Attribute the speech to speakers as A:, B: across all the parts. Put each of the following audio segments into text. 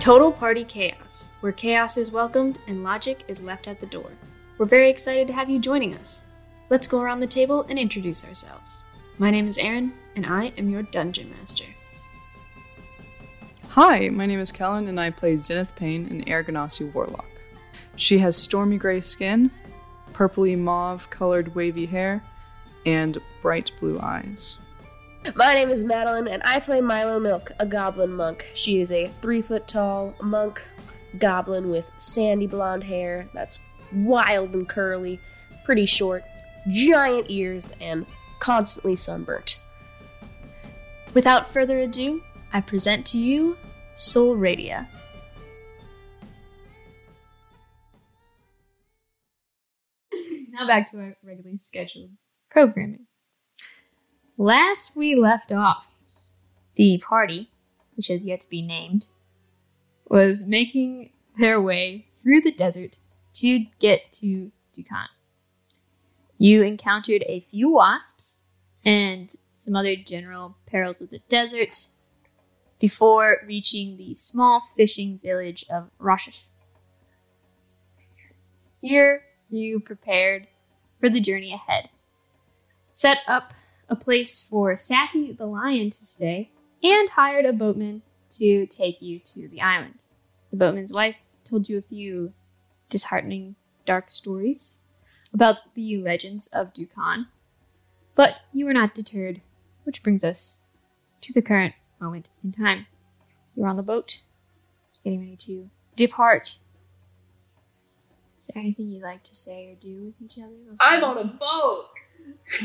A: Total Party Chaos, where chaos is welcomed and logic is left at the door. We're very excited to have you joining us. Let's go around the table and introduce ourselves. My name is Aaron, and I am your Dungeon Master.
B: Hi, my name is Kellen, and I play Zenith Payne, an Air Ganassi warlock. She has stormy gray skin, purpley mauve colored wavy hair, and bright blue eyes.
C: My name is Madeline, and I play Milo Milk, a goblin monk. She is a three foot tall monk goblin with sandy blonde hair that's wild and curly, pretty short, giant ears, and constantly sunburnt.
A: Without further ado, I present to you Soul Radia. Now back to our regularly scheduled programming. Last we left off, the party, which has yet to be named, was making their way through the desert to get to Dukan. You encountered a few wasps and some other general perils of the desert before reaching the small fishing village of Rosh. Here, you prepared for the journey ahead. Set up a place for Sappy the lion to stay, and hired a boatman to take you to the island. The boatman's wife told you a few disheartening, dark stories about the legends of Dukan, but you were not deterred, which brings us to the current moment in time. You're on the boat, getting ready to depart. Is there anything you'd like to say or do with each other? before-
C: a boat!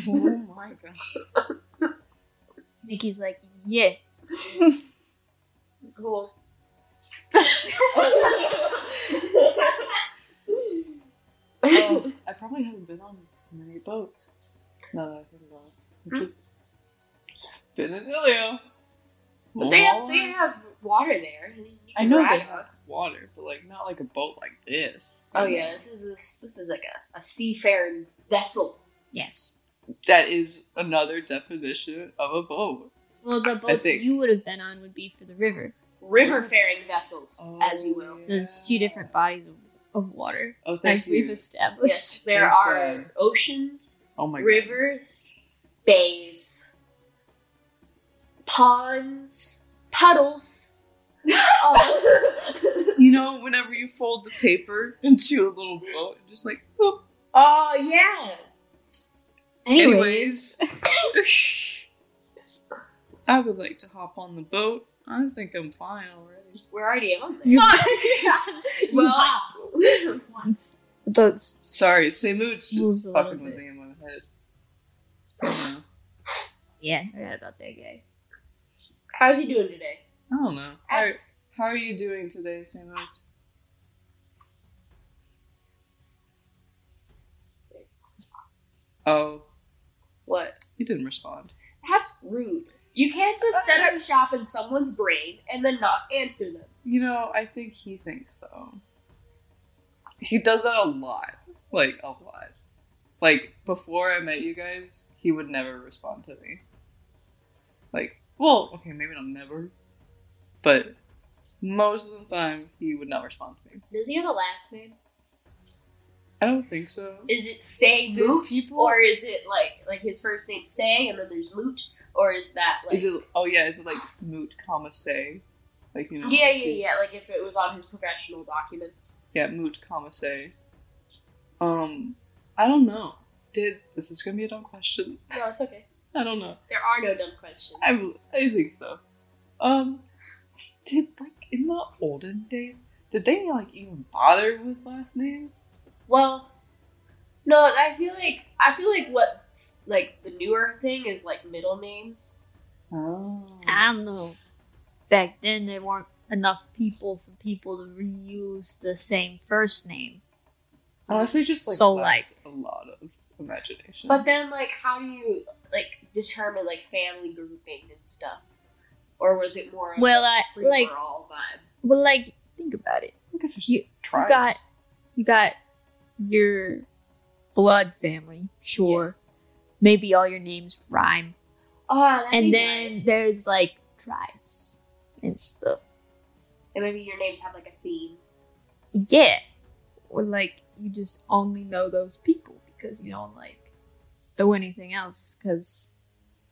B: oh my god.
A: Nikki's like, yeah.
C: Cool.
D: Oh, I probably haven't been on many boats. No, I think about it. I've Just been in Ilio.
E: But they have, they have water there. You can
D: I know
E: ride
D: they
E: on.
D: have water, but like not like a boat like this.
E: Oh yeah, this is a, this is like a, a seafaring vessel.
A: Yes.
D: That is another definition of a boat.
A: Well, the boats
D: think-
A: you would have been on would be for the river.
E: River faring vessels,
D: Oh,
E: as you will.
D: yeah.
A: So it's two different bodies of, of water,
D: Oh, thank
A: as
D: you.
A: we've established.
E: Yes, there
D: Thanks,
E: are
D: Dad.
E: oceans,
D: oh my
E: rivers, bays, ponds, puddles. Oh.
D: god! You know, whenever you fold the paper into a little boat, and just like. boop.
E: oh yeah.
D: Anyways, I would like to hop on the boat. I think I'm fine already.
E: We're already on there.
B: You-
E: Well,
A: once the boats
D: Sorry, Samut's
A: Moves
D: just
A: a
D: fucking
A: little
D: with
A: bit.
D: me in my head. I
A: yeah i forgot about that guy
E: how's he doing today?
D: don't know. I don't know. How, how are you doing today, Samut? Oh,
E: What?
D: he didn't respond.
E: That's rude. You can't just set up shop in someone's brain and then not answer them.
D: You know, I think he thinks so. He does that a lot. Like, a lot. Like, before I met you guys, he would never respond to me. Like, well, okay, maybe not never. But most of the time, he would not respond to me.
E: Does he have a last name?
D: I don't think so.
E: Is it Say
D: Do
E: Moot,
D: people-
E: or is it like like his first name Say and then there's Moot, or is that like
D: Is it, oh yeah, is it like moot, comma, say? Like, you know.
E: yeah yeah yeah like if it was on his professional documents?
D: Yeah, moot, comma, say. Um, I don't know. Did, this is gonna be a dumb question.
E: No, it's okay.
D: I don't know.
E: There are no dumb questions.
D: I, I think so. Um, did like in the olden days, did they like even bother with last names?
E: Well, no, I feel like I feel like what like the newer thing is like middle names.
D: Oh,
E: Ah.
A: i don't know back then there weren't enough people for people to reuse the same first name
D: unless they just like
A: So,
D: lacked a lot of imagination.
E: But then like how do you like determine like family grouping and stuff? Or was it more of
A: well
E: a
A: i
E: free
A: like
E: for all vibe?
A: well like think about it
D: I guess there's
A: you-
D: tribes.
A: got you got your blood family sure maybe all your names rhyme
E: Oh,
A: and then there's like tribes and stuff
E: And maybe your names have like a theme.
A: Yeah. Or like you just only know those people because you don't like do anything else because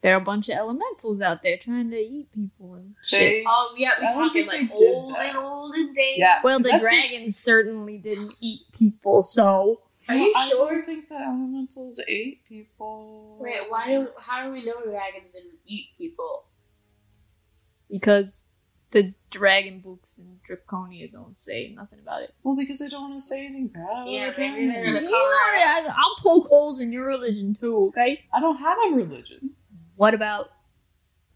A: there are a bunch of elementals out there trying to eat people and shit.
D: They-
E: Oh yeah,
D: I
E: we're
D: don't
E: talking
D: think they
E: like
D: did
E: old
D: that.
E: and old and days.
D: yeah.
A: well, the
D: That's what-
A: dragons certainly didn't eat people, so
E: Are you
D: I don't
E: sure?
D: think the elementals ate people.
E: Wait, why do how do we know dragons didn't eat people?
A: because the dragon books in Draconia don't say nothing about it.
D: Well, because they don't want to say anything bad. about
E: Yeah,
D: the
E: maybe they're
D: dragons.
E: gonna-
A: Sorry, I- I'll poke holes in your religion too, okay?
D: I don't have a religion.
A: What about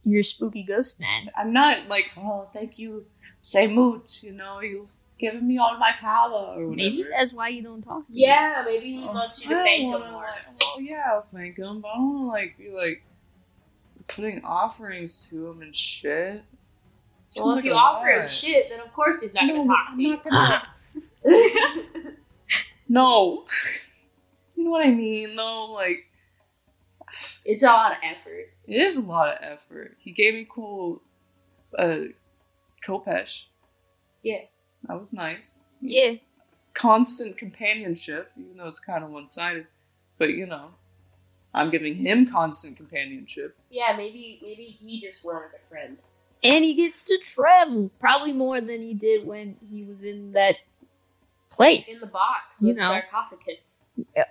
A: your spooky ghost man?
D: I'm not like, oh, thank you, Samut. You know, you've given me all my power. Or whatever.
A: Maybe that's why you don't talk to me.
E: Yeah, maybe he
D: Oh,
E: wants you
D: I
E: to
D: don't
E: thank him
D: wanna,
E: more.
D: like- well, yeah, I'll thank him, but I don't want to like be like putting offerings to him and shit. Seems
E: Well,
D: like
E: if you
D: a
E: offer him
D: lot.
E: shit, then of course he's not
D: No,
E: gonna talk to
D: I'm
E: you.
D: not gonna- no, you know what I mean though. Like
E: it's a lot of effort.
D: it is a lot of effort. He gave me cool, uh, Kopesh.
E: Yeah.
D: that was nice.
A: Yeah.
D: constant companionship, even though it's kind of one sided. But you know, I'm giving him constant companionship.
E: Yeah, maybe maybe he just wanted a friend.
A: And he gets to travel probably more than he did when he was in that place.
E: In the box
A: You
E: with
A: know.
E: sarcophagus.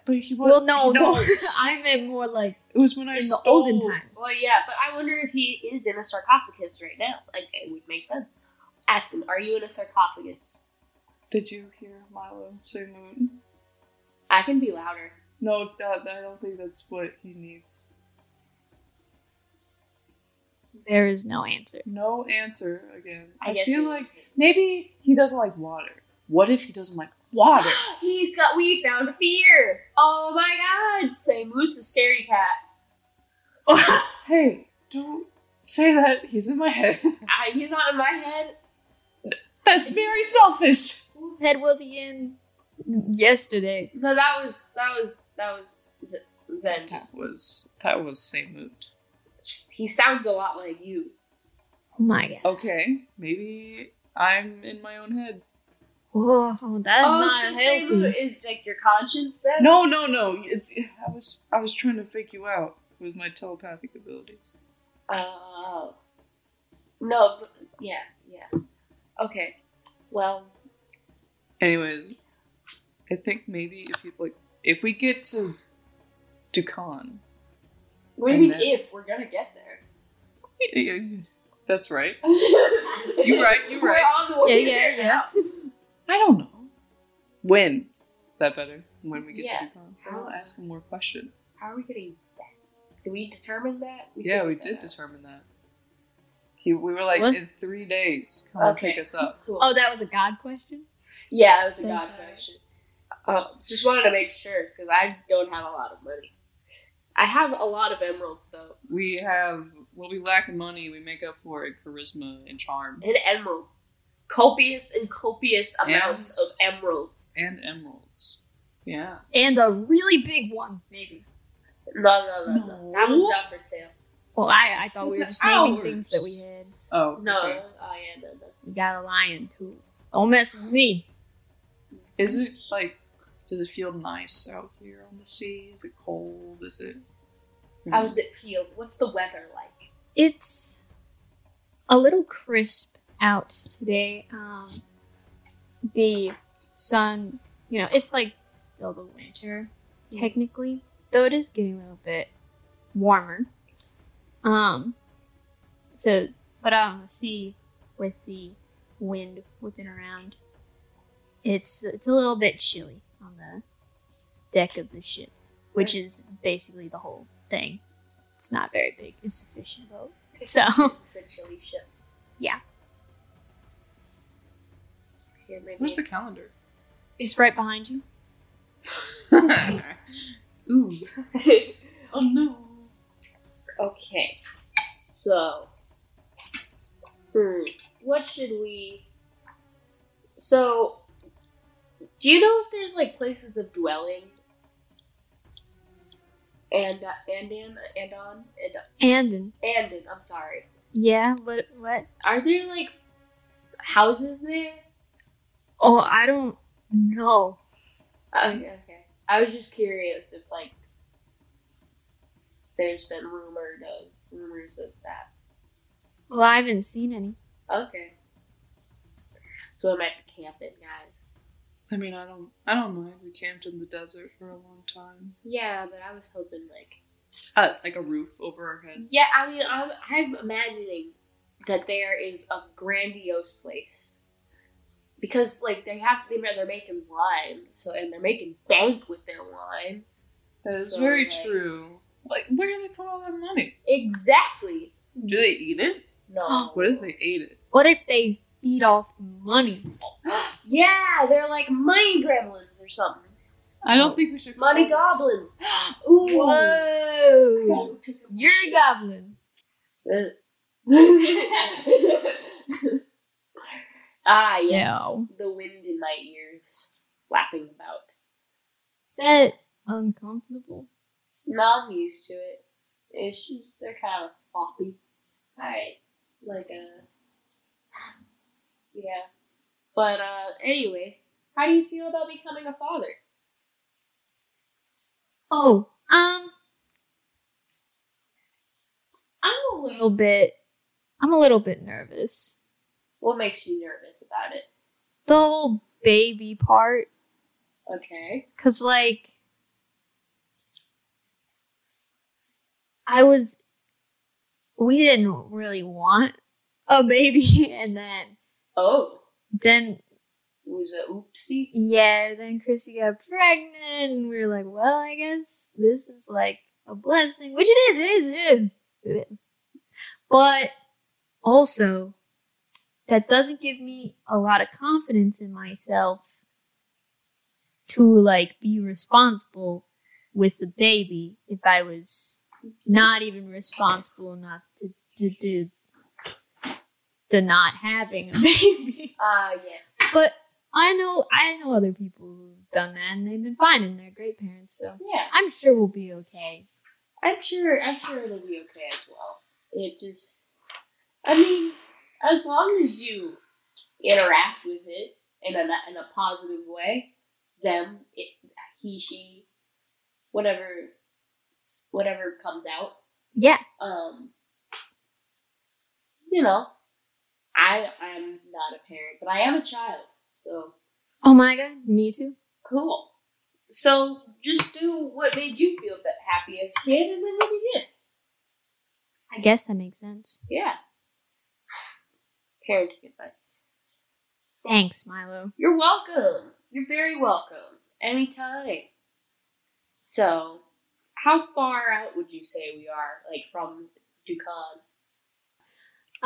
D: But he was
A: well, no,
D: no.
A: no. I meant more like
D: it was when I
A: in the
D: stole.
A: olden times.
E: Well, yeah, but I wonder if he is in a sarcophagus right now. Like, it would make sense. Ask him, are you in a sarcophagus?
D: Did you hear Milo say moon?
E: I can be louder.
D: No, that, I don't think that's what he needs.
A: There is no answer.
D: No answer again.
E: I,
D: I,
E: guess
D: feel
E: he-
D: like maybe he doesn't like water. What if he doesn't like water?
E: he's got. We found a fear. Oh my God! Say, Moot's a scaredy cat.
D: hey, don't say that. He's in my head.
E: I, he's not in my head.
D: that's very selfish.
A: Whose head was he in yesterday?
E: No, that was that was that was th- then.
D: That was that was Saint Moot.
E: He sounds a lot like you.
A: Oh my god.
D: Okay, maybe I'm in my own head.
A: Whoa, that's
E: oh,
A: not
E: so Say Moot
A: healthy.
E: is like your conscience then.
D: No, no, no. It's I was I was trying to fake you out with my telepathic abilities.
E: Oh. No. but- Yeah. Yeah. Okay. Well.
D: Anyways, I think maybe if you like, if we get to Dukan,
E: What do
D: And
E: you mean
D: then-
E: if we're gonna get there?
D: that's right.
E: you
D: right, you right.
E: We're on the way
A: Yeah, yeah,
E: there
A: yeah.
E: now.
D: I don't know when. Is that better? When we get
E: Yeah.
D: to Dukan, I'll ask him more questions.
E: How are we getting back? Did we determine that?
D: yeah,
E: figured
D: we
E: that
D: did
E: out.
D: determine that. He, we were like
A: What?
D: in three days. Come
E: Okay.
D: and pick us up.
E: Cool.
A: Oh, that was a god question?
E: yeah, that was a
A: so
E: god
A: sorry.
E: question. Uh, just wanted to make sure because I don't have a lot of money. I have a lot of emeralds though.
D: We have what we lack in money, we make up for in charisma and charm
E: And emeralds, copious and copious amounts of
D: Yes.
E: emeralds.
D: and emeralds. Yeah.
A: And a really big one, maybe.
E: No, no, no, no. That one's not for sale.
A: Well, I, I thought
D: It's
A: we were just naming
D: ours.
A: things that we had.
D: Oh
E: No.
D: okay.
E: Oh yeah, no, no.
A: We got a lion too. Don't mess with me.
D: Is it like? Does it feel nice out here on the sea? Is it cold? Is it?
E: How does it feel? What's the weather like?
A: It's a little crisp out today. Um, the sun, you know, it's like still the winter, technically, though it is getting a little bit warmer. Um, so, but out on the sea with the wind whipping around, it's it's a little bit chilly on the deck of the ship, which is basically the whole thing. It's not very big. It's a fishing boat. So
E: The chilly ship.
A: Yeah.
E: Here, maybe.
D: Where's the calendar?
A: it's right behind you.
D: Ooh. Oh no.
E: okay. So, hmm, what should we? So, do you know if there's like places of dwelling? And uh, and in and on and
A: And
E: and in, I'm sorry.
A: yeah, what what?
E: Are there like houses there?
A: Oh, I don't know.
E: Uh, Okay, okay. I was just curious if like there's been rumored of rumors of that.
A: Well, I haven't seen any.
E: Okay. So I might be camping, guys.
D: I mean, I don't, I don't mind. We camped in the desert for a long time.
E: Yeah, but I was hoping like
D: Uh, like a roof over our heads.
E: Yeah, I mean, I'm, I'm imagining that there is a grandiose place because, like, they have to. They're making wine, so and they're making bank with their wine.
D: that is
E: So,
D: very
E: like-
D: true. Like, where do they put all that money?
E: Exactly.
D: Do they eat it?
E: No.
D: What if they ate it?
A: What if they eat off money?
E: Yeah, they're like money gremlins or something.
D: I don't think we should.
E: Money goblins. Ooh.
A: Whoa! You're a goblin.
E: ah, yes.
A: No.
E: The wind in my ears, flapping about.
A: That uncomfortable.
E: No, I'm used to it. It's just they're kind of floppy. Alright. Like uh Yeah. But uh anyways, how do you feel about becoming a father?
A: Oh, um, I'm a little bit, I'm a little bit nervous.
E: What makes you nervous about it?
A: The whole baby part,
E: Okay.
A: cause like, I was, we didn't really want a baby, and then,
E: Oh.
A: then
E: It was a oopsie.
A: Yeah, then Chrissy got pregnant, and we were like, well, I guess this is like a blessing, which it is, it is, it is, it is. But also, that doesn't give me a lot of confidence in myself to like be responsible with the baby if I was not even responsible enough to, to do to not having a baby.
E: Ah yes.
A: But I know I know other people who've done that and they've been fine and they're great parents, so
E: Yeah.
A: I'm sure we'll be okay.
E: I'm sure I'm sure it'll be okay as well. It just I mean, as long as you interact with it in a in a positive way, them, it, he, she, whatever whatever comes out,
A: Yeah.
E: um you know, I I'm not a parent, but I am a child. So
A: Oh my god, me too.
E: cool. So just do what made you feel that happy as a kid and then what you did.
A: I guess that makes sense.
E: Yeah. Parenting advice.
A: Thanks, Milo.
E: You're welcome. You're very welcome. Anytime. So, how far out would you say we are, like from Dukan?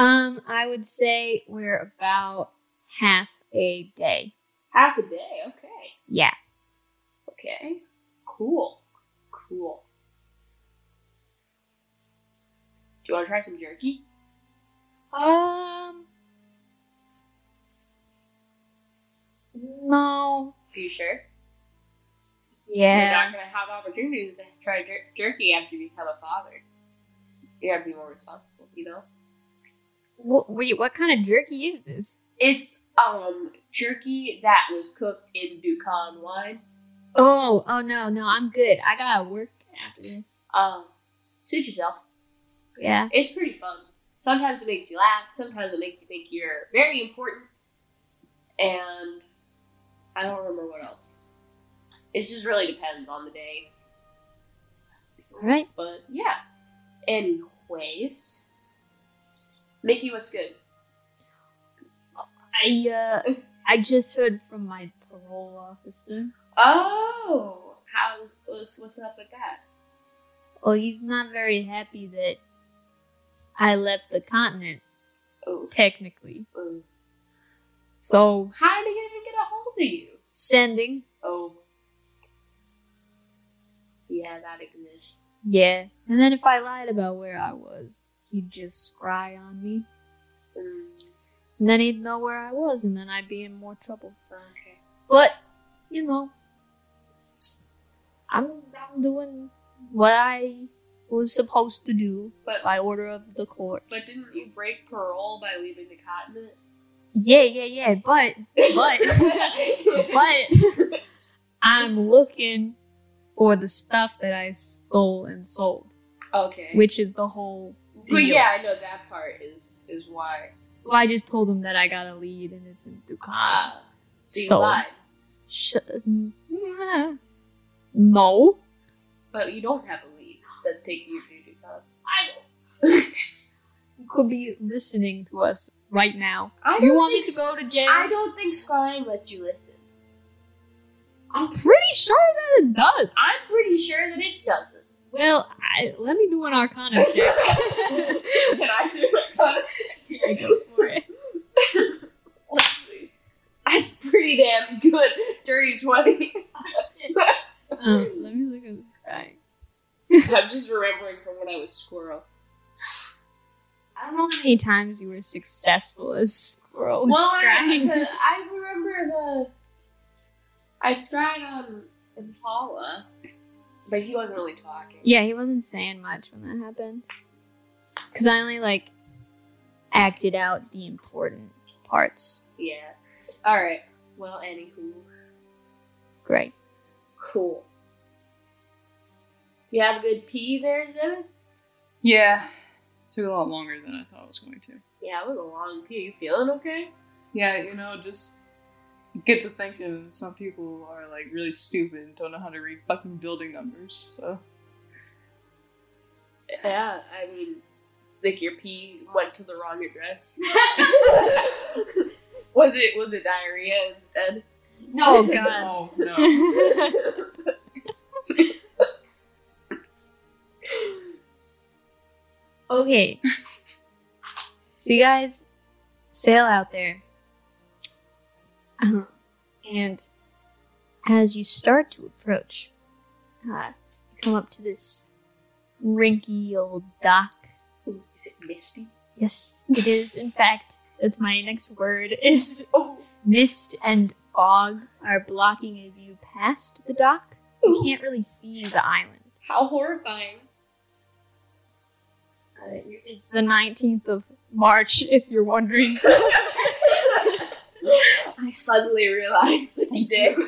A: Um, I would say we're about half a day.
E: Half a day. Okay.
A: Yeah.
E: Okay. Cool. Cool. Do you want to try some jerky?
A: Um No.
E: Are you sure? You're
A: Yeah.
E: not going to have opportunities to try jer- jerky after you become a father. You have to be more responsible, you know?
A: Wh- wait, what kind of jerky is this?
E: It's um jerky that was cooked in Dukan wine.
A: Oh, oh no, no, I'm good. I gotta work after this.
E: Um, suit yourself.
A: Yeah.
E: It's pretty fun. Sometimes it makes you laugh. Sometimes it makes you think you're very important. And I don't remember what else. It just really depends on the day.
A: Right.
E: But yeah. Anyways, Mickey, what's good?
A: I uh, I just heard from my parole officer.
E: Oh, how's what's, what's up with that?
A: Well, he's not very happy that I left the continent,
E: Oh,
A: technically.
E: oh.
A: So
E: how did he even get a hold of you?
A: sending,
E: Oh. Yeah, that exists.
A: yeah. And then if I lied about where I was, he'd just scry on me,
E: Mm,
A: and then he'd know where I was, and then I'd be in more trouble.
E: okay.
A: But you know, I'm I'm doing what I was supposed to do
E: But
A: by order of the court.
E: but didn't you break parole by leaving the continent?
A: yeah, yeah, yeah. But, but, but, I'm looking for the stuff that I stole and sold,
E: okay.
A: which is the whole.
E: but
A: deal.
E: yeah, I know that part is is why.
A: So I just told him that I got a lead and it's in Dukan.
E: Ah, so you
A: So-
E: lied.
A: Sh- no.
E: But you don't have a lead that's taking you to Dukan.
A: Could be listening to us right now.
E: I
A: Do you
E: don't
A: want me
E: think
A: to
E: s-
A: go to jail?
E: I don't think scrying lets you listen. I'm
A: pretty sure that it does.
E: I'm pretty sure that it doesn't.
A: well, I, let me do an Arcana check.
E: Can I do my card
A: I
E: check?
A: go for it.
E: Let's see. That's pretty damn good. Dirty twenty.
A: Um, let me look at this guy.
E: I'm just remembering from when I was squirrel.
A: I don't know how many times you were successful as Squirrel.
E: Well,
A: Oh, scrying.
E: I, I remember the. I tried on Impala, but he wasn't really talking.
A: Yeah, he wasn't saying much when that happened. Because I only, like, acted out the important parts.
E: Yeah. All right. Well, anywho,
A: Great.
E: cool. You have a good pee there, Zevin?
D: Yeah. Took a lot longer than I thought it was going to.
E: Yeah, it was a long pee. You feeling okay?
D: Yeah, you know, just get to thinking some people are like really stupid and don't know how to read fucking building numbers, so
E: Yeah. I mean, like your pee went to the wrong address. was it was it diarrhea instead?
A: Oh, God.
D: Oh no.
A: okay. So you guys sail out there. Uh, and as you start to approach, uh, you come up to this rinky old dock.
E: Ooh, is it misty?
A: Yes, it is, in fact, that's my next word, is
E: Oh.
A: mist and fog are blocking a view past the dock, so you
E: Ooh.
A: can't really see the island.
E: How horrifying.
A: It's the 19th of March, if you're wondering.
E: I suddenly realized each day.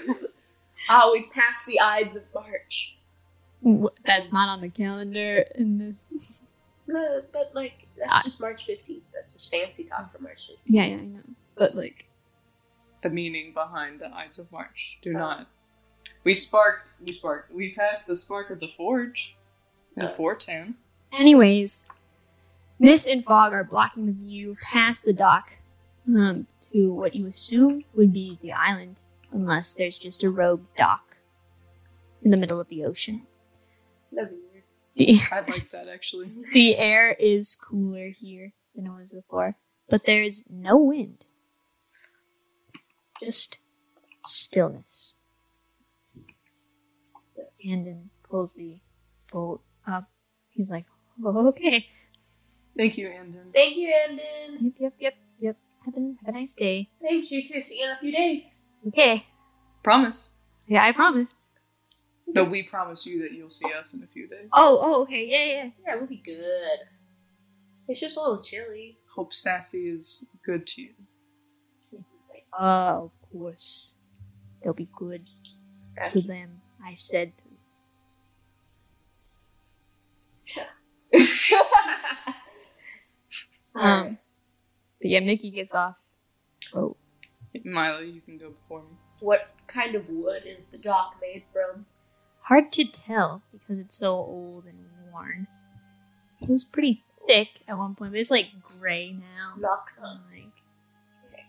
E: Ah, we passed the Ides of March.
A: Wh- That's not on the calendar in this.
E: No, but like
A: Ah.
E: that's just March fifteenth. That's just fancy talk for March fifteenth.
A: Yeah, yeah, I know. But like,
D: the meaning behind the Ides of March. Do not. We sparked. We sparked. We passed the spark of the forge in
E: Oh.
D: Fortown.
A: anyways, mist and fog are blocking the view past the dock um, to what you assume would be the island, unless there's just a rogue dock in the middle of the ocean.
E: That'd be weird.
A: The,
D: I'd like that actually.
A: the air is cooler here than it was before, but there is no wind, just stillness. Andon pulls the bolt up. He's like, oh, "Okay,
D: Thank you, Andon.
E: Thank you, Andon.
A: yep, yep, yep, yep. Have a, have a nice day."
E: Thanks, you too. See you in a few days.
A: Okay,
D: Promise.
A: yeah, I promise.
D: No, we promise you that you'll see us in a few days.
A: Oh, oh, okay, yeah, yeah.
E: Yeah, we'll be good. It's just a little chilly.
D: Hope Sassy is good to you.
A: Oh, of course, they'll be good to them. I said.
E: Alright.
A: Um, but yeah, Mickey gets off. Oh,
D: Milo, you can go before me.
E: what kind of wood is the dock made from?
A: Hard to tell because it's so old and worn. It was pretty thick at one point, but it's like gray now.
E: Knock knock.
A: And, Like,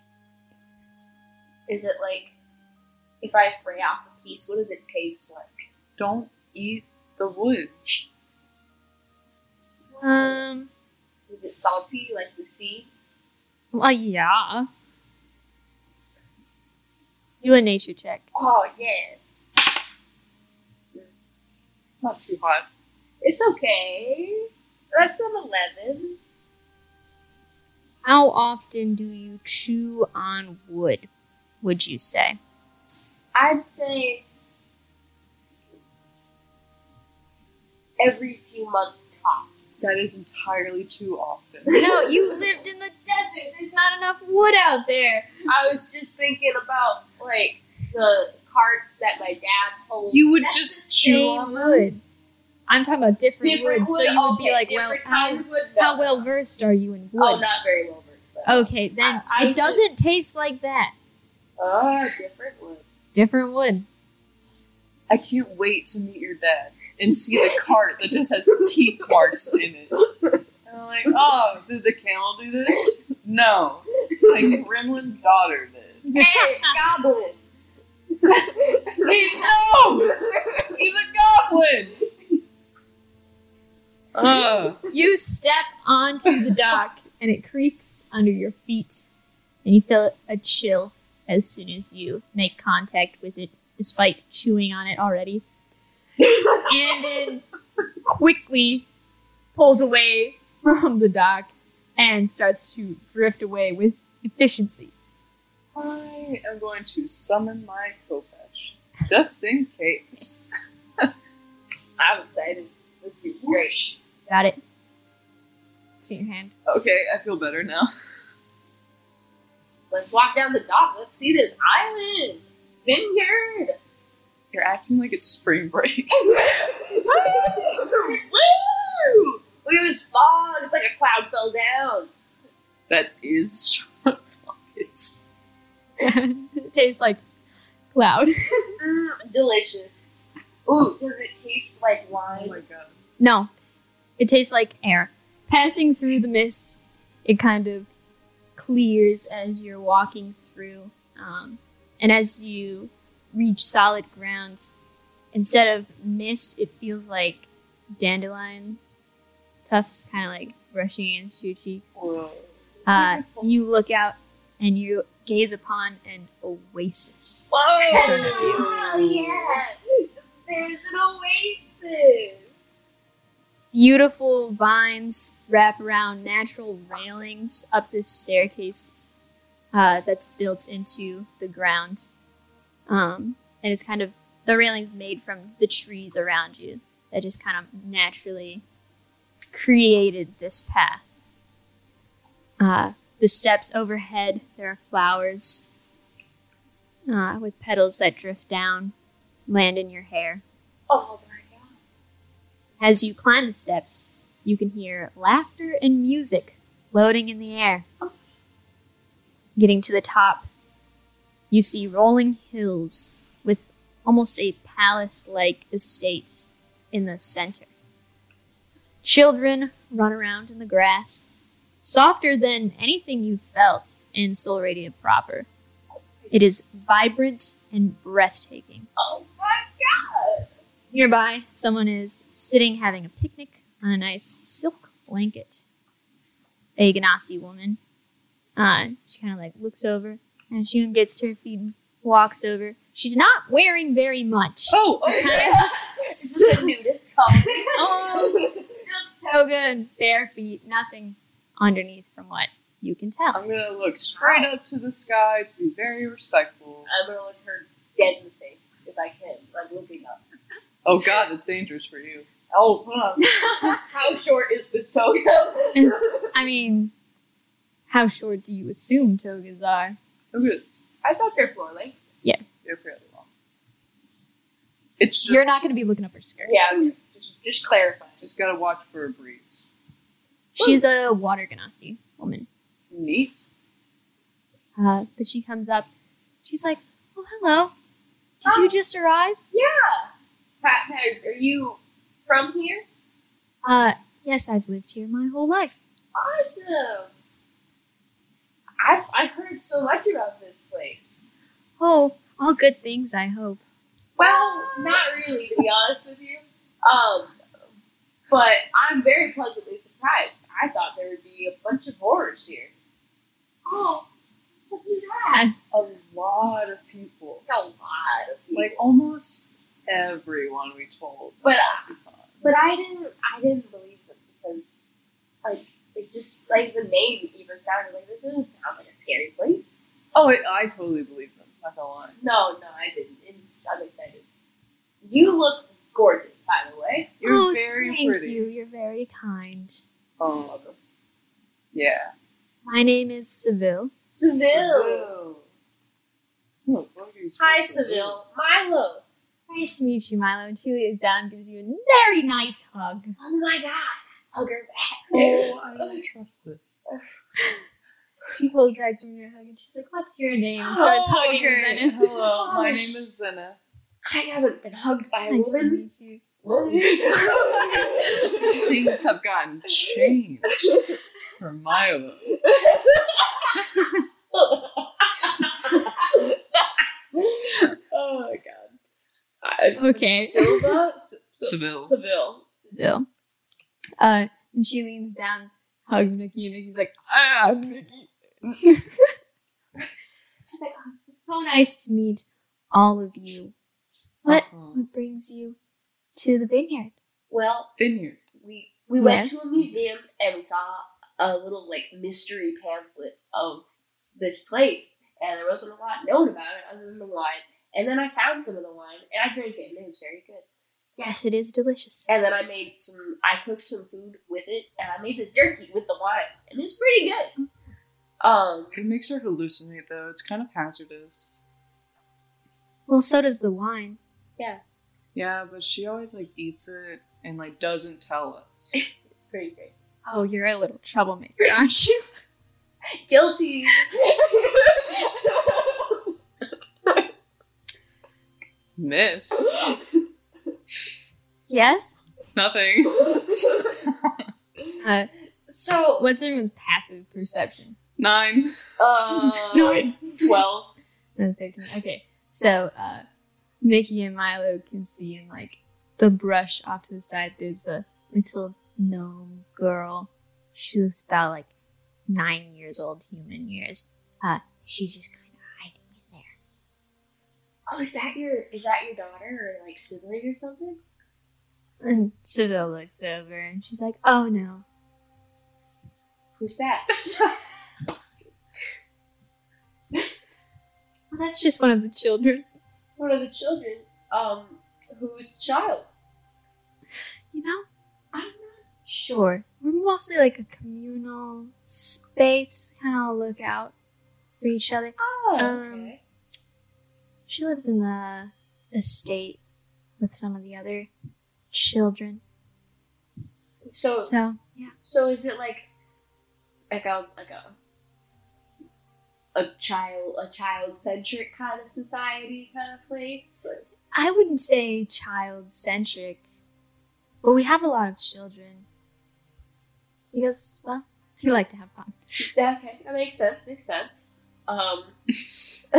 E: Is it like if I fray off a piece, what does it taste like?
D: Don't eat the wood.
A: um,
E: Is it salty like the sea?
A: well, yeah. Do a nature check.
E: Oh yeah.
D: Not too hot.
E: It's okay. That's an eleven.
A: How often do you chew on wood? Would you say?
E: I'd say every few months tops.
D: That is entirely too often.
A: No, you lived in the desert. there- There's not enough wood out there.
E: I was just thinking about like the carts that my dad holds.
D: You would
E: That's
D: just
E: the
D: chew
E: same
D: on
A: Same wood. I'm talking about different,
E: Different
A: wood,
E: wood.
A: so you would be
E: okay,
A: like, well,
E: different kind
A: how,
E: of wood, no.
A: how well versed are you in
E: Oh,
A: wood? Oh.
E: not very well versed. though.
A: Okay, then
E: I- I
A: it doesn't taste like that.
E: Ah, different wood.
A: Different wood.
D: I can't wait to meet your dad and see the cart that just has teeth marks in it. And I'm like, oh, did the camel do this? No. The gremlin daughter did.
E: Hey, goblin.
D: He knows! He's a goblin! Uh,
A: You step onto the dock and it creaks under your feet, and you feel a chill as soon as you make contact with it, despite chewing on it already. and then quickly pulls away from the dock and starts to drift away with efficiency.
D: I am going to summon my Kopesh. Just in case.
E: I'm excited. This is great.
A: Got it? See your hand.
D: Okay, I feel better now.
E: Let's walk down the dock. Let's see this island. Vineyard.
D: You're acting like it's spring break.
E: Woo! Look at this fog. It's like a cloud fell down.
D: That is what fog is.
A: it tastes like cloud.
E: Mm, delicious. Ooh, does it taste like wine?
D: Oh god.
A: No, it tastes like air. Passing through the mist, it kind of clears as you're walking through. Um, and as you reach solid ground, instead of mist, it feels like dandelion tufts kind of like brushing against your cheeks.
D: Whoa.
A: Uh, you look out and you gaze upon an oasis.
E: Whoa! Oh, yeah! There's an oasis!
A: Beautiful vines wrap around natural railings up this staircase uh, that's built into the ground. Um, and it's kind of the railings made from the trees around you that just kind of naturally created this path. Uh, the steps overhead, there are flowers uh, with petals that drift down, land in your hair.
E: Oh my god.
A: As you climb the steps, you can hear laughter and music floating in the air. Getting to the top, you see rolling hills with almost a palace like estate in the center. Children run around in the grass, softer than anything you've felt in Soul Radiant proper. It is vibrant and breathtaking.
E: Oh my god!
A: Nearby, someone is sitting having a picnic on a nice silk blanket. A Ganassi woman. Uh, she kind of like looks over and she gets to her feet and walks over. She's not wearing very much.
D: Oh, oh,
A: It's kind of
E: This is a nudist song.
A: Oh. toga and bare feet, nothing underneath from what you can tell.
D: I'm gonna look straight up to the sky to be very respectful.
E: I'm gonna look her dead in the face if I can, like looking up.
D: Oh god, that's dangerous for you.
E: Oh, huh. how short is this toga?
A: I mean, how short do you assume togas are?
D: Look at this.
E: I thought they're floor length.
D: They're fairly long. It's just,
A: You're not going to be looking up her skirt.
E: Yeah, I'm just, just clarifying.
D: just gotta watch for a breeze.
A: She's a water Ganassi woman.
D: Neat.
A: Uh, but she comes up. She's like, "Oh, hello. Did you just arrive?"
E: Yeah! Pat, Pat, are you from here?
A: Uh, yes, I've lived here my whole life.
E: Awesome! I've, I've heard so much about this place.
A: Oh, all good things, I hope.
E: Well, not really, to be honest with you. Um, but I'm very pleasantly surprised. I thought there would be a bunch of horrors here. Oh, look at that!
A: As
D: A lot of people.
E: A lot of people.
D: Like almost everyone we told.
E: But, uh, but I didn't. I didn't believe them because, like, it just like the name even sounded like this doesn't sound like a scary place.
D: oh, I, I totally believe them. Not gonna lie.
E: No, no, I didn't. It's, I'm excited. You look gorgeous, by the way.
D: You're
A: oh,
D: very Oh,
A: thank
D: pretty.
A: you. You're very kind.
D: Um, yeah.
A: My name is Seville.
E: Seville.
D: Oh, what are you supposed
E: Hi,
D: to do?
E: Seville. Milo.
A: Nice to meet you, Milo. And Julie is down and gives you a very nice hug.
E: Oh my god. Hug her back.
D: Oh, I don't trust this.
A: She pulls her eyes from your hug and she's like, What's your name? And starts
E: Oh,
A: hugging
E: great.
A: her.
D: Hello, my name
E: Gosh.
D: is Zenith.
E: I haven't been hugged by a
A: Nice to
E: woman.
A: meet you.
D: Things have gotten changed for Milo.
E: oh my god. I-
A: Okay.
E: Silva? S- S-
D: Seville.
E: Seville.
A: Seville. Uh, and she leans down, hugs Mickey, and Mickey's like, Ah, Mickey. she's like, "Oh, it's so nice to meet all of you. What?
D: Uh-huh.
A: What brings you to the vineyard?
E: Well,
D: Vineyard.
E: we we went
A: Yes.
E: to a museum and we saw a little like mystery pamphlet of this place, and there wasn't a lot known about it other than the wine. And then I found some of the wine and I drank it, and it was very good.
A: Yes, it is delicious.
E: And then I made some, I cooked some food with it, and I made this jerky with the wine, and it's pretty good. Um,
D: It makes her hallucinate though. It's kind of hazardous.
A: Well, so does the wine.
D: Yeah, but she always like eats it and like doesn't tell us.
E: it's pretty great.
A: Oh, you're a little troublemaker, aren't you?
E: Guilty.
D: Miss
A: yes.
D: nothing.
A: Uh,
E: so,
A: what's in with passive perception?
D: Nine.
E: uh, twelve.
A: And 13. Okay. So, uh, Mickey and Milo can see in like the brush off to the side, there's a little gnome girl. She looks about like nine years old, human years. Uh, she's just kind of hiding in there.
E: Oh, is that your is that your daughter or like sibling or something?
A: And Seville looks over and she's like, oh no.
E: Who's that?
A: Well, that's just one of the children.
E: One of the children. Um, whose child?
A: You know?
E: I'm not.
A: Sure. We're mostly like a communal space. We kind of all look out for each other.
E: Oh,
A: Um,
E: okay.
A: She lives in the estate with some of the other children.
E: So, so
A: So, yeah.
E: is it like like a like a a child a child centric kind of society kind of place? Like,
A: I wouldn't say child centric, but we have a lot of children. Because, well, we like to have fun.
E: yeah, okay, that makes sense. Makes sense. Um.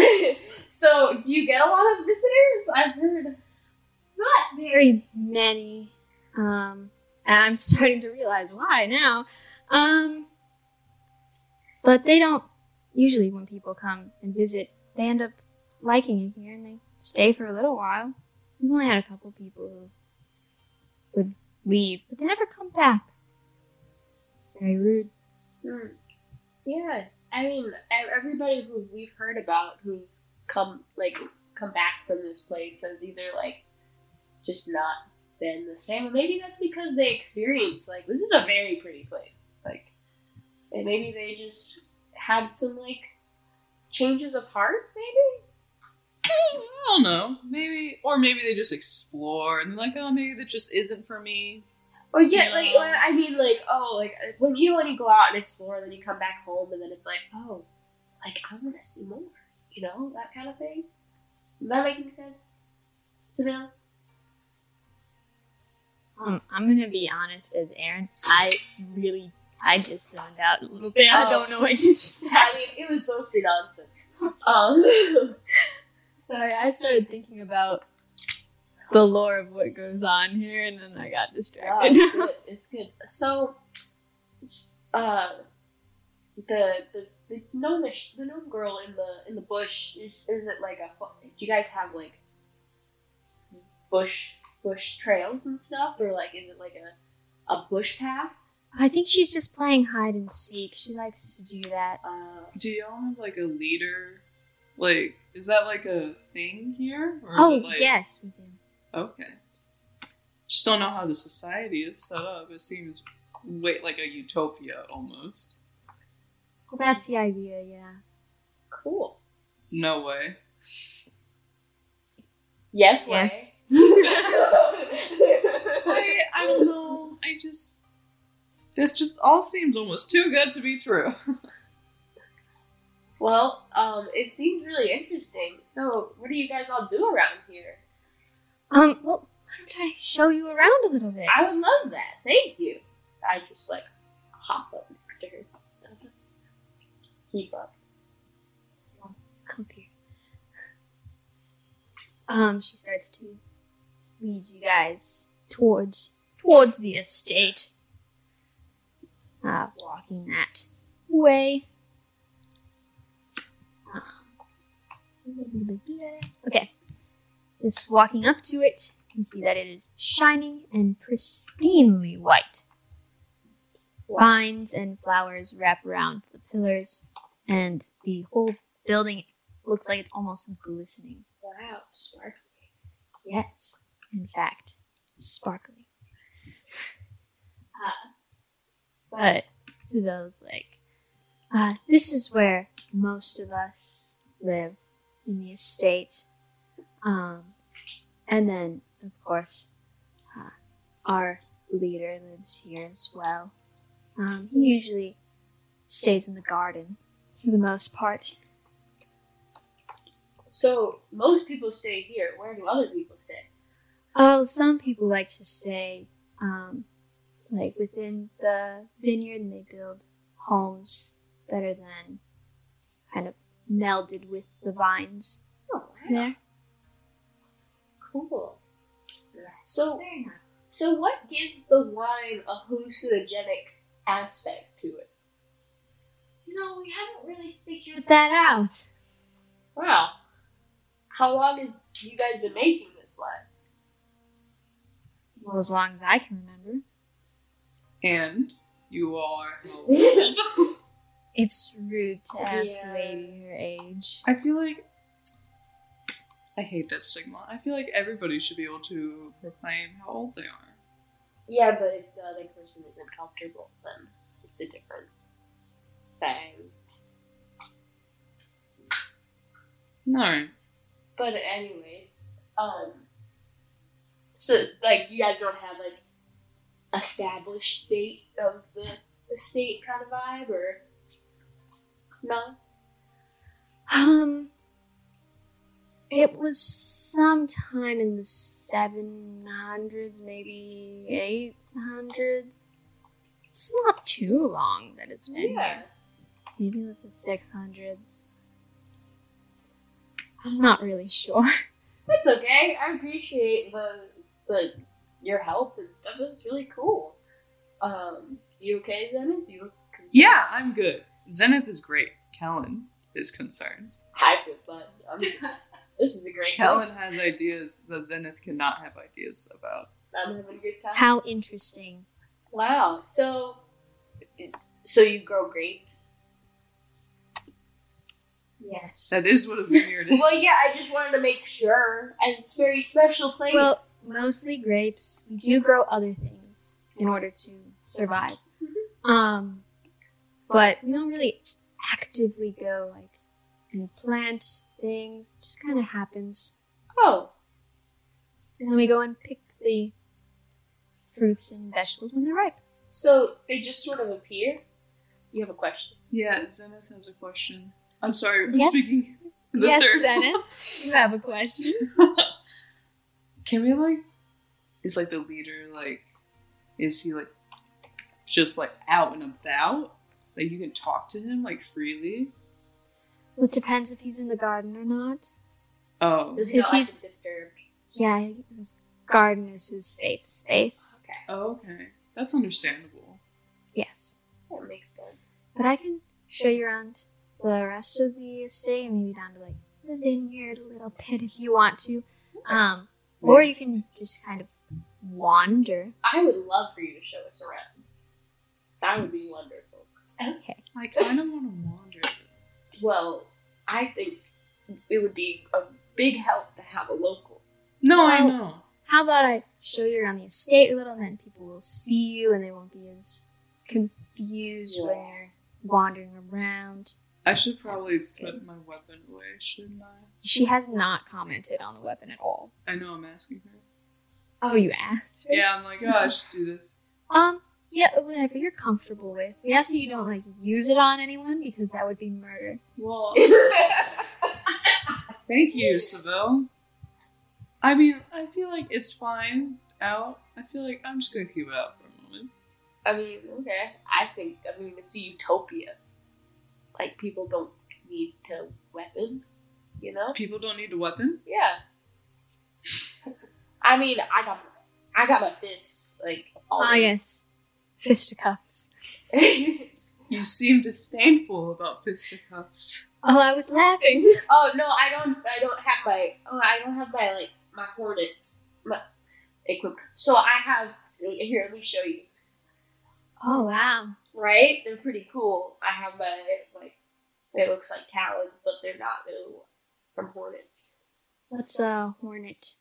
E: so, do you get a lot of visitors? I've heard.
A: Not very many. Um, and I'm starting to realize why now. Um, but they don't, usually, when people come and visit, they end up liking it here and they stay for a little while. We've only had a couple people who would leave, but they never come back. It's very rude.
E: Hmm. Yeah, I mean, e- everybody who we've heard about who's come like come back from this place has either like just not been the same, or maybe that's because they experience like this is a very pretty place, like, and maybe they just had some like changes of heart, maybe.
D: I don't know. Maybe or maybe they just explore and they're like, oh, maybe that just isn't for me.
E: Or yeah, like
D: No.
E: well, I mean, like oh, like when you know when you go out and explore, then you come back home, and then it's like oh, like I want to see more, you know, that kind of thing. Is that making sense? Savannah?
A: Um, I'm gonna be honest as Aaron. I really, I just zoned out a little bit. I
E: Oh.
A: don't know what you just said.
E: I mean, it was mostly nonsense. Um,
A: Sorry, I started thinking about the lore of what goes on here, and then I got
E: yeah,
A: distracted.
E: it's good. It's good. So, uh, the the the gnomish, the gnome girl in the in the bush is is it like a? fu- Do you guys have like bush bush trails and stuff, or like is it like a a bush path?
A: I think she's just playing hide and seek. She likes to do that.
E: Uh,
D: Do y'all have like a leader? Like, is that like a thing here? Or is
A: Oh
D: it like,
A: yes, we do.
D: Okay. Just don't know how the society is set up. It seems wait like a utopia almost.
A: Well, that's the idea, yeah.
E: Cool.
D: No way.
E: Yes,
A: Yes.
E: way.
D: I, I don't know. I just. This just all seems almost too good to be true.
E: well, um, it seems really interesting. So, what do you guys all do around here?
A: Um, well, why don't I show you around a little bit?
E: I would love that. Thank you. I just like hop up next to her stuff. Keep up.
A: Come here. Um, she starts to lead you guys towards towards the estate. Uh, walking that way. Um, Okay. Just walking up to it, you can see that it is shining and pristinely white. Vines and flowers wrap around the pillars, and the whole building looks like it's almost glistening.
E: Wow, sparkly.
A: Yes, in fact, sparkly.
E: Ah.
A: Uh, But Sivelle's like, uh, this is where most of us live in the estate. Um, and then, of course, uh, our leader lives here as well. Um, he usually stays in the garden for the most part.
E: So most people stay here. Where do other people stay?
A: Oh, some people like to stay, um, like within the vineyard, and they build homes that are then kind of melded with the vines
E: Oh,
A: there.
E: cool. So, so what gives the wine a hallucinogenic aspect to it?
A: You know, we haven't really figured that out.
E: Wow. How long have you guys been making this wine?
A: Well, as long as I can remember,
D: And you are.
A: it's rude to ask
E: Yeah.
A: a lady her age.
D: I feel like. I hate that stigma. I feel like everybody should be able to proclaim how old they are.
E: yeah, but if the other person isn't comfortable, then it's a different thing.
D: No.
E: But anyways, um, so like you guys don't have like established date of the estate kind of vibe, or no?
A: Um, it was sometime in the 700s, maybe 800s. It's not too long that it's been here. Maybe it was the 600s. I'm not really sure.
E: That's okay. I appreciate the the your help and stuff. It's really cool. Um, you okay, Zenith? You concerned?
D: Yeah, I'm good. Zenith is great. Kellen is concerned.
E: I feel fun. I'm just- this is a great
D: Kellen
E: house.
D: has ideas that Zenith cannot have ideas about.
E: I'm having a good time.
A: How interesting.
E: Wow. So, so you grow grapes?
A: Yes.
D: That is what a vineyard is.
E: Well, yeah. I just wanted to make sure, and it's a very special place.
A: Well, mostly grapes. We do grow other things in order to survive. Um, but we don't really actively go like and plant things. It just kind of happens.
E: oh,
A: And then we go and pick the fruits and vegetables when they're ripe.
E: so they just sort of appear. You have a question?
D: Yeah, Zenith has a question. I'm sorry, I'm
A: Yes.
D: speaking. The
A: yes,
D: third-
A: Zenith, you have a question.
D: Can we like? Is like the leader like? Is he like? Just like out and about? Like you can talk to him like freely.
A: Well, it depends if he's in the garden or not.
D: Oh,
E: Does he
A: If
E: not like
A: he's-
E: to disturb?
A: Yeah, his garden is his safe space.
D: oh okay, that's understandable.
A: Yes.
E: That makes sense.
A: But I can show you around the rest of the estate, maybe down to like the vineyard, a little bit if you want to. Um, or you can just kind of wander.
E: I would love for you to show us around. That would be wonderful.
A: Okay.
D: Like I don't want to wander.
E: Well, I think it would be a big help to have a local.
D: No, I
A: Well-
D: know.
A: How about I show you around the estate a little, and then people will see you, and they won't be as confused when
E: Yeah.
A: you're wandering around.
D: I should probably
A: That's good.
D: put my weapon away, shouldn't I?
A: She has not commented on the weapon at all.
D: I know I'm asking her.
A: Oh, you asked her?
D: Yeah, I'm like, oh, I should do this.
A: Um, yeah, whatever you're comfortable with. We ask that you don't, like, use it on anyone because that would be murder.
D: Well, thank you, Seville. I mean, I feel like it's fine out. I feel like I'm just gonna keep it out for a moment.
E: I mean, okay. I think, I mean, it's a utopia. Like, people don't need to weapon, you know?
D: People don't need a weapon.
E: Yeah. I mean, I got, I got my fists, like,
A: Ah, yes. Fisticuffs.
D: You seem disdainful about fisticuffs.
A: Oh, I was laughing.
E: Oh no, I don't. I don't have my. Oh, I don't have my like my hornets my, equipped. So I have so here. Let me show you.
A: Oh, wow.
E: Right, they're pretty cool. I have my like. It looks like talons, but they're not. They're from hornets.
A: What's a hornet?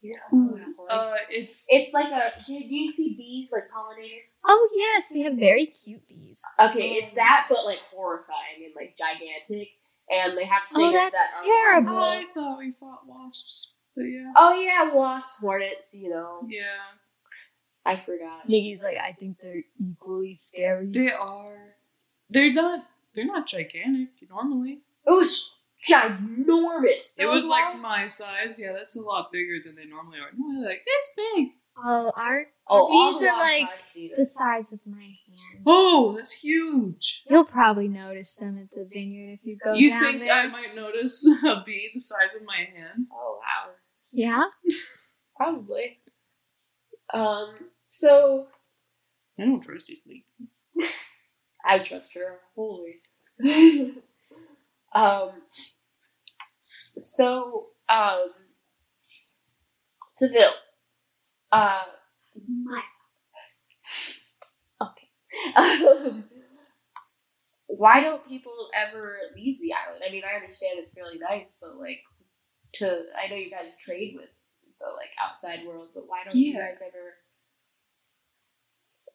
E: Yeah.
A: Oh.
D: Uh, it's
E: it's like a. Do you see bees like pollinators?
A: Oh, yes, we have very cute bees.
E: Okay,
A: Oh.
E: it's that, but like horrifying and like gigantic, and they have singers
A: Oh, that's
E: that are-
A: terrible.
D: I thought we fought wasps, but yeah,
E: Oh yeah, wasps, hornets. You know,
D: yeah,
E: I forgot.
A: Nikki's like, I think they're equally scary.
D: they are. They're not. They're not gigantic normally.
E: It was ginormous.
D: It was like
E: my.
D: my size. Yeah, that's a lot bigger than they normally are. No, they're like this big.
A: Oh, our,
E: Oh, all
A: bees
E: the
A: are
E: wild
A: like
E: life feeders.
A: the size of my hand.
D: Oh, that's huge.
A: You'll probably notice them at the vineyard if you go
D: you
A: down
D: think
A: there.
D: I might notice a bee the size of my hand?
E: Oh wow,
A: yeah.
E: probably. Um. So
D: I don't trust these bees.
E: I trust her wholly. um. So um. Seville. Uh. My. Okay. Um, why don't people ever leave the island? I mean, I understand it's really nice, but like, to I know you guys trade with the like outside world, but why don't you
D: Yeah.
E: guys ever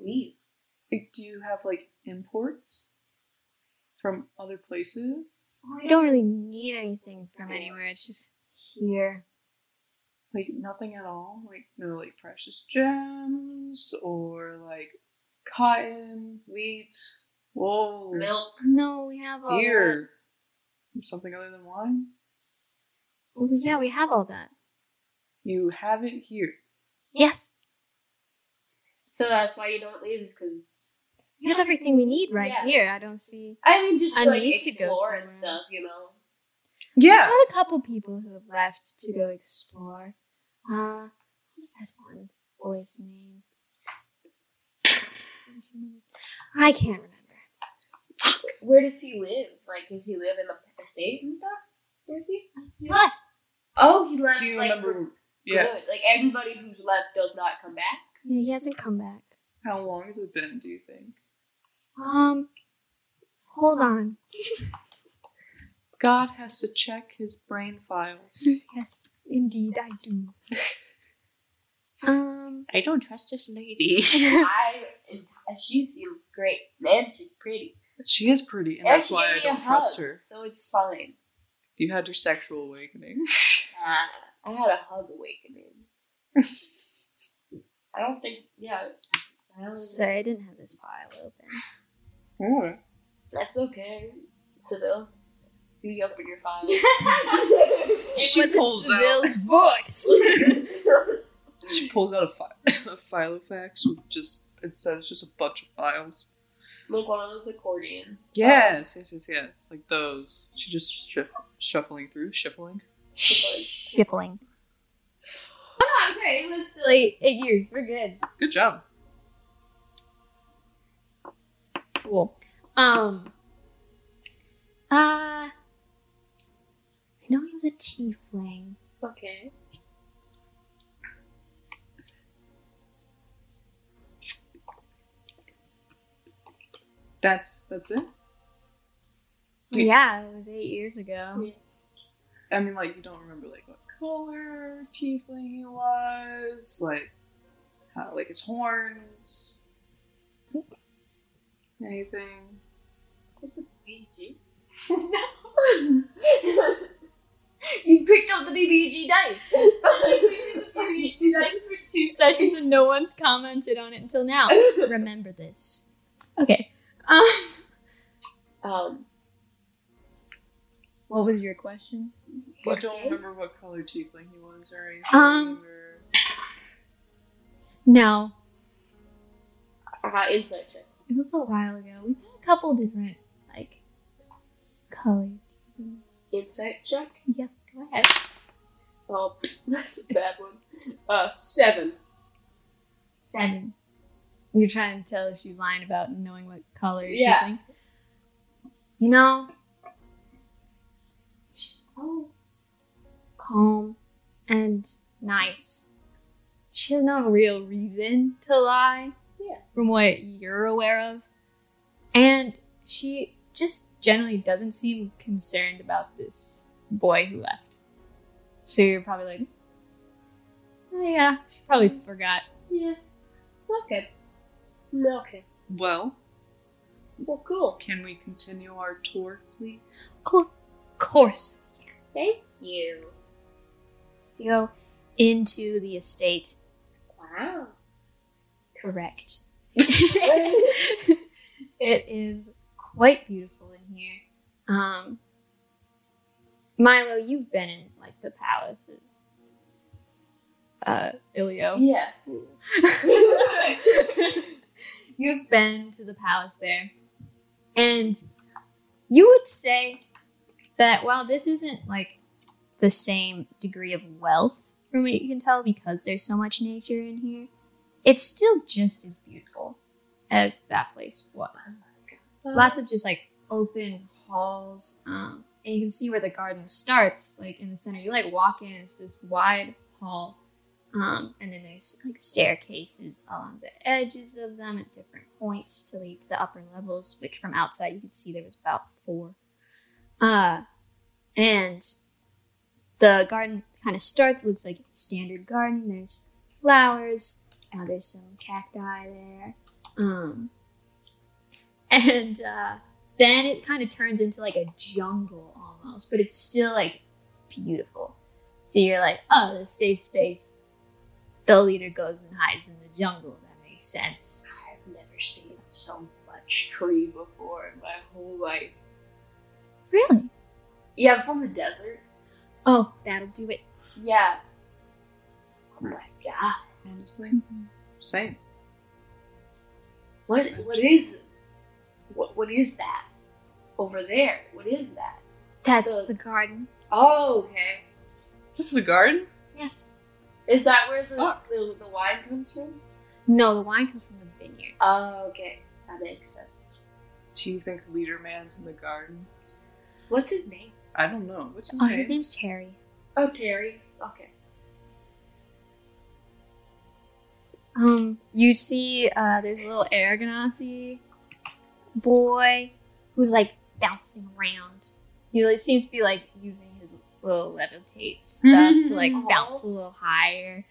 E: leave?
D: Do you have like imports from other places?
A: We don't really need anything from anywhere. It's just here.
D: Like nothing at all? Like no like precious gems or like cotton, wheat, wool,
E: Milk.
A: No, we have all that.
D: beer. Something other than wine?
A: Well, yeah, we have all that.
D: You have it here.
A: Yes,
E: So that's why you don't leave, because
A: we have everything we need right
E: Yeah.
A: here. I don't see.
E: I mean, just
A: I
E: like
A: need to go
E: explore and
A: somewhere
E: stuff,
A: else.
E: you know.
A: I
D: Yeah.
A: had a couple people who have left to go explore. Uh, what was that one boy's name? I can't remember.
E: Where does he live? Like, does he live in the estate and stuff? Does he?
A: He left.
E: Oh, he left.
D: Do you
E: like, for
D: remember yeah.
E: Good. Like everybody who's left does not come back.
A: Yeah, he hasn't come back.
D: How long has it been, do you think?
A: Um, hold on.
D: God has to check his brain files.
A: Yes, indeed, I do. Um,
D: I don't trust this lady.
E: I. And she seems great, man. She's pretty.
D: She is pretty, and
E: And
D: that's
E: she
D: why I
E: gave me a
D: don't trust
E: hug,
D: her.
E: So it's fine.
D: You had your sexual awakening.
E: Uh, I had a hug awakening. I don't think. Yeah. I don't.
A: sorry, I didn't have this file open.
E: That's okay, Seville. You open your file.
D: She pulls out.
A: books.
D: She pulls out a, fi- a file of facts with just instead it's just a bunch of files.
E: Look, one of those accordions.
D: Yes, yes, yes, yes. Like those. She just shuff- shuffling through, shuffling.
A: Shiffling. I'm sorry, it was still eight, eight years. We're good.
D: Good job.
A: Cool. Um. Uh. I know he was a tiefling.
E: Okay.
D: That's that's it. Wait.
A: Yeah, it was eight years ago.
D: I mean, like you don't remember like what color tiefling he was, like how like his horns, anything.
E: BBG. you picked up the BBG dice. BBG dice for two
A: sessions and no one's commented on it until now. Remember this. Okay. Um,
E: Um,
A: what was your question?
D: I don't remember what color tiefling he was or anything.
A: Um,
D: or-
A: No,
E: uh, insight check.
A: it was a while ago. We've had a couple different like colors.
E: Insight check.
A: Yes, go ahead.
E: Oh, that's a bad one. Uh, seven.
A: Seven. You're trying to tell if she's lying about knowing what color you're
E: Yeah.
A: tiefling? You know, she's so calm and nice. She has no real reason to lie.
E: Yeah.
A: From what you're aware of. And she just generally doesn't seem concerned about this boy who left. So you're probably like, oh yeah, she probably forgot.
E: Yeah. Okay. Okay.
D: Well,
E: Well, cool.
D: can we continue our tour, please?
A: Of course,
E: Thank you.
A: to go into the estate.
E: Wow.
A: Correct. it is quite beautiful in here. Um, Milo, you've been in like the palace of uh, Ilio.
E: Yeah.
A: You've been to the palace there, and you would say that while this isn't like the same degree of wealth from what you can tell because there's so much nature in here, it's still just as beautiful as that place was. Lots of just like open halls, um, and you can see where the garden starts, like in the center. You like walk in, it's this wide hall, um, and then there's like staircases along the edges of them at different points to lead to the upper levels, which from outside you could see there was about four. Uh, and the garden kind of starts, looks like a standard garden. There's flowers, uh, there's some cacti there. Um, and uh, then it kind of turns into like a jungle almost, but it's still like beautiful. So you're like, oh, the safe space. The leader goes and hides in the jungle. That makes sense.
E: I've never seen so much tree before in my whole life.
A: Really?
E: Yeah, I'm from the desert.
A: Oh, that'll do it.
E: Yeah. Oh my god.
D: Honestly,
A: Mm-hmm.
D: same.
E: What what is what what is that? Over there. What is that?
A: That's
E: Good.
A: the garden.
E: Oh, okay.
D: That's the garden.
A: Yes.
E: Is that where the
D: Oh.
E: the, the wine comes from?
A: No, the wine comes from the vineyards.
E: Oh, okay. That makes sense.
D: Do you think Leader Man's in the garden?
E: What's his name?
D: I don't know. What's his
A: oh,
D: name?
A: his name's Terry.
E: Oh, Terry. Okay.
A: Um, you see, uh, there's a little Aragonasi boy who's like bouncing around. He like, seems to be like using his little levitate stuff to like
E: Mhm.
A: bounce a little higher. And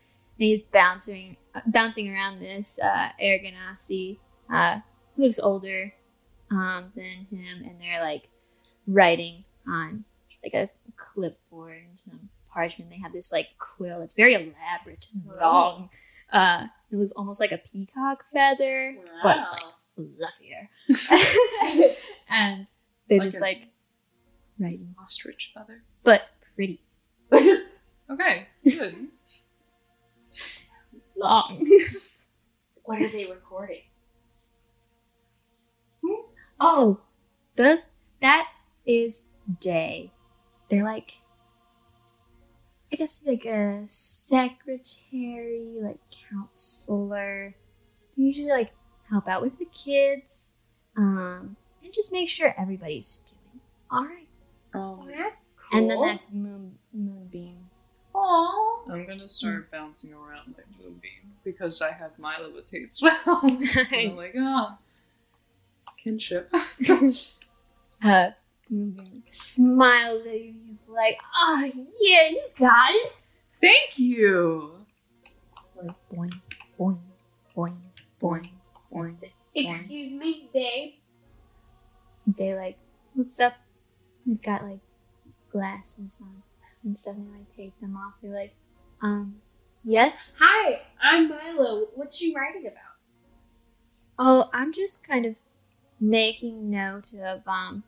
A: he's bouncing, uh, bouncing around this uh, Aragonasi. Uh, who looks older um, than him, and they're like writing on like a clipboard and some parchment. They have this like quill. It's very elaborate and long. Uh, it looks almost like a peacock feather, but like fluffier. and they're
D: Like
A: just
D: a-
A: like writing,
D: Ostrich feather.
A: but pretty
D: Okay, good. Um,
A: long.
E: what are they recording?
A: oh, those that is day. They're like, I guess like a secretary, like counselor. They usually like help out with the kids, um, and just make sure everybody's doing all right.
E: Oh,
D: um,
E: that's cool.
A: And then that's moon moonbeam.
E: Aw.
D: I'm gonna start bouncing around like Moonbeam because I have my levitate spell. and I'm like, oh, kinship.
A: Uh, moonbeam smiles at you. He's like, "Oh yeah, you got it."
D: Thank you.
A: Boing, boing, boing, boing, boing, boing.
E: Excuse me, babe.
A: They like looks up. They've got like glasses on and stuff. And they like take them off. They're like, um, yes.
E: Hi, I'm Milo. What you writing about?
A: Oh, I'm just kind of making note of um.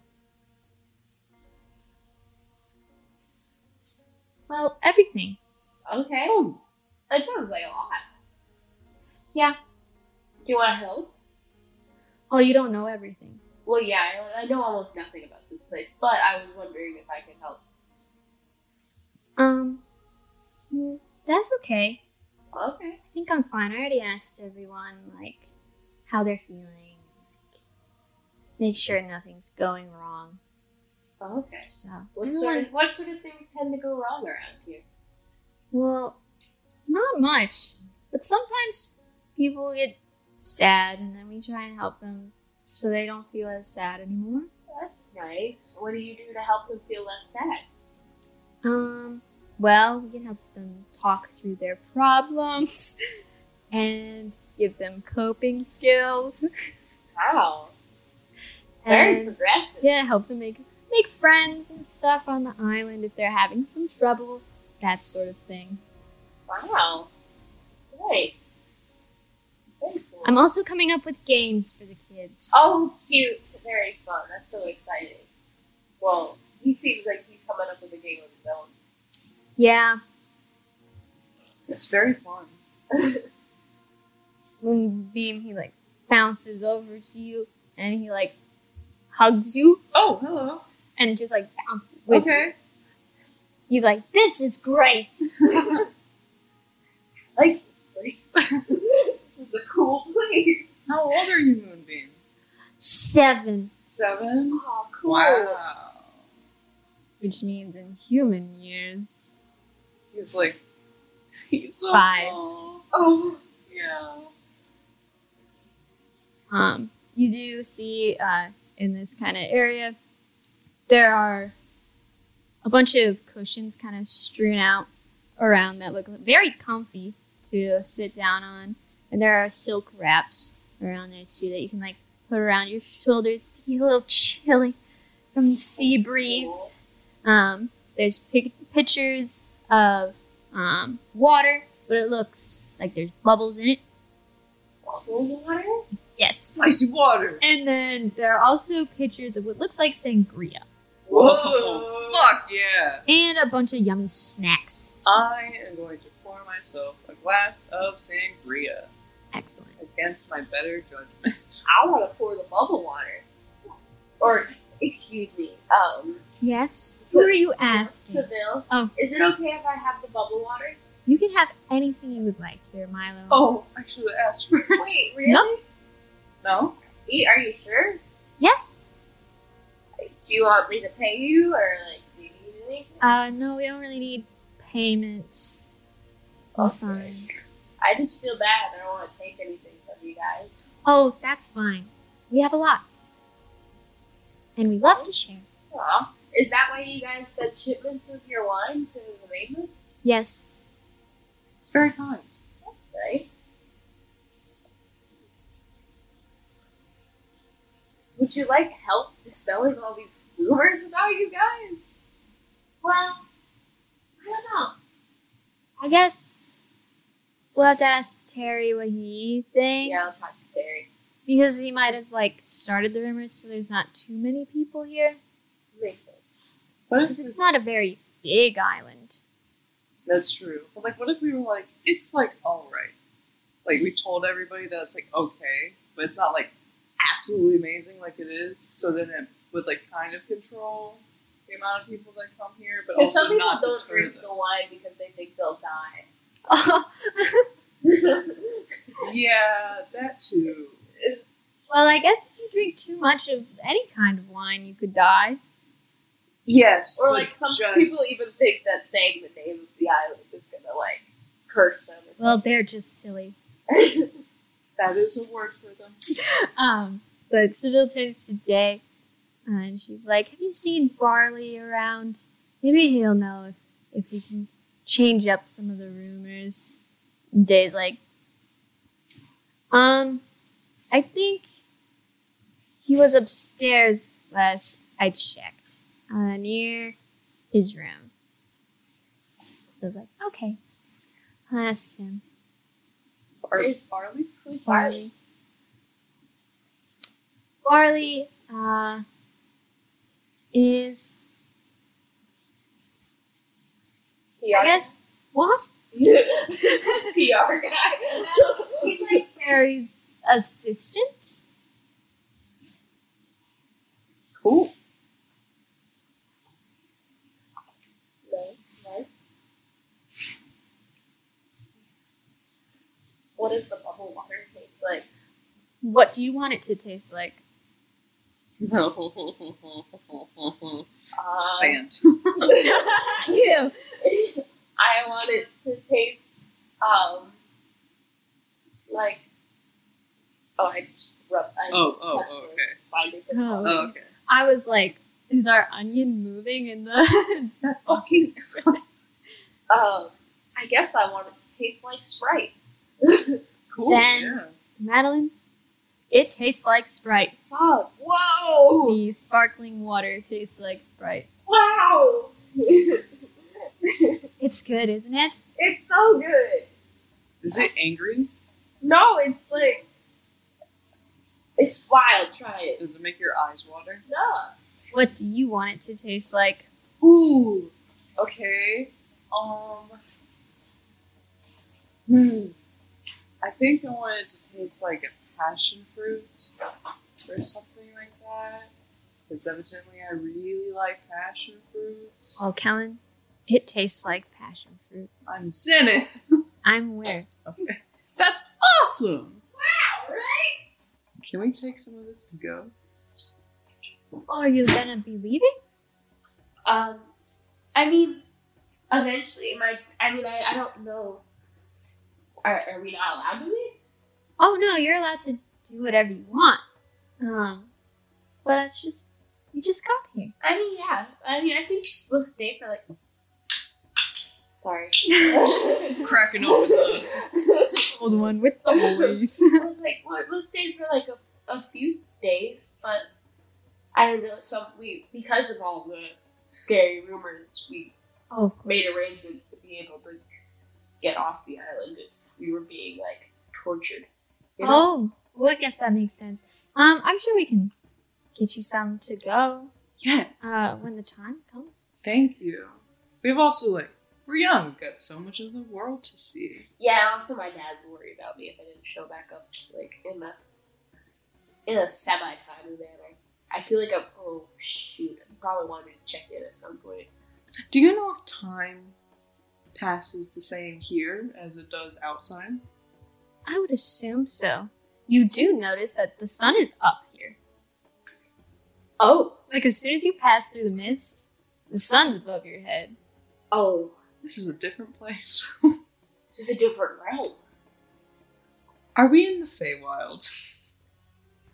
A: Well, everything.
E: Okay. Oh, That sounds like a lot.
A: Yeah.
E: Do you want help?
A: Oh, you don't know everything.
E: Well, yeah, I, I know almost nothing about this place, but I was wondering if I could help.
A: Um, mm, that's okay.
E: Okay.
A: I think I'm fine. I already asked everyone like how they're feeling. Like, make sure nothing's going wrong.
E: Okay.
A: So
E: What
A: everyone-
E: sort, of, what sort of things tend to go wrong around here?
A: Well, not much. But sometimes people get sad, and then we try and help them so they don't feel as sad anymore.
E: That's nice. What do you do to help them feel less sad?
A: Um, well, we can help them talk through their problems and give them coping skills.
E: Wow. Very
A: And
E: progressive.
A: yeah, help them make make friends and stuff on the island if they're having some trouble, that sort of thing.
E: Wow. Nice. Very cool.
A: I'm also coming up with games for the kids.
E: Oh, cute. Very fun. That's so exciting. Well, he seems like he's coming up with a game of his own.
A: Yeah,
D: It's very fun.
A: Moonbeam, he like bounces over to you and he like hugs you
D: Oh, hello.
A: and just like bounces with you.
D: okay.
A: He's like, This is great.
E: I like this place. this is a cool place.
D: How old are you, Moonbeam?
A: Seven.
D: Seven.
E: Oh, cool.
D: Wow.
A: Which means in human years.
D: He's like, he's so
A: Five.
D: small.
E: Oh,
D: Yeah.
A: Um, you do see uh, in this kind of area, there are a bunch of cushions kind of strewn out around that look very comfy to sit down on. And there are silk wraps around there too that you can like put around your shoulders, be a little chilly from the sea breeze. Um, there's pic- pictures of um, water, but it looks like there's bubbles in it.
E: bubble water?
A: Yes,
D: Spicy water.
A: and then there are also pictures of what looks like sangria
D: Whoa. Fuck yeah.
A: and a bunch of yummy snacks.
D: I am going to pour myself a glass of sangria
A: Excellent.
D: against my better judgment.
E: I want to pour the bubble water. Or, excuse me, um,
A: Yes? Who are you asking?
E: Seville,
A: Oh.
E: is it okay if I have the bubble water?
A: You can have anything you would like here, Milo.
D: Oh, I should have asked first.
E: Wait, really?
A: No.
D: No?
E: E- Are you sure?
A: Yes?
E: Like, do you want me to pay you, or like, do you need anything?
A: Uh, no, we don't really need payment. We're fine.
E: I just feel bad. I don't want to take anything from you guys.
A: Oh, that's fine. We have a lot. And we love to share.
E: Aw. Is that why you guys sent shipments of your wine to the mainland?
A: Yes.
D: It's very kind.
E: Right? Would you like help dispelling all these rumors about you guys?
A: Well, I don't know. I guess we'll have to ask Terry what he thinks.
E: Yeah, that's not scary.
A: because he might have like started the rumors so there's not too many people here
E: Makes sense.
D: What if
A: because it's not a very big island
D: That's true. But like, what if we were like, it's like all right, like we told everybody that it's like okay, but it's not like absolutely amazing like it is. So then it would like kind of control the amount of people that come here, but
E: Because
D: also
E: some people
D: not
E: don't
D: deter
E: drink
D: them.
E: the wine because they think they'll die.
A: well
D: Yeah, that too.
A: i guess if you drink too much of any kind of wine you could die
D: Yes,
E: Or like some people e-, even think that saying the name of the island is gonna like curse them.
A: well they're just silly
D: that is a word for them.
A: um but seville turns to day uh, and she's like have you seen barley around maybe he'll know if if we can change up some of the rumors day's like um i think he was upstairs last I checked uh, near his room. So I was like, okay, I'll ask him.
D: Bar-
E: Is Barley? Who's Barley?
A: Barley. Barley uh, is, I guess, what?
E: PR guy.
A: He's like Terry's assistant.
D: Cool.
E: nice, nice. What does the bubble water taste like?
A: What do you want it to taste like?
E: Um,
D: Sand.
A: Ew.
E: I want it to taste um like oh I just rubbed I
D: Oh, oh,
E: touched
D: oh,
E: it.
D: okay.
E: Find it.
A: Oh.
D: Oh, okay.
A: I was like, is our onion moving in the.
D: Fucking.
E: Um, I guess I want it to taste like Sprite.
D: Cool.
A: Then-
D: yeah.
A: Madeline, it tastes like Sprite.
E: Oh, whoa!
A: The sparkling water tastes like Sprite.
E: Wow!
A: It's good, isn't it?
E: it's so good.
D: Is it angry?
E: No, it's like it's wild. Try it.
D: Does it make your eyes water?
E: No.
A: What do you want it to taste like?
E: Ooh.
D: Okay. Um. Hmm. I think I want it to taste like a passion fruit or something like that. Because evidently I really like passion fruits.
A: Well, Kellen, it tastes like passion fruit.
D: I'm Senate.
A: I'm where?
D: That's awesome. Can we take some of this to go?
A: Oh, you're gonna be leaving?
E: Um, I mean, eventually, my. I mean, I, I don't know. Are, are we not allowed to leave?
A: Oh no, you're allowed to do whatever you want. Um, but that's just you just got here.
E: I mean, yeah. I mean, I think we'll stay for like. Sorry.
D: Cracking open the
B: Old one with the boys.
E: Well, like we'll, we'll stay for like a, a few days, but I don't know. Some we because of all the scary rumors, we
A: Oh, of
E: made
A: course.
E: arrangements to be able to get off the island if we were being like tortured. you know?
A: Oh, well, I guess that makes sense. Um, I'm sure we can get you some to go
D: Yes.
A: uh, when the time comes.
D: Thank you. We've also like we're young. We've got so much of the world to see.
E: Yeah. Also, my dad's worried about me if I didn't show back up like in a in a semi timely manner. I feel like I'm. Oh shoot! I probably want to check in at some point.
D: Do you know if time passes the same here as it does outside?
A: I would assume so. You do notice that the sun is up here.
E: Oh.
A: Like as soon as you pass through the mist, the sun's above your head.
E: Oh.
D: This is a different place.
E: This is a different realm.
D: Are we in the Feywild?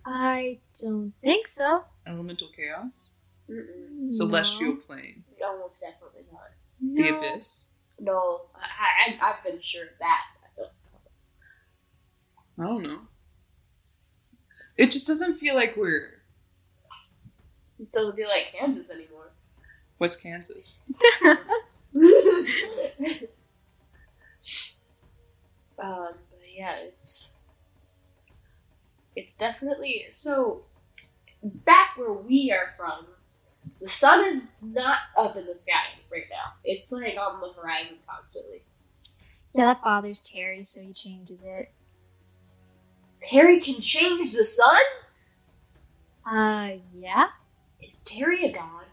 A: I don't think so.
D: Elemental chaos,
E: Mm-mm.
D: celestial plane,
E: Almost definitely not.
A: No.
D: the abyss.
E: No, I, I, I've been sure of that.
D: I don't know. It just doesn't feel like we're
E: It doesn't feel like Kansas anymore.
D: what's Kansas.
E: um, but yeah, it's it's definitely so. Back where we are from, the sun is not up in the sky right now. It's like on the horizon constantly.
A: Yeah, that bothers Terry, so he changes it.
E: Terry can change the sun.
A: Uh, yeah.
E: Is Terry a god?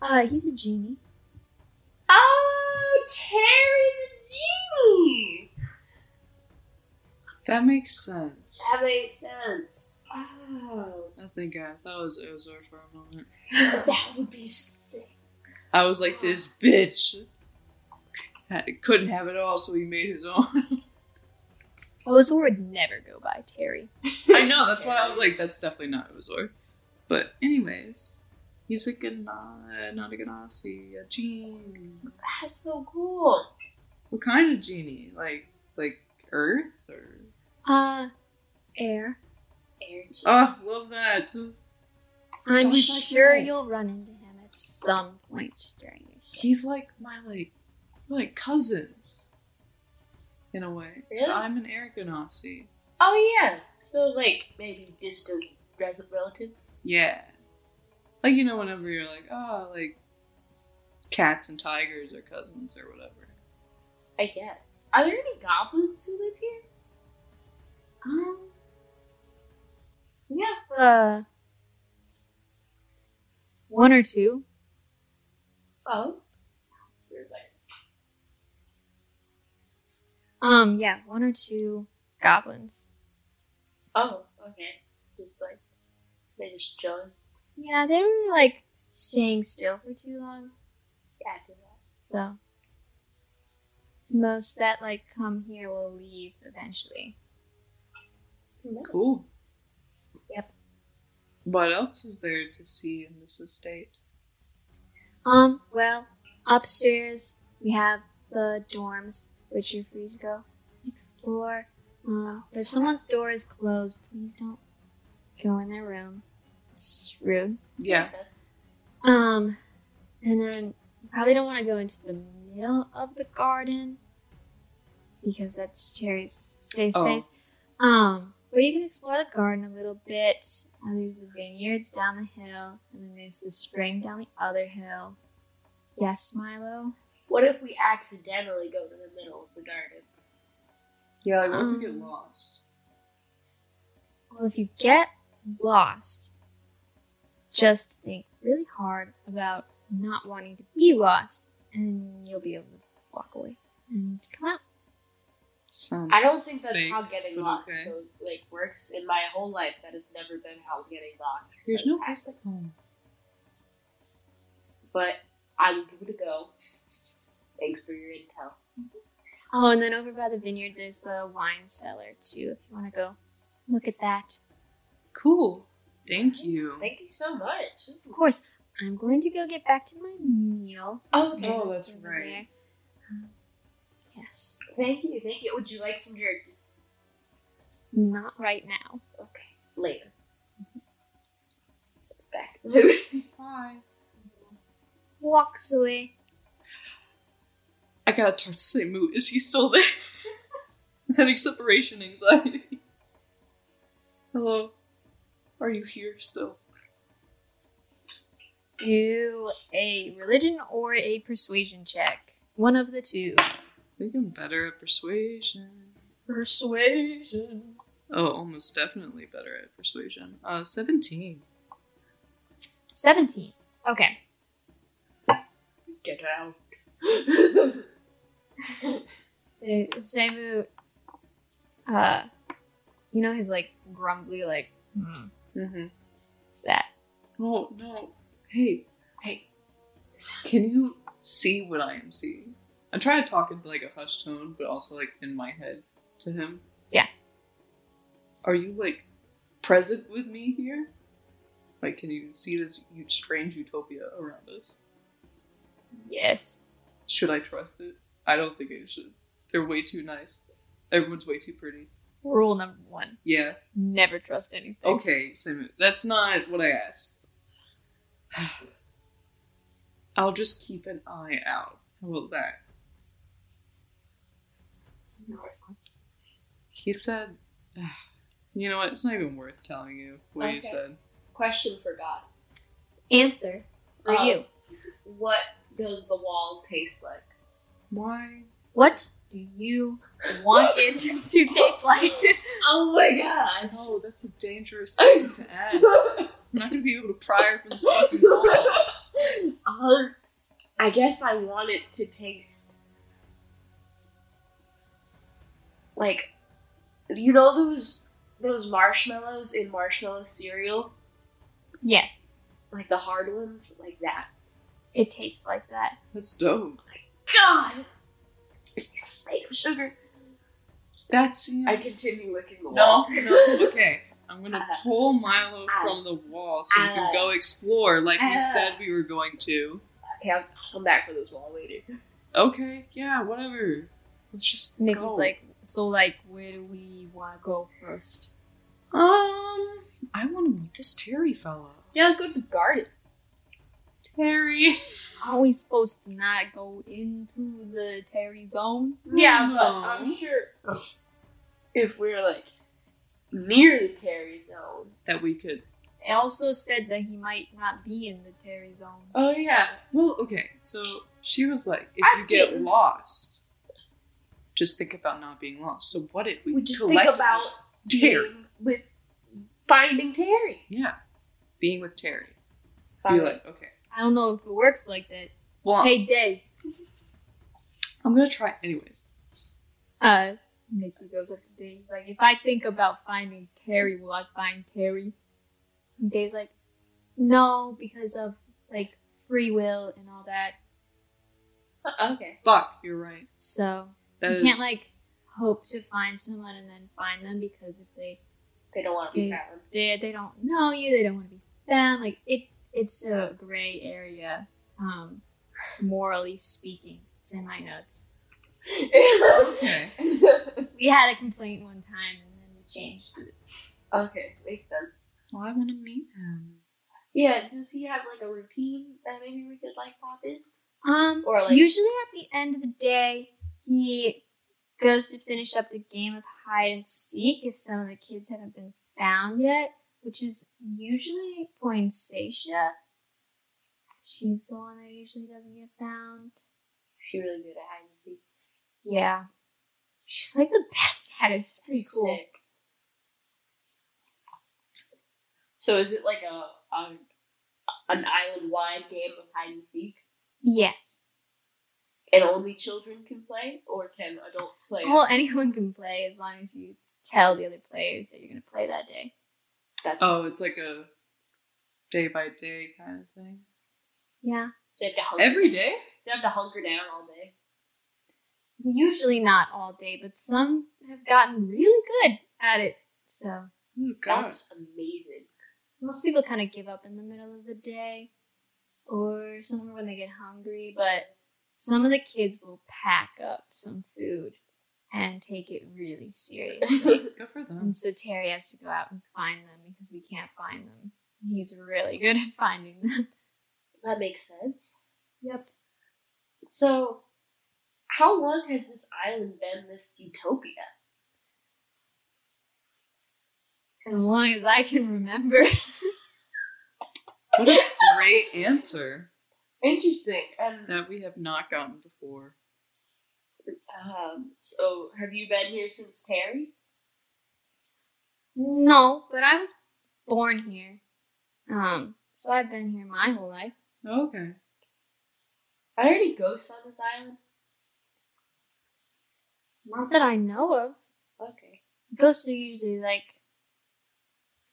A: Uh, he's a genie.
E: Oh, Terry's a genie.
D: That makes sense.
E: That makes sense. Oh,
D: I think I thought it was Ozor for a moment.
E: that would be sick.
D: I was like, this bitch had, couldn't have it all, so he made his own.
A: Ozor would never go by Terry.
D: I know, that's why I was like, that's definitely not Ozor. But, anyways, he's a Gana, not a Ganassi, a genie.
E: That's so cool.
D: What kind of genie? Like, like Earth? Or...
A: Uh, air.
E: Energy.
D: Uh. Ah, Oh, love that.
A: I'm
D: Just like
A: sure
D: that.
A: you'll run into him at some point during your stay.
D: He's like my like we're like cousins. In a way.
E: Really?
D: So I'm an Aragonasi.
E: Oh yeah. So like maybe distant re- relatives.
D: Yeah. Like you know whenever you're like, oh like cats and tigers are cousins or whatever.
E: I guess. Are there any goblins who live here? Um. Yeah.
A: Uh, one or two.
E: Oh. Sounds weird, like-
A: Um, yeah, one or two goblins.
E: Oh. Okay. Just like they just chilling.
A: Yeah, they were like staying still for too long.
E: After that.
A: So most that like come here will leave eventually.
D: Cool.
A: Yep.
D: What else is there to see in this estate?
A: Um, well, upstairs we have the dorms, which you're free to go explore. Uh, but if someone's door is closed, please don't go in their room. It's rude.
D: Yeah.
A: Um, and then you probably don't want to go into the middle of the garden because that's Terry's safe
D: Oh.
A: space. Um, but you can explore the garden a little bit. Uh, there's the vineyards down the hill, and then there's the spring down the other hill. Yes, Milo.
E: What if we accidentally go to the middle of the garden?
D: Yeah, like what if we get
A: Um,
D: lost?
A: Well, if you get lost, just think really hard about not wanting to be lost, and you'll be able to walk away and come out.
D: Sounds
E: I don't think that's
D: Fake,
E: how getting
D: but
E: lost
D: okay.
E: so, like works. In my whole life, that has never been how getting lost.
D: there's
E: has
D: no
E: happened.
D: place like home.
E: But I would give it a go. Thanks for your intel.
A: Oh, and then over by the vineyard, there's the wine cellar too. If you want to go look at that,
D: Cool. Thank you.
E: Thank you so much.
A: of course. I'm going to go get back to my meal.
E: Oh, okay.
D: Oh, that's
A: over
D: right.
A: there. Um, Yes,
E: Thank you, thank you. Would you like some jerky?
A: not right now.
E: Okay, later. Back.
D: Bye.
A: Walks away.
D: I gotta talk to Samu. Is he still there? I'm having separation anxiety. Hello. Are you here still?
A: Do a religion or a persuasion check. One of the two.
D: I think I'm better at persuasion.
A: Persuasion.
D: Oh, almost definitely better at persuasion. Uh, 17.
A: 17. Okay.
E: Get out.
A: So Samu, uh, you know his like grumbly, like, hmm,
D: Mm-hmm.
A: it's that.
D: Oh, no. Hey, hey. Can you see what I am seeing? I'm trying to talk into like a hushed tone, but also like in my head to him.
A: Yeah.
D: Are you like present with me here? Like, can you see this u- strange utopia around us?
A: Yes.
D: Should I trust it? I don't think I should. They're way too nice. Everyone's way too pretty.
A: Rule number one:
D: Yeah.
A: never trust anything.
D: Okay, Simu. That's not what I asked. I'll just keep an eye out. How about that? He said, you know what? It's not even worth telling you what he
E: Okay.
D: said.
E: Question for God.
A: Answer for
E: Um,
A: you.
E: What does the wall taste like?
D: Why?
A: What do you want it to taste like?
E: Oh my gosh.
D: No, that's a dangerous thing to ask. I'm not gonna be able to pry her from this fucking wall.
E: Um, I guess I want it to taste like you know those those marshmallows in marshmallow cereal,
A: yes,
E: like the hard ones, like that.
A: it tastes like that.
D: That's dope.
E: God, it's made of sugar.
D: That's seems.
E: I continue licking
D: No,
E: the wall.
D: no, okay. I'm gonna pull Milo from the wall so we can go explore like we said we were going to.
E: Okay, I'll come back for this wall later.
D: Okay, yeah, whatever. Let's just
A: Nick's
D: go.
A: like, so like, where do we want to go first?
D: um, I want to meet this Terry fella.
E: Yeah, let's go to the garden.
A: Terry. Are we supposed to not go into the Terry zone?
E: Yeah, but I'm sure Mm-hmm. if we're like near the Terry zone.
D: that we could.
A: It also said that he might not be in the Terry zone.
D: Oh yeah. Well, okay. So she was like, if
E: I
D: you get
E: think-
D: lost, just think about not being lost. So what if we,
E: We just think
D: collectively-
E: about
D: Terry.
E: being with finding Terry.
D: Yeah, being with Terry. Be
E: Finding-
D: like, okay.
A: I don't know if it works like that.
D: Well,
A: Hey, Dave.
D: I'm gonna try anyways.
A: Uh, Nikki goes up to Dave. He's like, if I think about finding Terry, will I find Terry? And Dave's like, no, because of like free will and all that.
E: Uh, okay.
D: Fuck, you're right.
A: So
D: That
A: you
D: is-
A: can't like hope to find someone and then find them because if they
E: They don't want to be
A: Yeah.
E: found.
A: they they don't know you, they don't want to be found. Like it, it's a gray area, um, morally speaking. It's in my notes.
D: Okay.
A: We had a complaint one time and then we changed it.
E: okay, makes sense.
D: Well, I want to meet him.
E: Yeah, does he have like a routine that maybe we could like pop in?
A: Um,
E: Or, like-
A: usually at the end of the day, he goes to finish up the game of hide and seek if some of the kids haven't been found yet, which is usually Poinsettia. She's the one that usually doesn't get found.
E: She really good at hide and seek.
A: Yeah. She's like the best at it. It's pretty cool.
E: Sick. So is it like a, a an island wide game of hide and seek,
A: Yes.
E: and only children can play, or can adults play?
A: Well, anyone can play as long as you tell the other players that you're going to play that day.
E: That's
D: Oh, it's like a day by day kind of thing.
A: Yeah.
E: they have to hunker,
D: Every day?
E: they have to hunker down all day.
A: Usually not all day, but some have gotten really good at it. So
D: Oh god.
E: That's amazing.
A: most people kind of give up in the middle of the day or somewhere when they get hungry, but some of the kids will pack up some food and take it really seriously.
D: Good for them.
A: And so Terry has to go out and find them because we can't find them. He's really good at finding them.
E: That makes sense.
A: Yep.
E: So, how long has this island been this utopia?
A: As long as I can remember.
D: What a great answer
E: Interesting. And
D: that we have not gotten before.
E: um, so, have you been here since Terry?
A: no, but I was born here. Um, so I've been here my whole life.
D: Oh, Okay.
E: Are there any ghosts on this island?
A: Not that I know of.
E: Okay.
A: Ghosts are usually like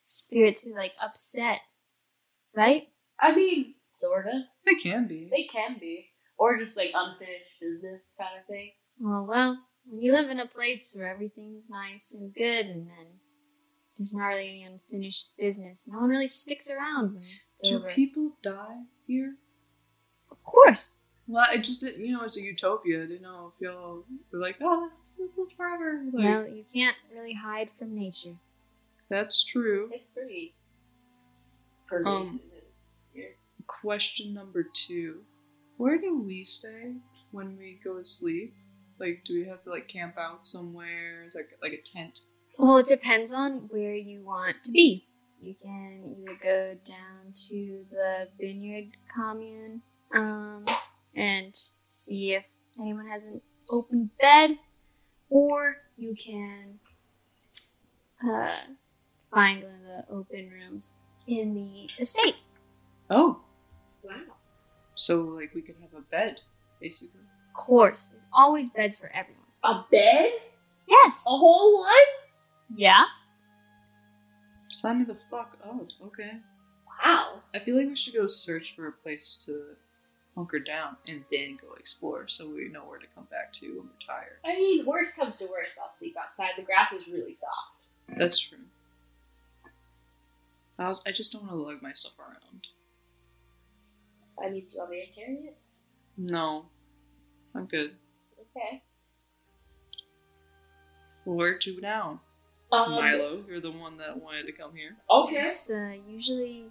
A: spirits who like upset, right?
E: I mean, sorta.
D: They can be.
E: They can be, or just like unfinished business kind of thing.
A: Well, well, when you live in a place where everything's nice and good, and then there's not really any unfinished business, no one really sticks around when it's
D: Do
A: over.
D: people die here?
A: Of course.
D: Well, I just didn't, you know, it's a utopia. I didn't know if y'all were like, oh, this is forever. Like,
A: Well, you can't really hide from nature.
D: that's true.
E: It's pretty
D: Um,
E: pervasive.
D: Question number two Where do we stay when we go to sleep? Like, do we have to, like, camp out somewhere? Is like, like a tent?
A: Well, it depends on where you want to be. You can either go down to the vineyard commune um, and see if anyone has an open bed, or you can uh, find one of the open rooms in the estate.
D: Oh,
E: wow.
D: so, like, we could have a bed, basically.
A: Of course, there's always beds for everyone.
E: A bed?
A: Yes.
E: A whole one?
A: Yeah.
D: Sign me the fuck up. Okay.
E: Wow.
D: I feel like we should go search for a place to hunker down and then go explore so we know where to come back to when we're tired.
E: I mean, worst comes to worst, I'll sleep outside. The grass is really soft.
D: That's true. I, was, I just don't want to lug myself around.
E: I mean, do you want me to carry it?
D: No. I'm good.
E: Okay.
D: Where to now?
E: Um,
D: Milo, you're the one that wanted to come here.
E: Okay.
A: It's uh, usually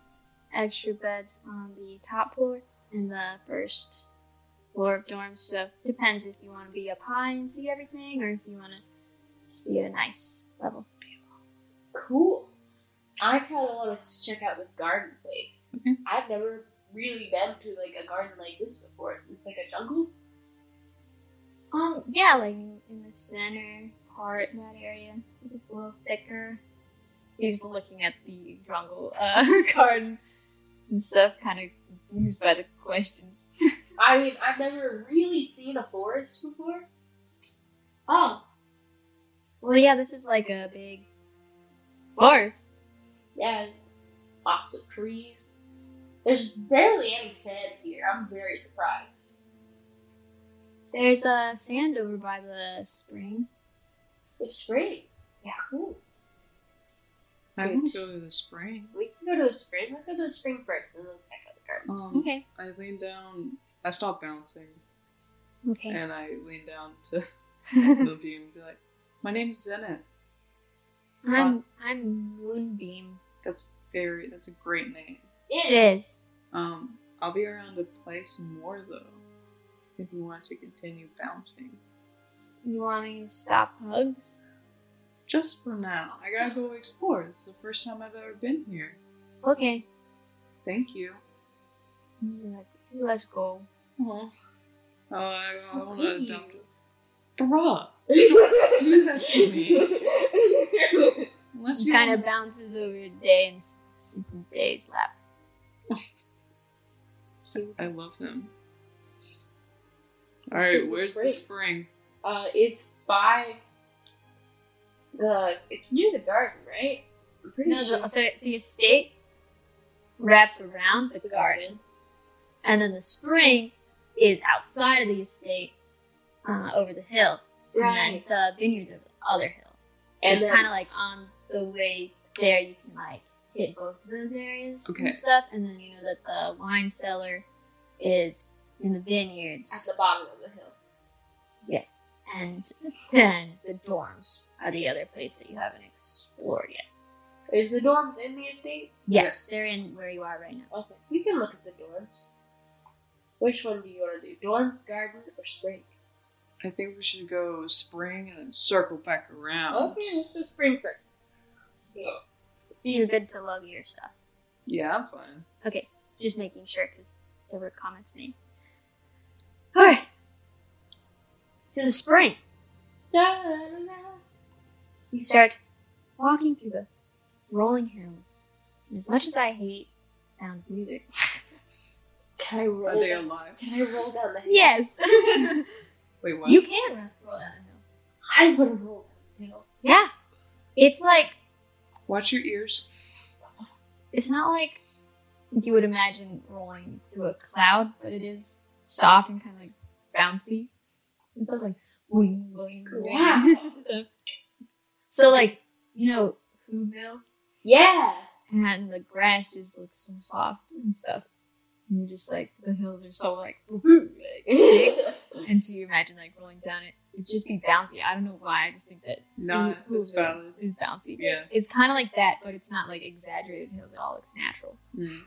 A: extra beds on the top floor and the first floor of dorms. So depends if you want to be up high and see everything, or if you want to be at a nice level.
E: Cool. I kind of want to check out this garden place.
D: Okay.
E: I've never really been to like a garden like this before. It's like a jungle.
A: Um, yeah, like in, in the center part, in that area, it's a little thicker. He's looking at the jungle uh, garden and stuff, kind of confused by the question.
E: I mean, I've never really seen a forest before. Oh,
A: Well, yeah, this is like a big forest.
E: yeah, lots of trees. There's barely any sand here. I'm very surprised.
A: There's uh, sand over by the spring.
E: It's spring. Yeah, cool.
D: I want to go to the spring.
E: We can go to the spring. Let's go to the spring first, and then check out the garden.
D: Um,
A: Okay.
D: I lean down. I stop bouncing
A: Okay.
D: and I lean down to the view and be like, "My name's Zenit.
A: I'm I'm Moonbeam.
D: That's very. That's a great name.
A: It is.
D: Um, I'll be around to play some more though. If you want to continue bouncing,
A: You want me to stop hugs?
D: just for now, I gotta go explore. It's the first time I've ever been here.
A: Okay.
D: Thank you.
A: Let's go.
D: Oh, oh I, I want
E: Okay.
D: to dump it. Bruh, do
E: It
D: that to me. Unless
A: He
D: you
A: kind of bounces over to Day and s- sits in Day's lap.
D: I love him. All right,
E: the
D: where's the
E: spring.
D: spring?
E: uh, it's by the. It's near the garden, right? I'm pretty
A: No,
E: sure.
A: the, so the estate wraps around the garden, and then the spring is outside of the estate, uh, over the hill, and then
E: Right.
A: the vineyards over the other hill. So
E: And
A: it's
E: then-
A: kind of like on the way there. You can like hit both of those areas
D: Okay.
A: and stuff, and then you know that the wine cellar is in the
E: At
A: vineyards.
E: the bottom of the hill.
A: Yes. And then the dorms are the other place that you haven't explored yet.
E: Is the dorms in the estate?
A: Yes,
D: Yes.
A: they're in where you are right now.
E: Okay, we can look at the dorms. Which one do you want to do? Dorms, garden, or spring?
D: I think we should go spring and then circle back around.
E: Okay, let's do spring first. Yeah.
A: So you're good to lug your stuff.
D: Yeah, I'm fine.
A: Okay, just making sure because there were comments made. Alright. To the spring.
E: Da, da, da.
A: You start walking through the rolling hills. And as much as I hate sound of music.
E: Can I roll?
D: Are they
E: down-
D: alive?
E: Can I roll down the hill?
A: Yes.
D: Wait, what?
A: you can run- roll down a
E: I would have rolled down the hill.
A: hill. Yeah. It's like
D: Watch your ears.
A: it's not like you would imagine rolling through a cloud, but it is soft and kind of like bouncy. It's stuff like boing, boing, boing.
E: Wow.
A: Stuff. so like you know Whoville
E: Yeah.
A: and the grass just looks so soft and stuff. And you're just like the hills are so like, big. and so you imagine like rolling down it. It'd just be bouncy. I don't know why. I just think that
D: No,
A: Whoville
D: it's valid.
A: is bouncy.
D: Yeah.
A: It's kind of like that, but it's not like exaggerated hills. It all looks natural.
D: Mm.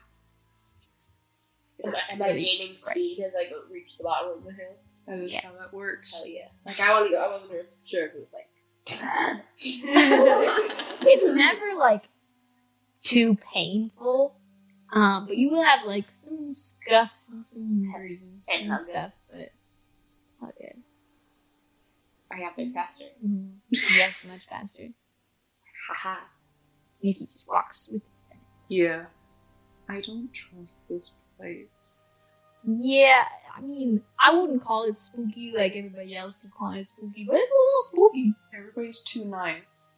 E: am I, am I gaining speed as I go reach the bottom of the hill?
D: That is
A: Yes.
D: how that works.
E: Hell yeah! Like I want to go. I wasn't sure if it was like.
A: it's never like too painful, um, but you will have like some scuffs and some bruises
E: And
A: and
E: hunger.
A: stuff. But all good.
E: I got there faster.
A: Yes, much faster.
E: Haha.
A: Nikki just walks with the scent.
D: Yeah. I don't trust this place.
A: Yeah, I mean, I wouldn't call it spooky like everybody else is calling it spooky, but it's a little spooky.
D: Everybody's too nice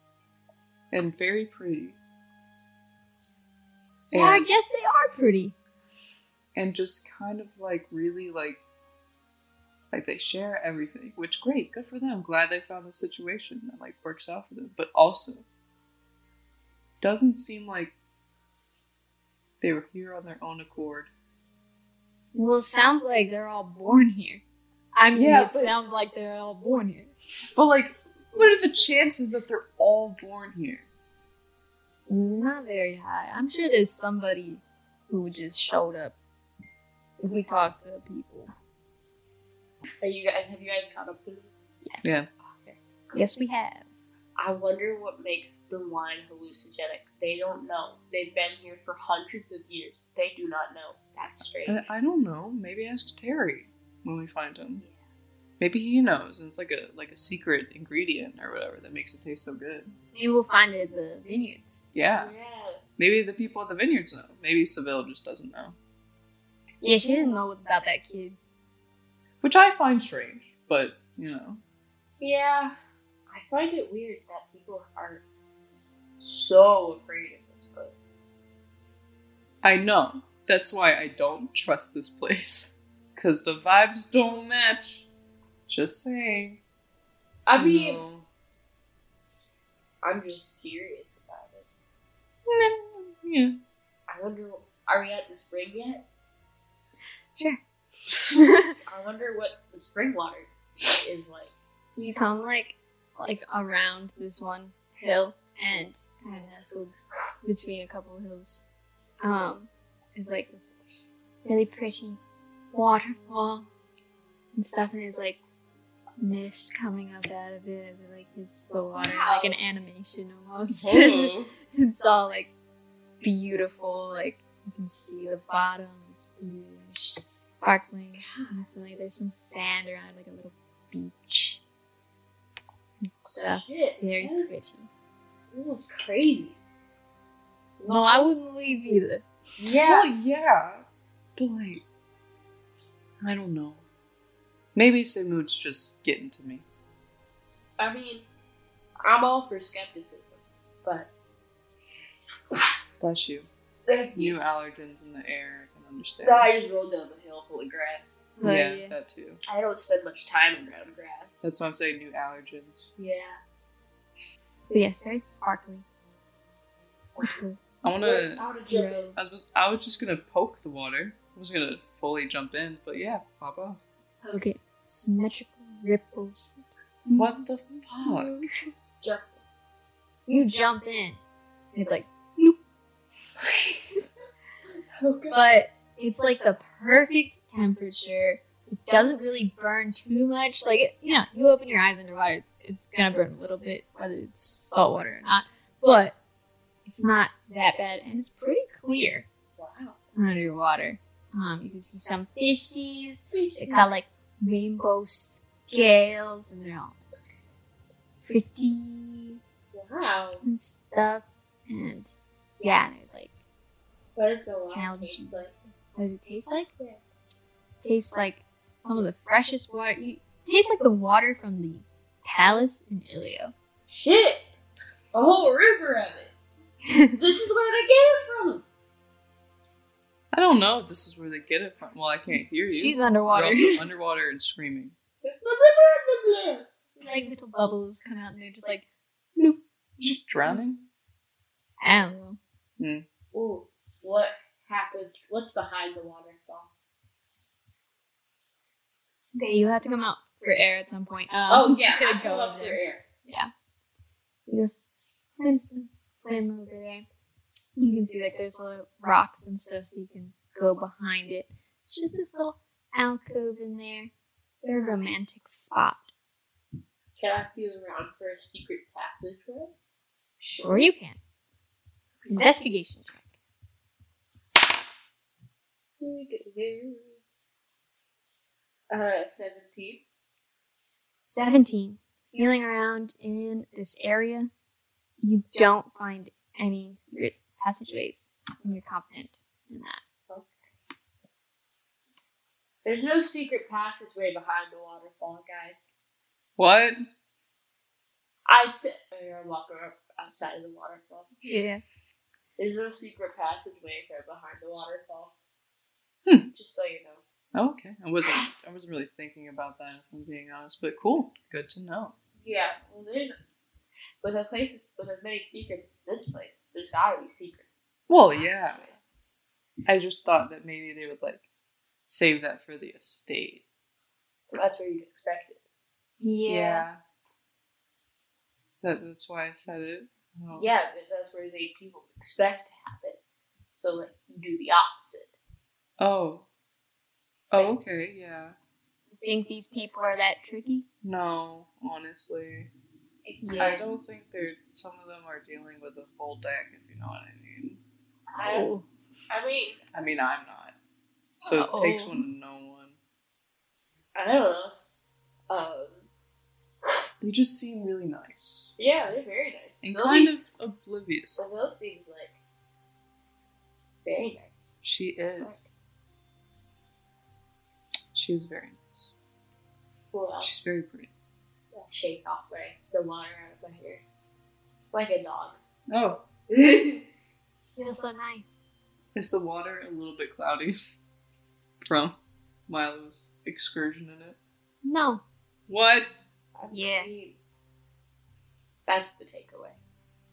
D: and very pretty.
A: Well, I
D: And-
A: guess they are pretty.
D: and just kind of like really like like they share everything, which great, good for them. Glad they found a situation that like works out for them. But also doesn't seem like they were here on their own accord.
A: Well, it sounds like they're all born here. I mean,
D: Yeah,
A: it
D: but-
A: sounds like they're all born here.
D: But like what are the chances that they're all born here?
A: Not very high. I'm sure there's somebody
C: who just showed up. We talked to the people.
E: Are you guys? Have you guys caught up with? it?
A: Yes.
B: Yeah.
A: Yes, we have.
E: I wonder what makes the wine hallucinogenic. They don't know. They've been here for hundreds of years. They do not know. That's strange.
D: I, I don't know. Maybe ask Terry when we find him. Maybe he knows, and it's like a like a secret ingredient or whatever that makes it taste so good.
A: Maybe we'll find it at the vineyards.
D: Yeah.
E: yeah.
D: Maybe the people at the vineyards know. Maybe Seville just doesn't know,
A: Yeah, she didn't know about that kid.
D: which I find strange. But you know,
E: Yeah. I find it weird that people are so afraid of this place.
D: I know that's why I don't trust this place because the vibes don't match. Just saying.
E: I
D: you
E: mean,
D: know.
E: I'm just curious about it.
D: yeah.
E: I wonder, are we at the spring yet?
A: Sure.
E: I wonder what the spring water is like.
A: you come like like around this one hill and kind of nestled between a couple of hills. Um, it's like this really pretty waterfall and stuff, and it's like mist coming up out of it as it like hits the water, like an animation almost.
D: Oh.
A: it's all like beautiful. Like you can see the bottom, it's blue, it's just sparkling. And so, like there's some sand around, like a little beach and stuff.
E: Shit,
A: Very
E: man,
A: pretty.
E: this is crazy.
A: No, I wouldn't leave either.
E: Yeah,
D: Well, yeah. But like, I don't know. Maybe Simud's just getting to me.
E: I mean, I'm all for skepticism, but
D: Bless you.
E: thank
D: New allergens in the air. I can understand.
E: I just rolled down the hill full of grass.
A: Oh,
D: yeah,
A: yeah.
D: that too.
E: I don't spend much time around grass.
D: That's why I'm saying new allergens.
E: yeah.
A: But yes, very sparkly. Absolutely.
D: I wanna.
E: How to jump in.
D: I was. Supposed, I was just gonna poke the water. I was gonna fully jump in, but yeah, pop off.
A: Okay, symmetrical ripples. Mm-hmm.
D: What the fuck?
E: Jump.
A: You jump in. It's like,
E: Oh, God.
A: but it's like the perfect temperature. It doesn't really burn too much. Like, it, you know, you open your eyes underwater, it's, it's gonna burn a little bit, whether it's salt water or not. But it's not that bad, and it's pretty clear
E: Wow.
A: underwater. Um, you can see some fishies. It got like rainbow scales and they're all pretty
E: Wow.
A: and stuff. And yeah, and it's like,
E: What is the water
A: Algae.
E: taste like?
A: what does it taste like?
E: Yeah.
A: Tastes like some of the freshest water. You, tastes like the water from the palace in Ilio.
E: Shit! A whole river of it. this is where they get it from.
D: I don't know if this is where they get it from. Well, I can't hear you.
A: She's
D: You're
A: underwater.
D: also underwater and screaming.
E: It's the river of the blue.
A: like little bubbles come out and they're just like,
D: Just drowning.
A: I don't know.
E: Ooh, what happens? What's behind the waterfall?
A: Okay, you have to come out for air at some point. Um,
E: oh yeah,
A: it's
E: I
A: gonna
E: come
A: go
E: up
A: over
E: for
A: there.
E: air.
A: swim, swim, swim over there. You can see like there's little rocks and stuff, so you can go behind it. It's just this little alcove in there. Very romantic spot.
E: Can I feel around for a secret passageway?
A: Sure, you can. Investigation check.
E: Uh, seventeen.
A: Seventeen. Feeling around in this area, you don't find any secret passageways, and you're confident in that.
E: There's no secret passageway behind the waterfall, guys.
D: What?
E: I sit or I walk around outside of the waterfall.
A: Yeah.
E: There's no secret passageway there behind the waterfall.
D: Hmm.
E: Just so you know.
D: Oh, okay. I wasn't I wasn't really thinking about that if I'm being honest, but cool. Good to know.
E: Yeah, well, there's with a place as- with as many secrets as this place, there's gotta be secrets.
D: Well Oh, yeah. I just thought that maybe they would like save that for the estate.
E: That's where you'd expect it.
A: Yeah.
D: That, that's why I said it. I don't- Oh.
E: Yeah, but that's where they people expect to have it. So like you do the opposite.
D: Oh. Oh, okay, yeah.
A: You think these people are that tricky?
D: No, honestly. I don't think they're some of them are dealing with a full deck, if you know what I mean.
E: I,
D: Oh.
E: I mean,
D: I mean I'm not. So it takes
E: Uh-oh.
D: one to know one.
E: I don't know. s- Um,
D: They just seem really nice.
E: yeah, they're very nice.
D: And
E: Sylvie-
D: kind of oblivious.
E: So those seems like very nice.
D: She is. She is very nice.
E: Well, I'll,
D: She's very pretty.
E: I'll shake off my the water out of my hair like a dog.
D: Oh,
A: Feels so nice.
D: is the water a little bit cloudy from Milo's excursion in it?
A: No.
D: What?
A: Yeah.
E: mean, That's the takeaway.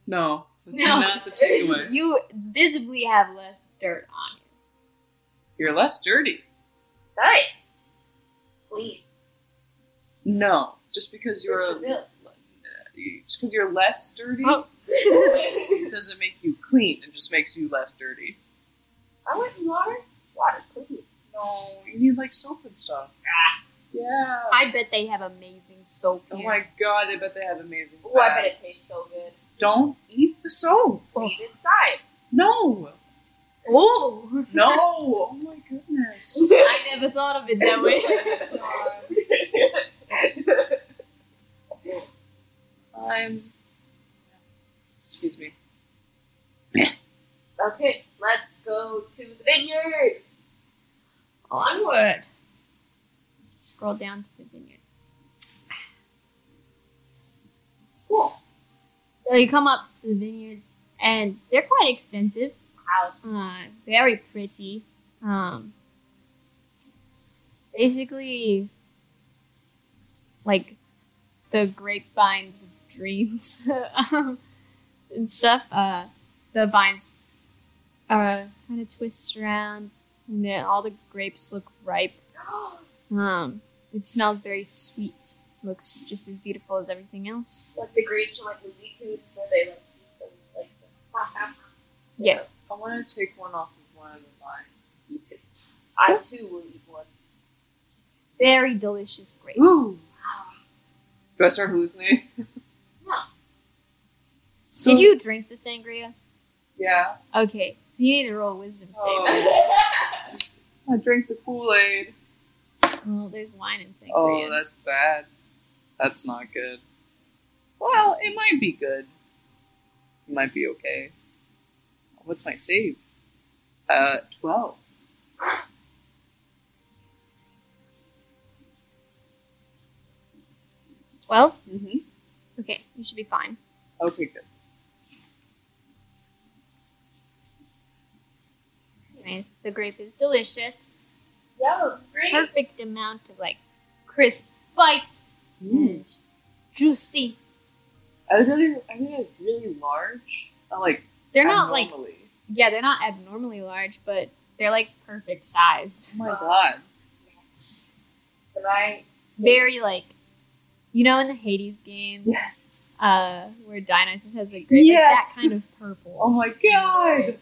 D: No, that's
A: No.
D: not the takeaway.
A: You visibly have less dirt on you.
D: You're less dirty.
E: Nice. Clean.
D: No, just because you're
E: It's a milk.
D: just because you're less dirty
A: Oh.
D: doesn't make you clean. It just makes you less dirty.
E: I went in water. Water clean.
D: No, you need like soap and stuff.
E: Ah.
D: Yeah.
A: I bet they have amazing soap.
D: Oh
A: here.
D: my god, I bet they have amazing.
E: Oh, I bet it
D: fats.
E: tastes so good.
D: Don't eat the soap.
E: Leave inside.
D: No.
A: Oh!
D: No. oh my goodness.
A: I never thought of it that way.
D: I'm. Excuse me.
E: okay, let's go to the vineyard.
A: Onward. Scroll down to the vineyard.
E: Cool.
A: So you come up to the vineyards, and they're quite extensive.
E: Wow.
A: Uh, very pretty. Um, basically, like the grapevines of dreams um, and stuff. Uh, the vines uh, kind of twist around, and then all the grapes look ripe. Um, it smells very sweet. Looks just as beautiful as everything else.
E: like the grapes from like Movie Tubes where they like eat them like the ha, ha.
A: Yes.
D: I want to take one off of one of the vines. Eat it.
E: I too will eat one.
A: Very delicious grape.
D: Ooh. Do I start hallucinating?
E: No.
D: So,
A: Did you drink the sangria?
D: Yeah.
A: Okay, so you need to roll a wisdom save.
E: Oh.
D: I drank the Kool Aid.
A: Well, there's wine in sangria.
D: Oh, that's bad. That's not good. Well, it might be good. It might be okay. What's my save? Uh, 12.
A: Twelve.
D: Mm-hmm.
A: Okay, you should be fine.
D: Okay, good.
A: Anyways, the grape is delicious.
E: Yo, great.
A: Perfect amount of like crisp bites
D: Mm.
A: and juicy.
D: I really, I think it's really large. I like
A: They're not like
D: abnormally.
A: yeah, they're not abnormally large, but they're like perfect sized.
D: Oh my god.
E: Yes. Can I
A: Very like, you know, in the Hades game,
D: Yes.
A: uh, where Dionysus has the grape,
D: Yes.
A: like that kind of purple.
D: Oh my god.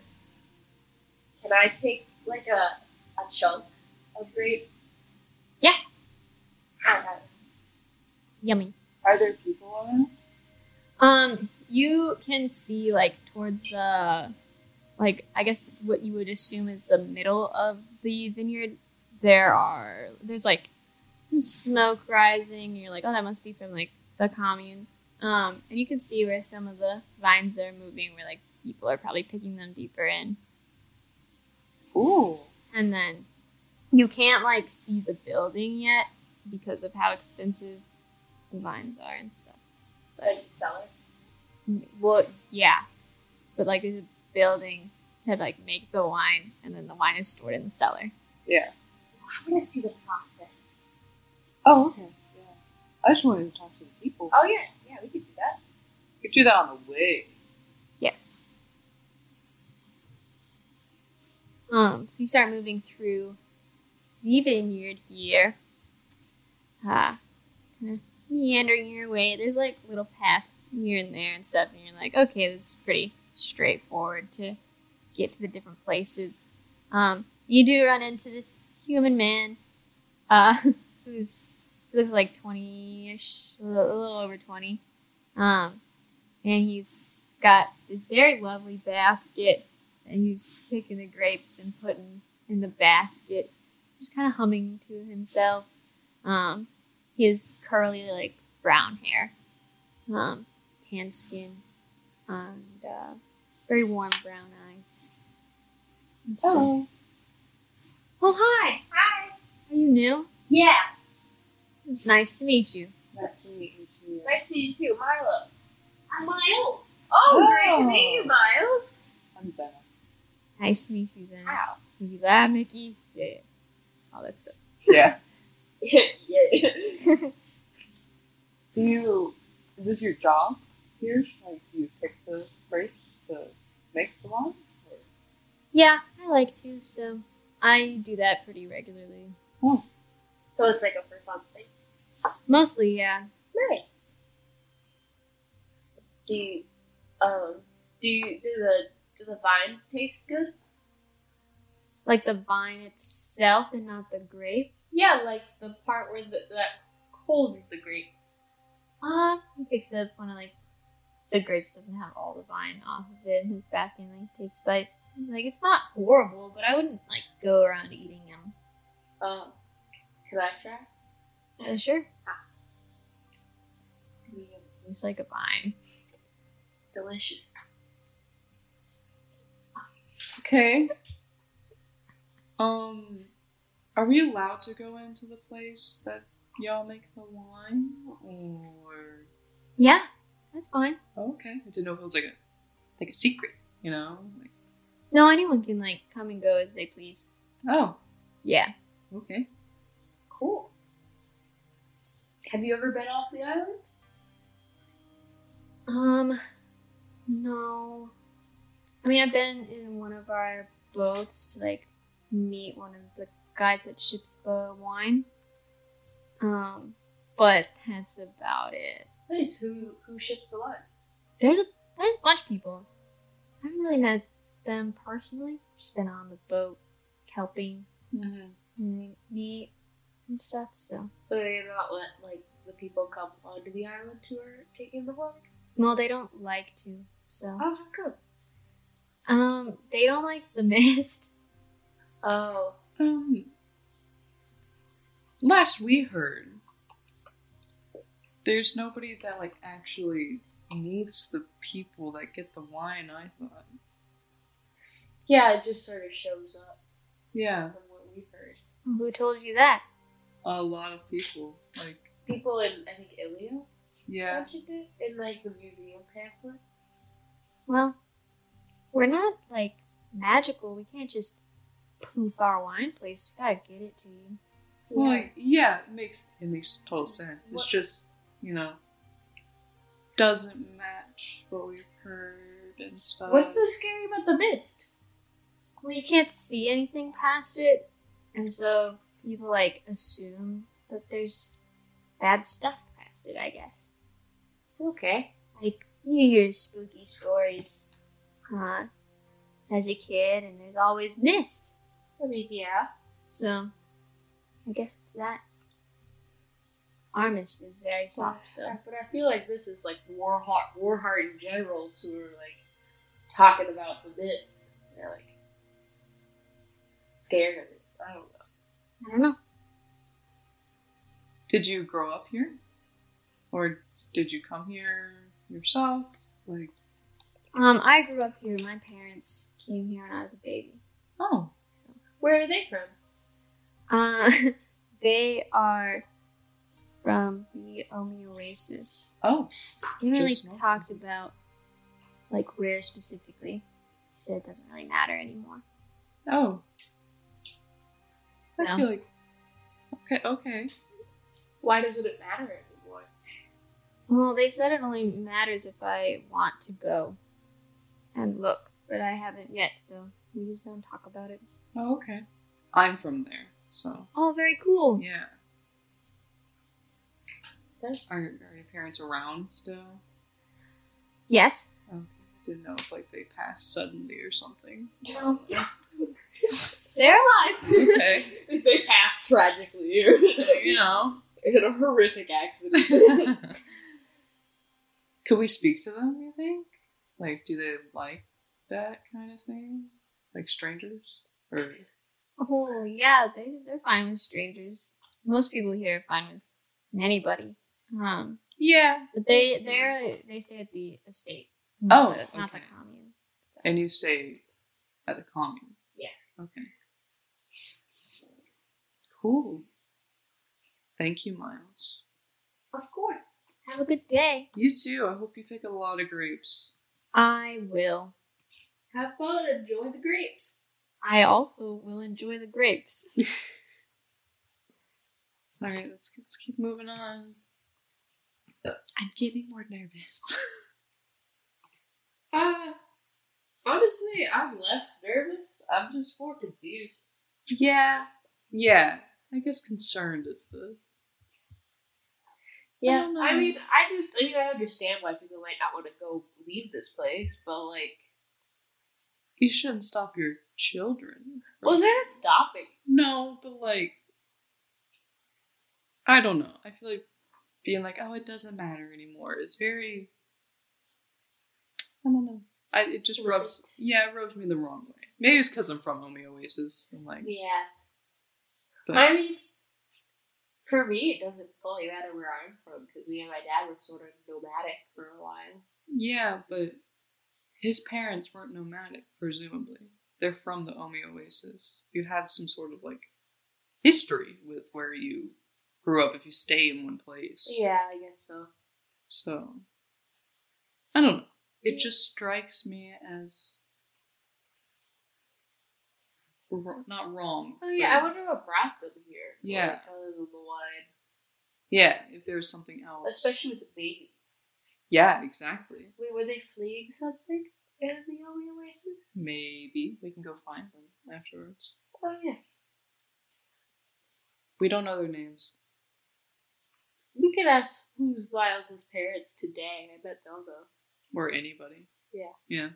E: can I take like a a chunk of grape? Oh,
A: Yeah.
E: Alright.
A: Yummy.
D: Are there people on it?
A: Um, you can see like towards the, like I guess what you would assume is the middle of the vineyard. There are there's like some smoke rising. And you're like, oh, that must be from like the commune. Um, and you can see where some of the vines are moving, where like people are probably picking them deeper in.
D: Ooh.
A: And then you can't like see the building yet because of how extensive the vines are and stuff.
E: Like sell it.
A: Well, yeah, but like there's a building to like make the wine, and then the wine is stored in the cellar.
D: Yeah.
E: I wanna see the process.
D: Oh, okay. Yeah. I just wanted to talk to the people.
E: Oh yeah, yeah, we could do that.
D: You could do that on the way.
A: Yes. Um. So you start moving through the vineyard here. Ah, kinda meandering your way. There's like little paths here and there and stuff, and you're like, okay, this is pretty straightforward to get to the different places. Um, you do run into this human man uh, who's who looks like 20 ish, a little a little over 20. Um, and he's got this very lovely basket, and he's picking the grapes and putting in the basket, just kind of humming to himself. Um, his curly, like, brown hair, um, tan skin, and uh, very warm brown eyes. And so-
E: Oh.
A: Oh, hi!
E: Hi.
A: Are you new?
E: Yeah.
A: It's nice to meet you.
E: Nice to meet you. Nice to meet you, too, Milo.
A: I'm Miles.
E: Oh,
D: Oh.
E: great to meet you, Miles.
D: I'm Zena.
A: Nice to meet you, Zen.
E: Wow.
A: And He's like, ah, Mickey. Yeah, yeah. All that stuff.
D: Yeah.
E: yeah.
D: Do you? Is this your job here? Like, do you pick the grapes to make the wine? Or-
A: Yeah, I like to, so I do that pretty regularly.
E: So it's like a for fun thing.
A: Mostly, yeah.
E: Nice. Do you, um do you do the do the vines taste good?
A: Like the vine itself and not the grape.
E: Yeah, like the part where the, that holds the grape.
A: Um, except when I like the grapes doesn't have all the vine off of it and his basket and like takes a bite. Like it's not horrible, but I wouldn't like go around eating them.
E: Um, can I try?
A: Uh, sure. It's like a vine.
E: Delicious.
D: Okay. Um, are we allowed to go into the place that y'all make the wine? Or
A: Yeah, that's fine.
D: oh, okay, I didn't know if it was like a like a secret, you know? Like,
A: No, anyone can like come and go as they please.
D: oh,
A: Yeah.
D: okay.
E: Cool. Have you ever been off the island?
A: Um, no. I mean, I've been in one of our boats to like meet one of the guys that ships the wine. Um, but that's about it.
E: Nice. Who who ships the wine?
A: There's a there's a bunch of people. I haven't really met them personally. Just been on the boat, helping
D: Mm-hmm.
A: me- me and stuff. So,
E: So they not let like the people come onto the island who are taking the wine.
A: no, they don't like to. So,
E: Oh, how come?
A: um, they don't like the mist.
E: Oh,
D: Um, last we heard, there's nobody that like actually needs the people that get the wine. I thought,
E: yeah. It just sort of shows up
D: yeah,
E: from what we've heard.
A: Who told you that?
D: a lot of people like.
E: People in I think Ilio
D: Yeah,
E: mentioned it in like the museum pamphlet.
A: Well, we're not like magical. We can't just poof our wine place. We gotta get it to you.
D: Well, like, yeah, it makes it makes total sense. It's
E: What-
D: just you know doesn't match what we've heard and stuff.
E: What's so scary about the mist?
A: Well, you can't see anything past it, and so people like assume that there's bad stuff past it. I guess
E: Okay.
A: like you hear spooky stories, huh? As a kid, and there's always mist.
E: I mean, yeah.
A: So I guess it's that. Our mist is very soft, though.
E: But I feel like this is like war heart, war hardened generals who are like talking about the mist. They're like scared of it. I don't know.
A: I don't know.
D: Did you grow up here, or did you come here yourself? Like,
A: Um, I grew up here. My parents came here when I was a baby.
D: oh,
E: Where are they from?
A: Uh, they are from the Omi Oasis.
D: oh,
A: They haven't really
D: Just north.
A: talked about like where specifically. Said it doesn't really matter anymore.
D: oh. I
A: No.
D: feel like okay, okay.
E: Why doesn't it matter anymore?
A: Well, they said it only matters if I want to go and look, but I haven't yet, so we just don't talk about it.
D: Oh, okay. I'm from there, so
A: Oh, very cool.
D: yeah.
E: That's-
D: Are, are your parents around still?
A: Yes.
D: Oh, Didn't know if like they passed suddenly or something.
E: No.
A: They're alive.
D: Okay.
E: they passed tragically or
D: you know.
E: in a horrific accident.
D: Could we speak to them, you think? Like, do they like that kind of thing? Like strangers? Or
A: oh yeah, they they're fine with strangers. Most people here are fine with anybody. Um,
D: Yeah.
A: but they they they stay at the estate.
D: Oh,
A: not the, not the
D: okay.
A: commune. So-
D: And you stay at the commune?
E: Yeah.
D: Okay. Cool. Thank you, Miles.
E: of course.
A: Have a good day.
D: You too. I hope you pick a lot of grapes.
A: I will.
E: Have fun and enjoy the grapes.
A: I also will enjoy the grapes.
D: All right, let's, let's keep moving on. I'm getting more nervous.
E: Uh, honestly, I'm less nervous. I'm just more confused.
D: yeah. Yeah. I guess concerned is the.
E: Yeah,
D: don't know.
E: I mean, I just, I mean, I understand why people might not want to go leave this place, but like,
D: You shouldn't stop your children.
E: well, they're not stopping.
D: No, but like, I don't know. I feel like being like, oh, it doesn't matter anymore is very. I don't know. I it just rubs.
E: Right.
D: Yeah, it rubs me the wrong way. Maybe it's because I'm from Homeoasis. I'm like,
E: Yeah.
D: but-
E: I mean, for me, it doesn't fully matter where I'm from because me and my dad were sort of nomadic for a while.
D: yeah, but his parents weren't nomadic. Presumably, they're from the Homeoasis. You have some sort of like history with where you grew up if you stay in one place.
E: Yeah, I guess so.
D: So I don't know. It just strikes me as wr- not wrong.
E: Oh yeah, I
D: but-
E: wonder what brought them here.
D: Yeah.
E: Like, other than the wine,
D: yeah. If there's something else,
E: especially with the baby.
D: yeah, exactly.
E: Wait, were they fleeing something in the oasis?
D: Maybe we can go find them afterwards.
E: Oh yeah,
D: We don't know their names.
E: we could ask who's Miles' parents today. I bet they'll know.
D: or anybody.
E: Yeah.
D: Yeah.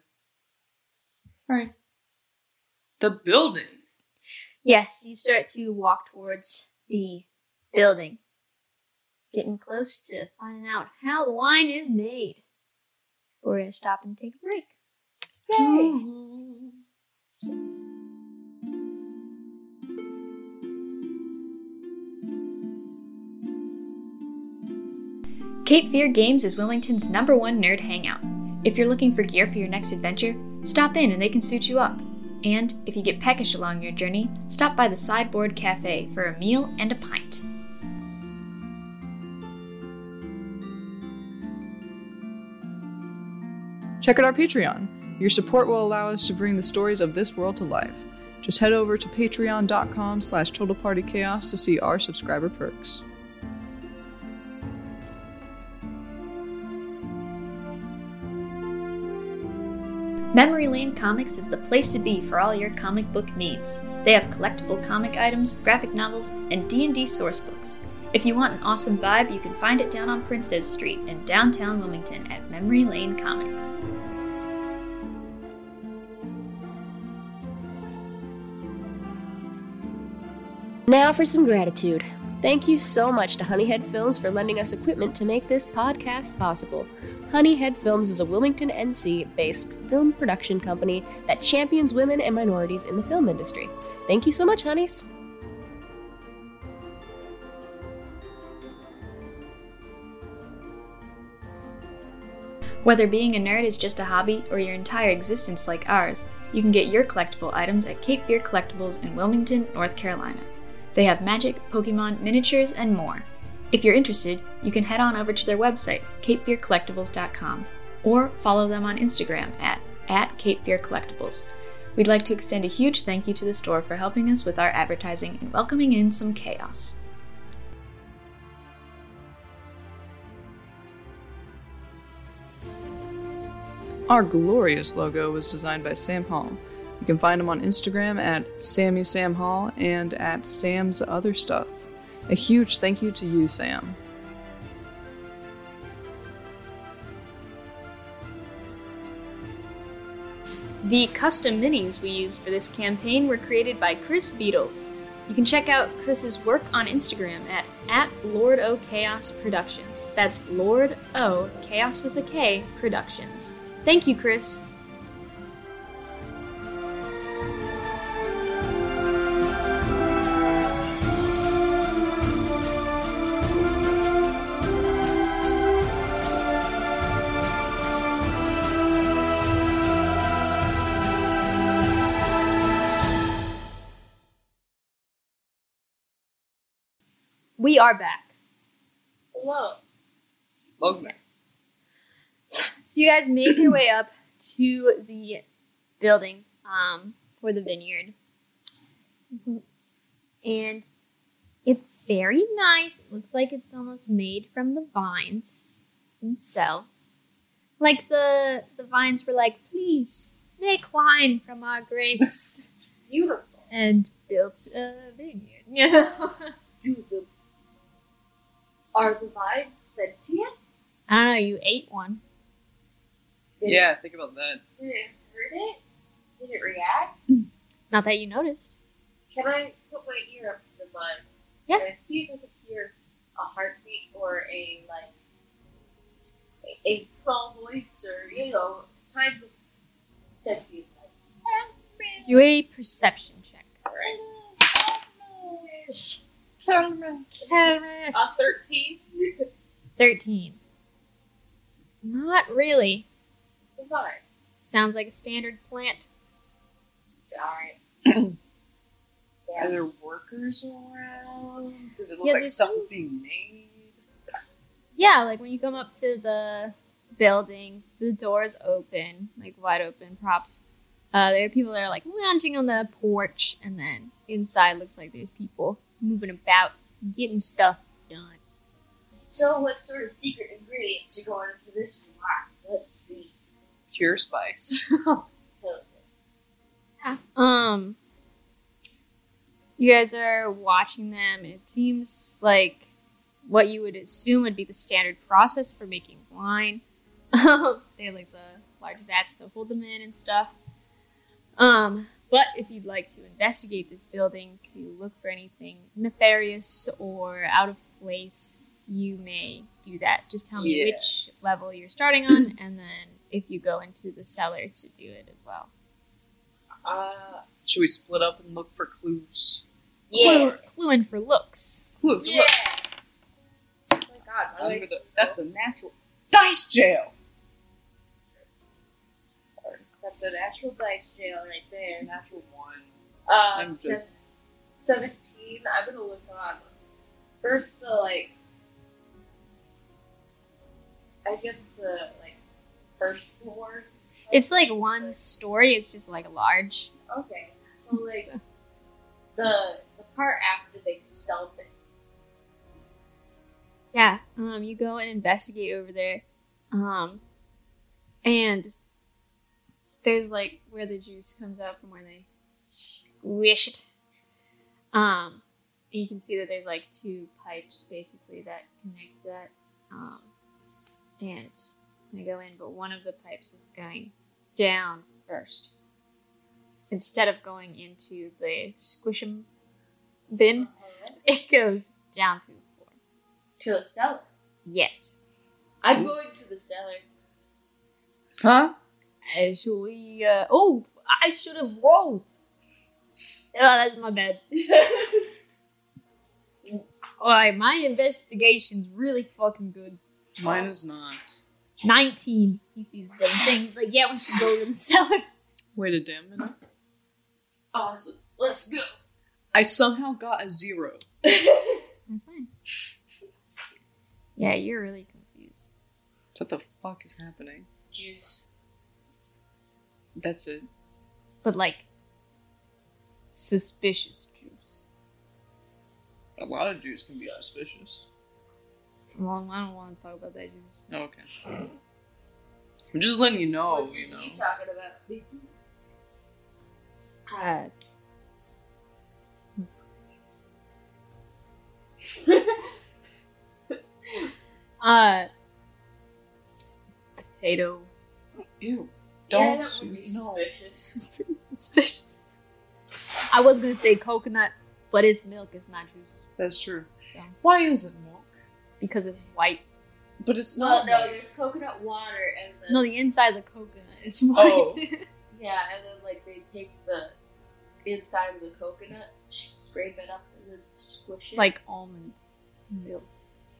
D: All right. The building.
A: Yes, you start to walk towards the building, getting close to finding out how the wine is made. We're gonna stop and take a break. Hmm.
E: Hmm.
A: Cape Fear Games is Wilmington's number one nerd hangout. If you're looking for gear for your next adventure, stop in and they can suit you up. And if you get peckish along your journey, stop by the Sideboard Cafe for a meal and a pint.
B: Check out our Patreon. Your support will allow us to bring the stories of this world to life. Just head over to patreon.com slash totalpartychaos to see our subscriber perks.
A: Memory Lane Comics is the place to be for all your comic book needs. They have collectible comic items, graphic novels, and D&D source books. If you want an awesome vibe, you can find it down on Princess Street in downtown Wilmington at Memory Lane Comics.
C: Now for some gratitude. Thank you so much to Honeyhead Films for lending us equipment to make this podcast possible. Honeyhead Films is a Wilmington, NC based film production company that champions women and minorities in the film industry. Thank you so much, honeys.
A: Whether being a nerd is just a hobby or your entire existence like ours, you can get your collectible items at Cape Fear Collectibles in Wilmington, North Carolina. They have magic, Pokemon, miniatures, and more. If you're interested, you can head on over to their website, capefearcollectibles.com, or follow them on Instagram at, at Cape Fear Collectibles. We'd like to extend a huge thank you to the store for helping us with our advertising and welcoming in some chaos.
B: Our glorious logo was designed by Sam Hall. You can find him on Instagram at Sammy Sam Hall and at Sam's Other Stuff. A huge thank you to you, Sam.
A: The custom minis we used for this campaign were created by Chris Beatles. You can check out Chris's work on Instagram at, at Lord O Chaos Productions. That's Lord O Chaos with a K Productions. Thank you, Chris. We are back.
E: Hello.
D: Welcome back.
A: Yes. So you guys make your way up to the building um, for the vineyard. And it's very nice. It looks like it's almost made from the vines themselves. Like the the vines were like, please make wine from our grapes
E: Beautiful.
A: and built a vineyard. You know?
E: Do the are the vines sentient?
A: I don't know, you ate one.
E: Did
D: Yeah, think about that.
E: It, did it hurt it? Did it react?
A: Not that you noticed.
E: Can I put my ear up to the vine?
A: Yeah.
E: Can I see if I can hear a heartbeat or a like a, a small voice or you know signs of sentient life.
A: Do a perception check. Camera.
E: A thirteen.
A: 13. Not really.
E: The vine.
A: Sounds like a standard plant.
E: All right.
D: Are
E: yeah.
D: there workers around? Does it look
A: Yeah,
D: like
A: there's
D: stuff
A: some-
D: is being made?
A: Yeah, like when you come up to the building, the door's open, like wide open, propped. Uh, there are people that are like lounging on the porch, and then inside looks like there's people moving about, getting stuff done.
E: So, what sort of secret ingredients are going into this wine? Let's see.
D: Pure spice.
A: Um, you guys are watching them, and it seems like what you would assume would be the standard process for making wine. Um, they have like the large vats to hold them in and stuff. Um, but if you'd like to investigate this building to look for anything nefarious or out of place, you may do that. Just tell me
D: Yeah.
A: which level you're starting on, and then if you go into the cellar to do it as well.
E: Uh,
D: Should we split up and look for clues?
E: yeah.
A: Clue, cluing for looks.
D: Clues.
E: Yeah.
D: Look,
E: Oh my god, my
D: I'm
E: leg-
D: gonna, that's a natural dice jail. Sorry,
E: that's an actual dice jail right there.
D: natural one.
E: Uh,
D: I'm
E: se-
D: just
E: 17. I'm gonna look on. First, the like. I guess the like first floor.
A: It's like one story. It's just like large.
E: Okay, so like the the part after they stomp it.
A: Yeah. Um, you go and investigate over there. Um, and there's like where the juice comes out from where they squish it. Um, and you can see that there's like two pipes basically that connect that. Um, and it's gonna go in, but one of the pipes is going down first instead of going into the squishum bin. It goes down through the floor.
E: To the cellar.
A: Yes.
E: I'm going to the cellar.
D: Huh?
A: Actually, uh, oh, I should have rolled. Oh, that's my bad. Alright, my investigation's really fucking good.
D: Mine is not.
A: 19. He sees them things like, yeah, we should go to the cellar.
D: Wait a damn minute.
E: Awesome. Let's go.
D: I somehow got a zero.
A: That's fine. Yeah, you're really confused.
D: What the fuck is happening?
E: Juice.
D: That's it.
A: But, like, suspicious juice.
D: A lot of dudes can be suspicious.
A: Well, I don't want to talk about that juice.
D: Oh, okay. I'm just letting you know,
E: What's
D: you
E: she
D: know.
E: talking about?
A: Uh, uh, potato.
D: Ew.
E: yeah,
D: Don't
E: that would be
D: you know?
E: suspicious.
A: It's pretty suspicious. I was gonna say coconut, but it's milk, it's not juice.
D: That's true.
A: So
D: Why is it milk?
A: because it's white.
D: But it's
E: Well,
D: not.
E: no,
D: milk.
E: there's coconut water, and then
A: No, the inside of the coconut is white.
E: yeah, and then like they take the inside of the coconut, scrape it up, and then squish it.
A: like almond milk.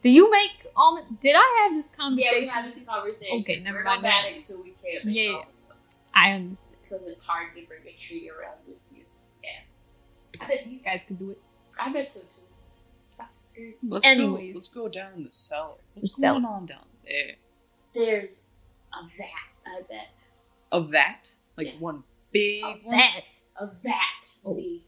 A: Do you make almond? Did I have this
E: yeah,
A: conversation?
E: we had the conversation.
A: Okay, never
E: We're
A: mind
E: Not
A: that.
E: batting, so we can't make
A: Yeah,
E: yeah,
A: yeah. I understand.
E: because it's hard to bring a tree around with you. Yeah, I bet you.
A: You guys can do it.
E: I bet so too.
D: Let's
A: Anyways.
D: go. Let's go down the cellar. What's
A: The
D: going
A: cellars.
D: on down there?
E: There's a vat. I bet
D: A vat, like
E: Yeah.
D: one big
A: Oh,
D: one.
A: that.
E: a vat.
A: Oh.
E: Lee.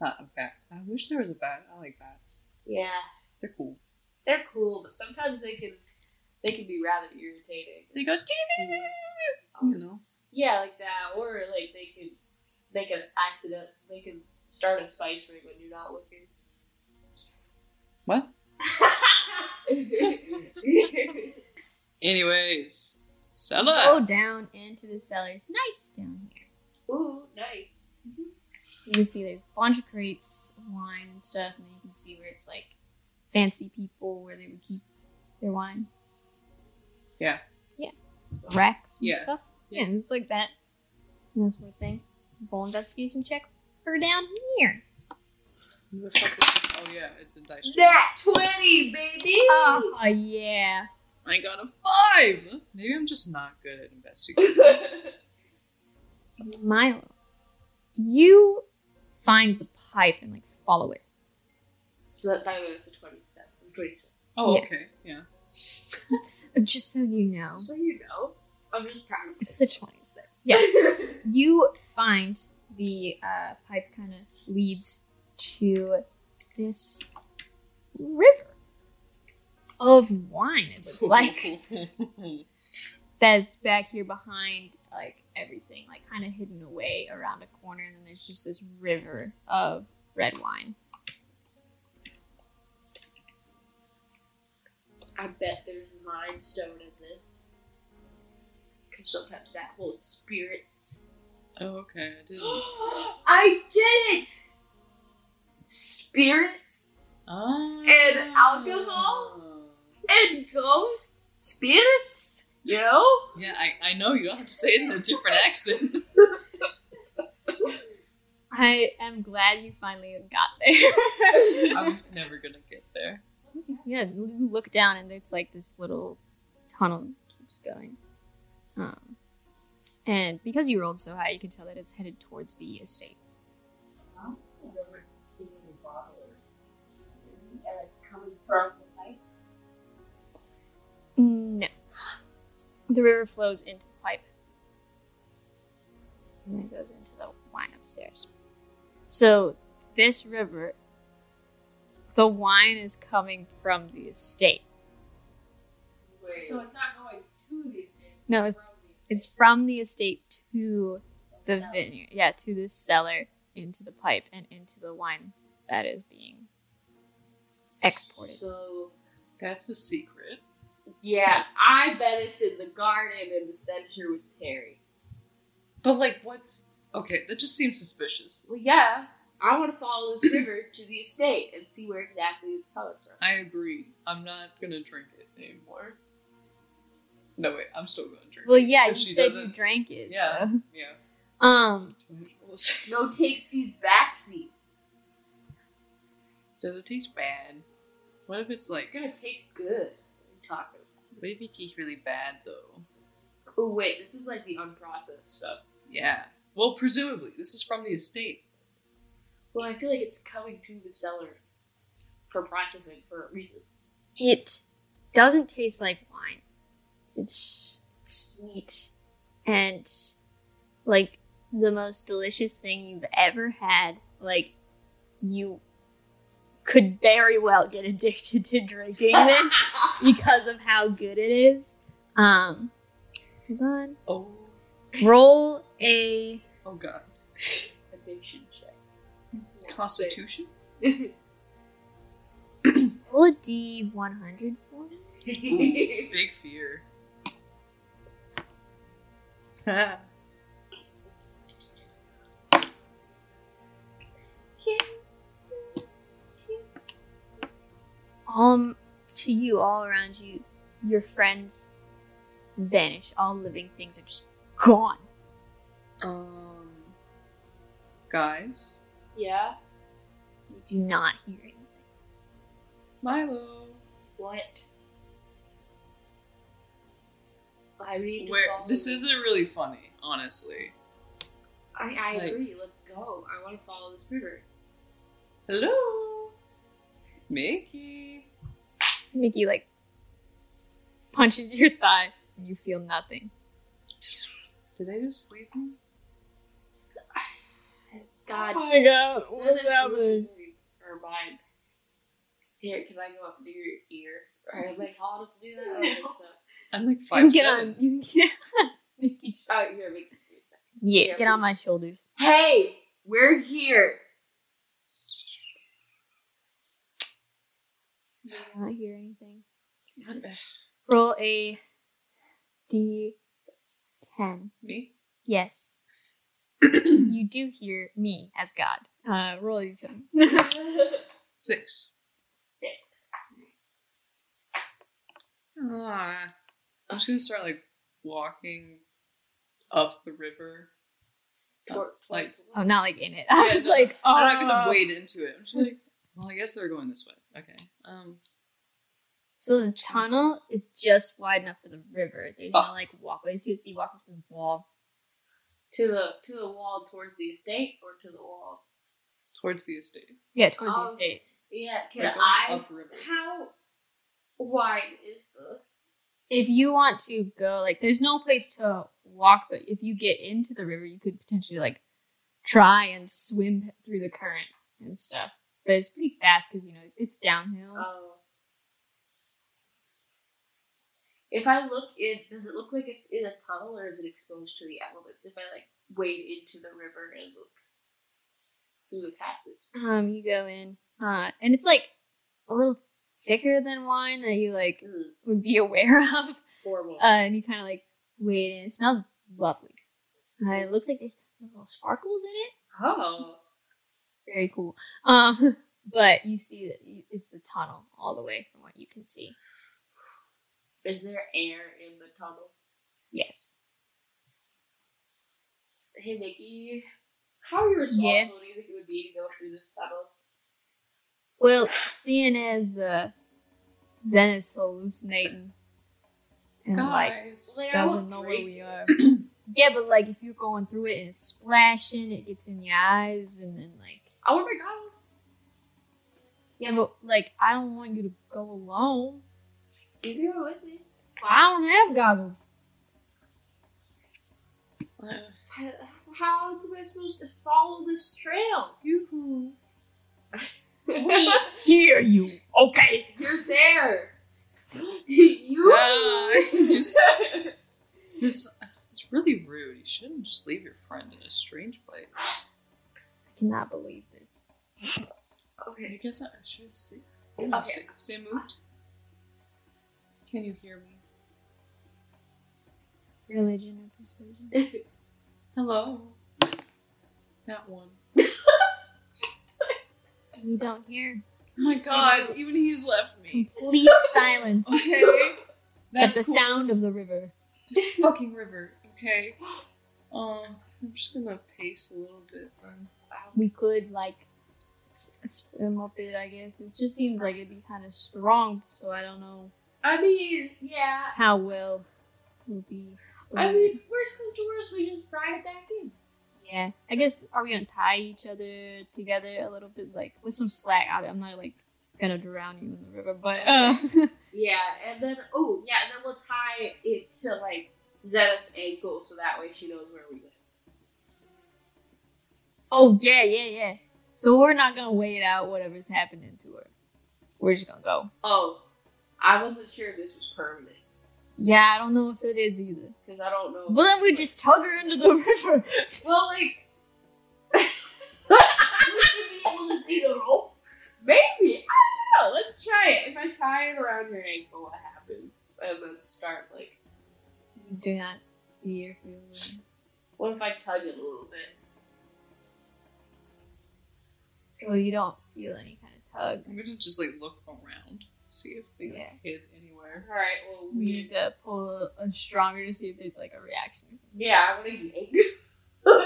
D: Not a vat. I wish there was a vat. I like bats.
E: Yeah,
D: They're cool.
E: they're cool, but sometimes they can they can be rather irritating.
D: They go. You know.
E: Yeah, like that, or like they could they could accident they could start a spice ring when you're not looking.
D: What? Anyways, cellar.
A: Go down into the cellars. Nice down here.
E: Ooh, nice.
A: You can see there's a bunch of crates of wine and stuff, and then you can see where it's like fancy people where they would keep their wine.
D: Yeah.
A: Yeah. Racks and
D: Yeah.
A: stuff. Yeah,
D: Yeah.
A: it's like that. And That sort of thing. Full investigation checks are down here.
D: Who the fuck is- Oh yeah, it's a dice. That-
E: That twenty, baby.
A: Oh, yeah.
D: I got a five. Maybe I'm just not good at investigating.
A: Milo, you find the pipe and like follow it.
E: so that, by the way, that's a twenty-seven. I'm twenty-seven.
D: Oh
A: Yeah.
D: okay, yeah.
A: Just so you know,
E: So you know, I'm just proud of
A: it's
E: this.
A: a twenty-six. Yeah, you find the uh, pipe kind of leads to this river of wine. It looks like that's back here behind like everything, like kind of hidden away around a corner, and then there's just this river of red wine.
E: I bet there's mind stone in this. Because sometimes that holds spirits.
D: Oh okay, I did.
E: I get it! Spirits
D: Ah.
E: And alcohol? and ghosts. Spirits? You know?
D: Yeah, I, I know you don't have to say it in a different accent.
A: I am glad you finally got there.
D: I was never gonna get there.
A: Yeah, you look down and it's like this little tunnel that keeps going. Um, and because you rolled so high, you can tell that it's headed towards the estate.
E: And it's coming from the light.
A: No. The river flows into the pipe. And then goes into the wine upstairs. So this river, the wine is coming from the estate.
E: So it's not going to the estate.
A: No, it's-
E: from the
A: It's from the estate to the
E: No.
A: vineyard. Yeah, to the cellar, into the pipe, and into the wine that is being exported.
E: So,
D: That's a secret.
E: yeah, I bet it's in the garden in the center with Terry.
D: But like what's okay, that just seems suspicious.
E: Well, yeah. I want to follow this river to the estate and see where exactly it's coming from.
D: I agree. I'm not gonna drink it anymore. No wait, I'm still gonna drink
A: Well,
D: it.
A: yeah, you
D: But she
A: said you
D: doesn't-
A: drank it.
D: Yeah.
A: so.
D: Yeah.
A: Um.
E: No takes these back seats.
D: Does it taste bad? What if it's like
E: It's gonna taste good. What are you talking
D: what if it tastes really bad though?
E: about? Oh wait, this is like the unprocessed stuff.
D: Yeah. Well, presumably this is from the estate.
E: Well, I feel like it's coming to the cellar for processing for a reason.
A: It doesn't taste like wine. It's sweet and like the most delicious thing you've ever had. Like you could very well get addicted to drinking this because of how good it is. Um, hold on.
D: Oh.
A: Roll a
D: Oh God.
E: Addiction check.
D: Constitution.
A: roll a d one hundred for me.
D: Ooh, big fear.
A: all to you, all around you, your friends vanish. All living things are just gone.
D: Um, guys,
E: Yeah?
A: You do not hear anything.
D: Milo.
E: What? I mean,
D: Where this isn't really funny, honestly.
E: I, I
D: like-
E: agree. Let's go. I want to follow this river.
D: Hello, Mickey.
A: Mickey like punches your thigh. You feel nothing.
D: Did they just leave me?
E: God,
B: my god,
E: None of this is Or mine. Here, can I go up near your ear? Or am I tall enough to do that? I
D: I'm
E: don't think so.
D: like
A: you
D: five
A: can get
D: seven.
A: on. You can get on. Mickey's-
E: Oh, you're making me sick.
A: Yeah,
E: Yeah,
A: get on
E: please.
A: my shoulders.
E: Hey, we're here.
A: You do not hear anything.
E: What the-
A: Roll a D ten.
D: Me?
A: Yes. you do hear me as God. Uh, roll a D10.
D: Six.
E: Sick.
D: Ah. I'm just gonna start like walking up the river.
E: Or-
D: like-
A: oh, not like in it. I
D: Yeah,
A: was
D: no,
A: like, oh,
D: I'm not gonna wade into it. I'm just like, well, I guess they're going this way. Okay. Um.
A: So the tunnel is just wide enough for the river. There's no
D: Oh.
A: like walkways to it, so you walk into the wall.
E: To the to the wall towards the estate or to the wall?
D: towards the estate.
A: Yeah, towards
E: Oh.
A: the estate.
E: Yeah, can
D: Like going
E: I
D: upriver.
E: how wide is the
A: If you want to go, like, there's no place to walk, but if you get into the river, you could potentially like try and swim through the current and stuff. But it's pretty fast because you know it's downhill.
E: Oh. If I look in, does it look like it's in a tunnel or is it exposed to the elements? If I like wade into the river and look through the passage,
A: Um, you go in, uh, and it's like a little thicker than wine that you like
E: mm,
A: would be aware of.
E: horrible.
A: Uh, and you kind of like wait, and it smells lovely. Uh, it looks like there's little sparkles in it.
E: oh,
A: Very cool. Um, but you see that you- it's the tunnel all the way from what you can see.
E: is there air in the tunnel?
A: Yes.
E: Hey, Mickey, how irresponsible do you think it would be to go through this tunnel?
A: Well, seeing as uh, Zen is hallucinating and like
D: Guys.
E: Like, I
A: doesn't
E: won't
A: know where
E: drink
A: we
E: it.
A: are. yeah, but like if you're going through it and it's splashing, it gets in your eyes, and then like
E: I want my goggles.
A: yeah, but like I don't want you to go alone.
E: You can go with me.
A: I don't have goggles.
E: How else am I supposed to follow this trail?
D: Yoo-hoo.
E: We
A: Hear you? Okay.
E: You're there. you.
D: Guys. this it's really rude. You shouldn't just leave your friend in a strange place.
A: I cannot believe this.
D: I
E: Okay.
D: guess I should have seen.
E: Okay.
D: Sam moved. Can you hear me?
A: Religion or persuasion?
D: Hello. That one.
A: You don't hear.
D: Oh my
A: Sam.
D: god, even he's left me.
A: Complete silence.
D: Okay.
A: Except
D: That's
A: the
D: cool.
A: sound of the river.
D: This fucking river, okay? Um, I'm just gonna pace a little bit then.
A: We could like s- swim up it, I guess. It just seems like it'd be kind of strong, so I don't know
E: I mean, yeah.
A: how well we'll be.
E: I mean, worst comes to worst, we just ride it back in.
A: yeah. I guess are we gonna tie each other together a little bit, like with some slack? I, I'm not like gonna drown you in the river, but uh,
E: Yeah, and then oh yeah, and then we'll tie it to like Zenith's ankle, so that way she knows where we live.
A: oh yeah, yeah, yeah. So we're not gonna wait out whatever's happening to her. We're just gonna go.
E: Oh, I wasn't sure if this was permanent
A: Yeah, I don't know if it is either.
E: because I don't know.
A: Well, then we just tug her into the river.
E: well, like we should be able to see the rope. Maybe I don't know. Let's try it. If I tie it around your ankle, what happens? And then start like.
A: You do not see her. feeling.
E: What if I tug it a little bit?
A: Well, you don't feel any kind of tug.
D: I'm gonna just like look around. see if they
A: Yeah.
D: hit anywhere.
E: Alright, well,
A: We need to pull a, a stronger to see if there's like a reaction or something.
E: Yeah, I want to yank.
D: Oh,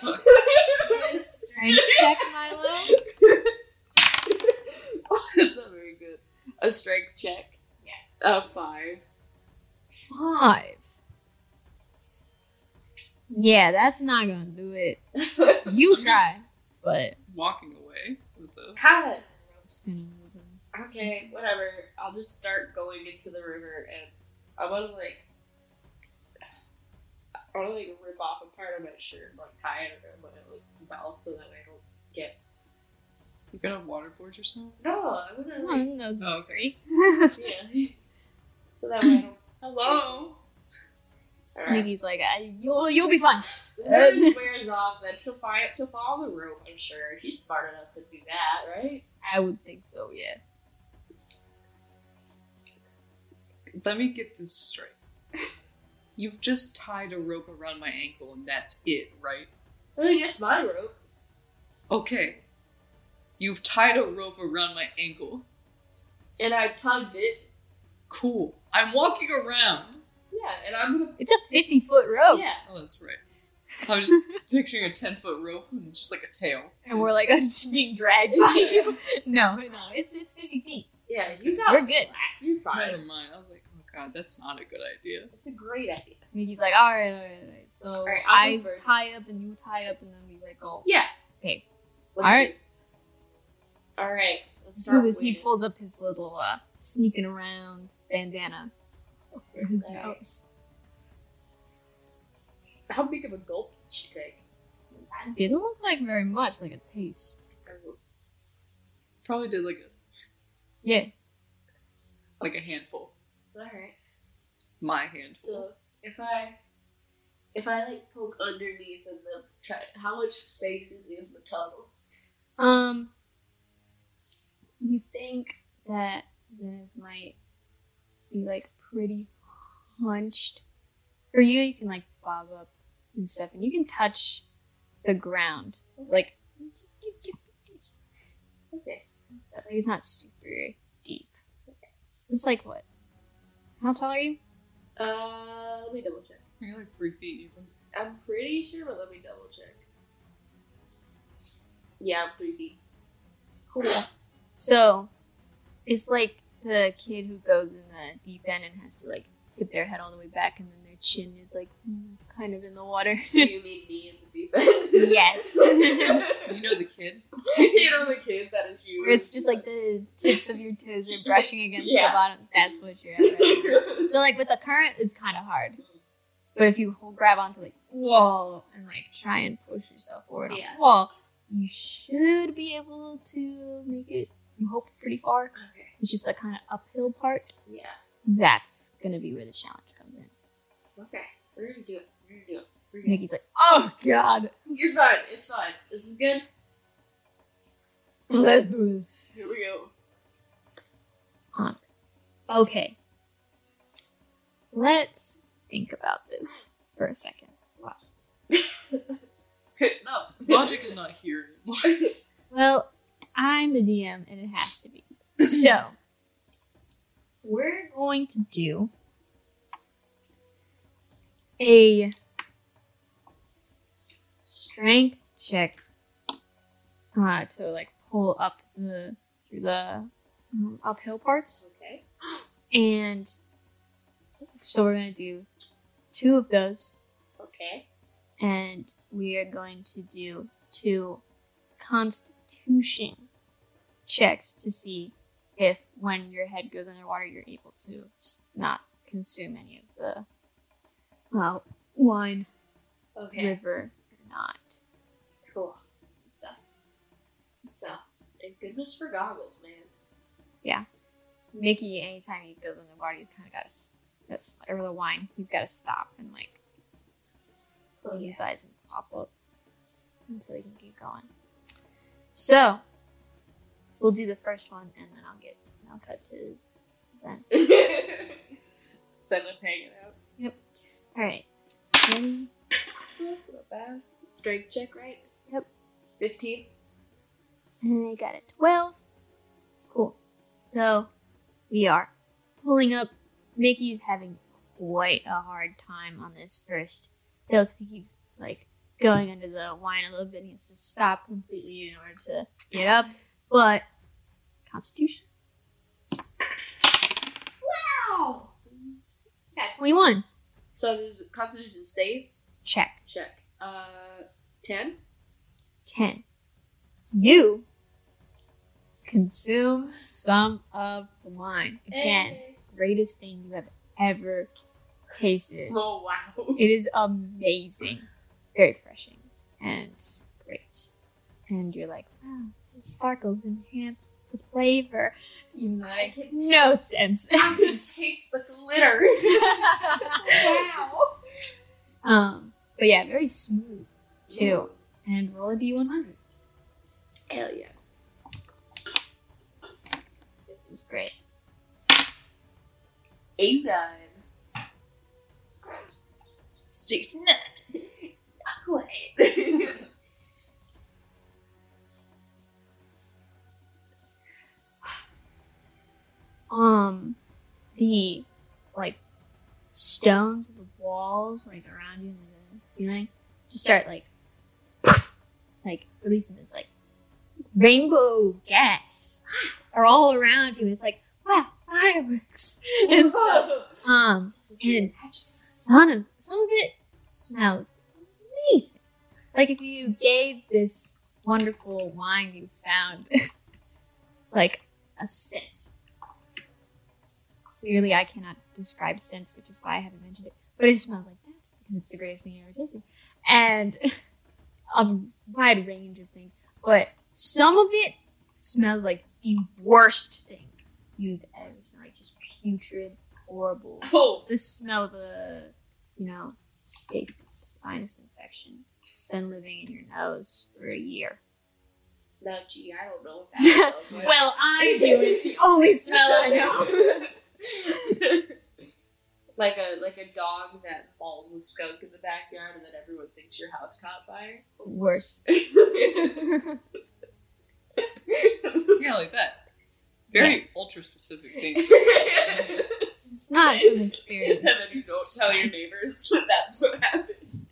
D: fuck.
A: Strength check, Milo.
E: That's not very good. A strength check. Yes. A five.
A: Five. Yeah, that's not gonna do it. You try, but
D: Walking away with the.
E: God.
A: just gonna move on.
E: Okay, whatever. I'll just start going into the river, and I want to like, I want to like rip off a part of my shirt, and, like tie it around my like belt, so that I don't.
D: You gonna waterboard yourself?
E: No, I want to. Like,
A: Oh, those
D: Oh,
A: is free.
E: yeah. So that way I don't. Hello. All right.
A: Nikki's like, "Uh, you'll you'll be fine.
E: The nurse wears off, then she'll find she'll follow the rope. I'm sure she's smart enough to do that, right?
A: I would think so. Yeah.
D: Let me get this straight. You've just tied a rope around my ankle and that's it, right?
E: I mean, it's my rope.
D: Okay. You've tied a rope around my ankle.
E: And I tugged it.
D: Cool. I'm walking around.
E: Yeah, and I'm gonna.
A: It's a fifty foot rope,
E: Yeah.
D: Oh, that's right. I was just picturing a 10 foot rope and just like a tail.
A: and we're like being dragged by you. No, no, it's it's fifty feet.
E: Yeah, you got
A: We're good.
E: slack. You're
D: Never
E: fine.
D: mind. I was like, oh god, that's not a good idea.
E: It's a great idea.
A: Nikki's like, all right, all right, all right. So
E: right, I'll
A: I
E: go first.
A: tie up and you tie up, and then we like go.
E: Yeah.
A: Okay.
E: Let's
A: All right.
E: do- All right. Let's
A: Do
E: start
A: this. He
E: waiting.
A: pulls up his little uh, sneaking around bandana
E: Oh,
A: over his
E: Right.
A: nose.
E: How big of a gulp did she take?
A: It didn't look like very much, like a taste.
D: Probably did like a,
A: Yeah.
D: like a handful.
E: All right.
D: My handful.
E: So if I if I like poke underneath and then try, how much space is in the tunnel?
A: Um, you think that Zenith might be like pretty hunched? For you, you can like bob up and stuff, and you can touch the ground. Like, just your- your fingers.
E: Okay.
A: That way it's not super deep. It's like what? How tall are you?
E: Uh, let me double check.
D: You're like three feet even.
E: I'm pretty sure, but let me double check. Yeah, I'm pretty deep. Cool.
A: So, it's like the kid who goes in the deep end and has to like tip their head all the way back, and then their chin is like kind of in the water.
E: you mean me in the deep end?
A: Yes.
D: You know the kid?
E: you know the kid that is you.
A: Where it's just like the tips of your toes are brushing against
E: Yeah.
A: the bottom. That's what you're at. Right? now. so like with the current, it's kind of hard. But if you hold, grab onto like wall and like try and push yourself forward on
E: Yeah.
A: the wall, you should be able to make it. You hope pretty far.
E: okay.
A: It's just a kind of uphill part.
E: Yeah.
A: That's gonna be where the challenge comes in.
E: Okay. We're gonna do it. We're gonna do it. We're gonna do it.
A: Nikki's like, oh god,
E: You're fine. It's fine. This is good.
A: let's do this.
E: Here we go.
A: Okay. Let's think about this for a second.
E: no.
D: Logic is not here anymore.
A: Well, I'm the DM and it has to be. So, we're going to do a strength check uh, to like pull up the through the um, uphill parts,
E: Okay.
A: and so we're gonna do two of those
E: Okay.
A: and we are going to do two constitution checks to see if when your head goes underwater you're able to s- not consume any of the uh, wine
E: Okay.
A: river or not
E: Cool. Stuff. So, and goodness for goggles, man.
A: Mickey, anytime he goes underwater, he's kind of got to, that's or the wine, he's got to stop and like close his eyes and pop up until he can keep going. So we'll do the first one, and then I'll get I'll cut to Zen.
E: Send them hanging out.
A: All right. Ready?
E: That's not bad. Strength check, right?
A: Yep.
E: Fifteen.
A: And I got a twelve. Cool. So we are pulling up. Mickey's having quite a hard time on this first hill because he keeps like going under the wine a little bit. And he has to stop completely in order to get up. But Constitution. Wow. Got twenty-one.
E: So there's a Constitution save
A: Check
E: check. Uh, ten.
A: ten. You consume some of the wine again.
E: Hey.
A: greatest thing you have ever tasted.
E: Oh wow.
A: It is amazing, very refreshing, and great. And you're like, wow, the sparkles enhance the flavor. Even though it makes no sense.
E: I can taste the glitter. wow.
A: um, but yeah, very smooth too. And roll a d100.
E: Hell yeah.
A: This is great.
E: Eight nine. Six nine. Not quite.
A: um the like stones of the walls like around you and the ceiling just start like like releasing this like rainbow gas are all around you. It's like wow fireworks and stuff. Um and son of some of it smells amazing. Like if you gave this wonderful wine you found like a scent. Clearly I cannot describe scents, which is why I haven't mentioned it. But it smells like that because it's the greatest thing you ever tasted. And a wide range of things. But some of it smells like the worst thing you've ever smelled. Like just putrid, horrible
E: Oh.
A: the smell of a, you know, stasis sinus infection. It's been living in your nose for a year.
E: Now, gee, I don't know what that smells like.
A: Well, I do. It's the only smell I know.
E: know. like a like a dog that mauls a skunk in the backyard, and then everyone thinks your house caught fire.
A: Worse.
D: Yeah, like that. Very
A: Yes.
D: ultra specific things.
A: It's not an
E: and then
A: experience.
E: you don't tell your neighbors that that's what happened.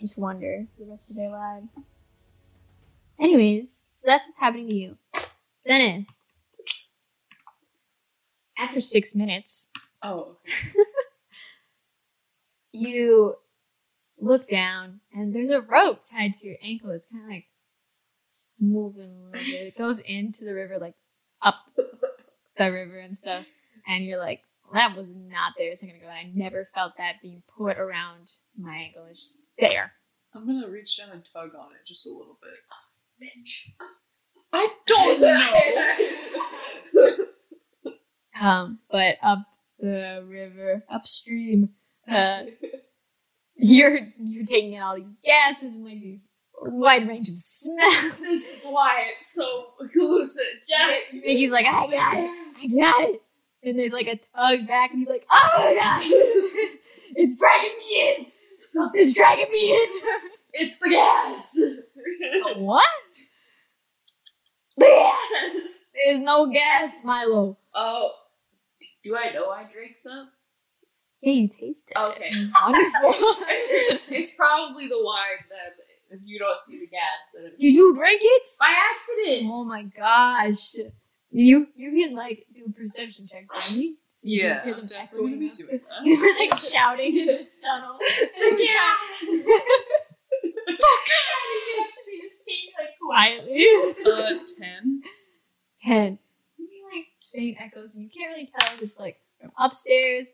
A: Just wonder the rest of their lives. Anyways, so that's what's happening to you. Zenon. After six minutes,
D: oh,
A: you look down and there's a rope tied to your ankle. It's kind of like moving a little bit. It goes into the river, like up the river and stuff. And you're like, well, that was not there a second ago. I never felt that being put around my ankle. It's just there.
D: I'm gonna reach down and tug on it just a little bit.
E: Bitch.
D: I don't know.
A: Um, but up the river, upstream, uh, you're you're taking in all these gases and like these wide range of smells.
E: This is why it's so hallucinogenic.
A: Mickey's like, I got it, I got it. And there's like a tug back, and he's like, Oh god, it's dragging me in. Something's dragging me in.
E: It's the gas.
A: what?
E: gas.
A: There's no gas, Milo.
E: Oh, do I know I drink some?
A: Yeah, you taste it.
E: Okay.
D: Mm,
A: Wonderful.
E: it's probably the wine that if you don't see the gas, then it's
A: Did you drink it?
E: by accident.
A: Oh my gosh. You you can like do a perception check for me. So you can
D: Yeah,
A: hear
D: I'm
A: them back
D: definitely gonna be
A: going up.
D: doing that.
A: You were like shouting in this tunnel. Quietly.
D: Uh, ten.
A: Ten. You hear, like faint echoes and you can't really tell if it's like from upstairs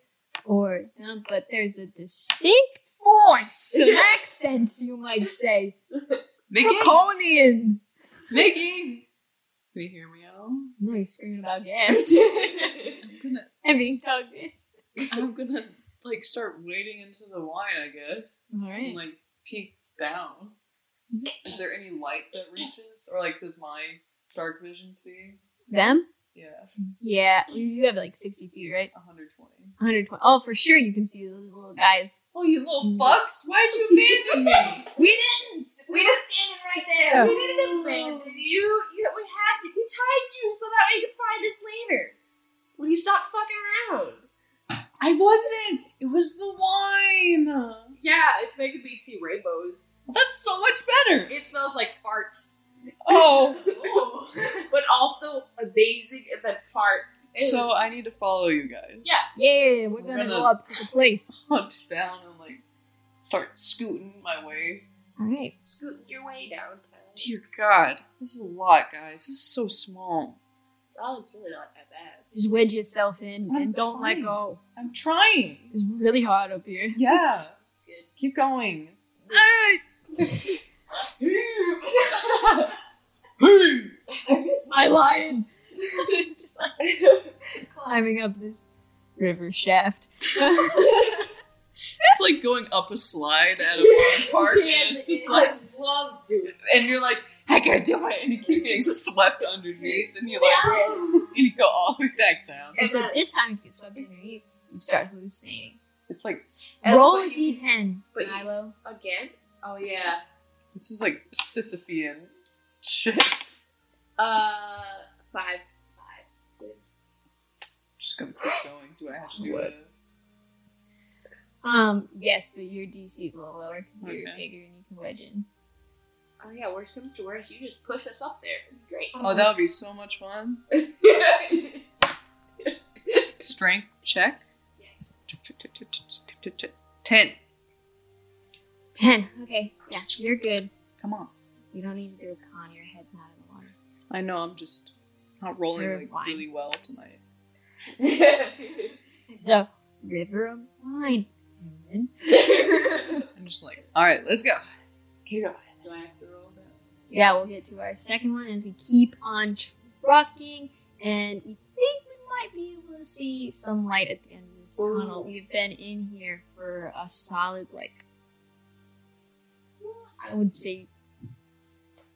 A: or down, but there's a distinct voice. An accent, you might say.
D: Mickey,
A: Draconian.
D: Mickey, can you hear me out?
A: No, you're screaming about gas.
D: I'm gonna,
A: and being tugged in.
D: I'm gonna like start wading into the wine, I guess, and
A: Alright.
D: like peek down. Is there any light that reaches, or like does my dark vision see?
A: Them?
D: Yeah,
A: Yeah, you have like 60 feet, right?
D: 120.
A: 120. Oh, for sure you can see those little guys.
D: Oh, you little fucks! Why'd you abandon me?
A: We didn't! We just standing right
B: Yeah.
A: there!
E: We didn't abandon you. you. We had we tied you so that way you could find us later. Will you stop fucking around?
D: I wasn't. It was the wine.
E: Yeah, it's making me see rainbows.
D: That's so much better.
E: It smells like farts,
D: Oh,
E: Oh. but also amazing and then fart.
D: so I need to follow you guys.
E: Yeah.
A: Yeah, we're gonna
D: We're
A: go
D: gonna-
A: up to the place.
D: Hunch down and like start scooting my way.
A: Alright.
E: scooting your way downtown.
D: Dear God, this is a lot, guys. This is so small.
E: Oh, it's really not that bad.
A: Just wedge yourself in
D: I'm
A: and don't let
D: trying.
A: go.
D: I'm trying.
A: It's really hard up here.
D: Yeah.
E: Good.
D: Keep going.
A: I miss my lion! just like climbing up this river shaft.
D: It's like going up a slide at a fun park, and it's just like,
E: I love doing it.
D: and you're like, I can't do it, and you keep getting swept underneath, and you like, and you go all the way back down.
A: And so this time, if you get swept underneath, you start hallucinating. Oh,
D: It's like
E: And
A: Roll a
E: what you-
A: d10,
E: but you-
A: Milo.
E: again. Oh yeah.
D: this is like Sisyphean shit.
E: Uh, five. Five.
D: Just gonna keep going. Do I have to do
B: What?
D: it?
A: Um, yes, but your DC is a little lower because you're
D: Okay.
A: bigger and you can wedge in.
E: Oh yeah, worst comes to worst, you just push us up there. Great.
D: Oh, that would be so much fun. Strength check.
E: yes.
D: Ten.
A: Ten. Okay. Yeah, you're good.
D: Come on.
A: You don't need to do a con. Your head's not in the water.
D: I know I'm just not rolling
A: You're
D: like
A: fine.
D: really well tonight.
A: So, river of wine. And then
D: I'm just like, all right, let's go.
E: Keep going. Do I have to roll that?
A: Yeah, we'll get to our second one as we keep on trucking, and we think we might be able to see some light at the end of this
E: Ooh.
A: tunnel. We've been in here for a solid, like, I would say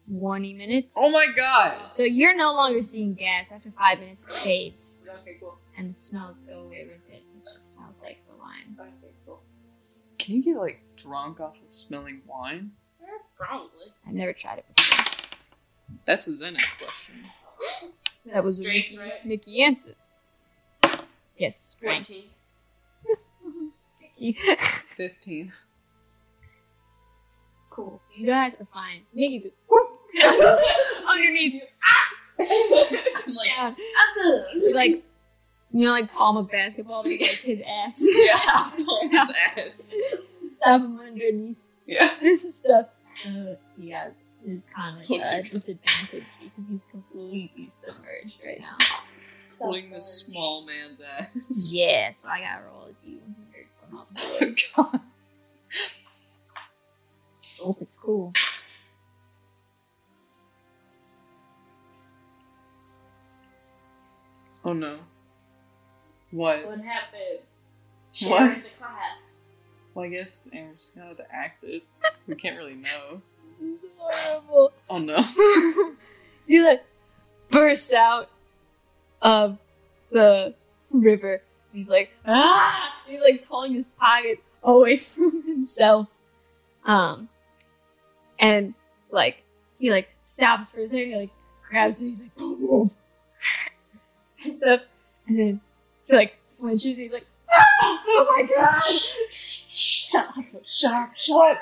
A: 20 minutes.
D: Oh my god.
A: So you're no longer seeing gas. After five minutes, it fades,
E: Okay, cool.
A: and the smells go away with it. It just smells like the wine.
E: Okay, cool.
D: Can you get like drunk off of smelling wine?
E: Eh, Probably.
A: I've never tried it before.
D: That's a Zenith question.
A: That was a
E: Strength,
A: Mickey,
E: right?
A: Mickey answer. Yes, strength.
E: Twenty.
D: Fifteen.
A: Cool. You guys are fine. Mickey's underneath.
D: I'm like,
A: down. He's like, you know, like palm of basketball, but he's like his ass.
D: yeah, pulled his ass.
A: Stuff him underneath
D: Yeah.
A: this stuff. So he has his kind of like
D: Hooks
A: a
D: him.
A: disadvantage because he's completely submerged right now.
D: Pulling this small man's ass. Oh,
A: Yeah, so I gotta roll a d100 for my boy.
D: God.
A: Hope Oh, it's cool.
D: Oh no. What?
E: What happened?
D: What?
E: Share with the class.
D: Well, I guess Amber's just gonna have to act it. We can't really know.
A: This is horrible.
D: Oh no.
A: he like bursts out of the river. He's like, ah! He's like pulling his pocket away from himself. Um, and like he like stops for a second, he like grabs it, he's like, don't move, and stuff. And then he like flinches, and he's like, ah! oh my god!
D: Shut up! Shut up! Shut up!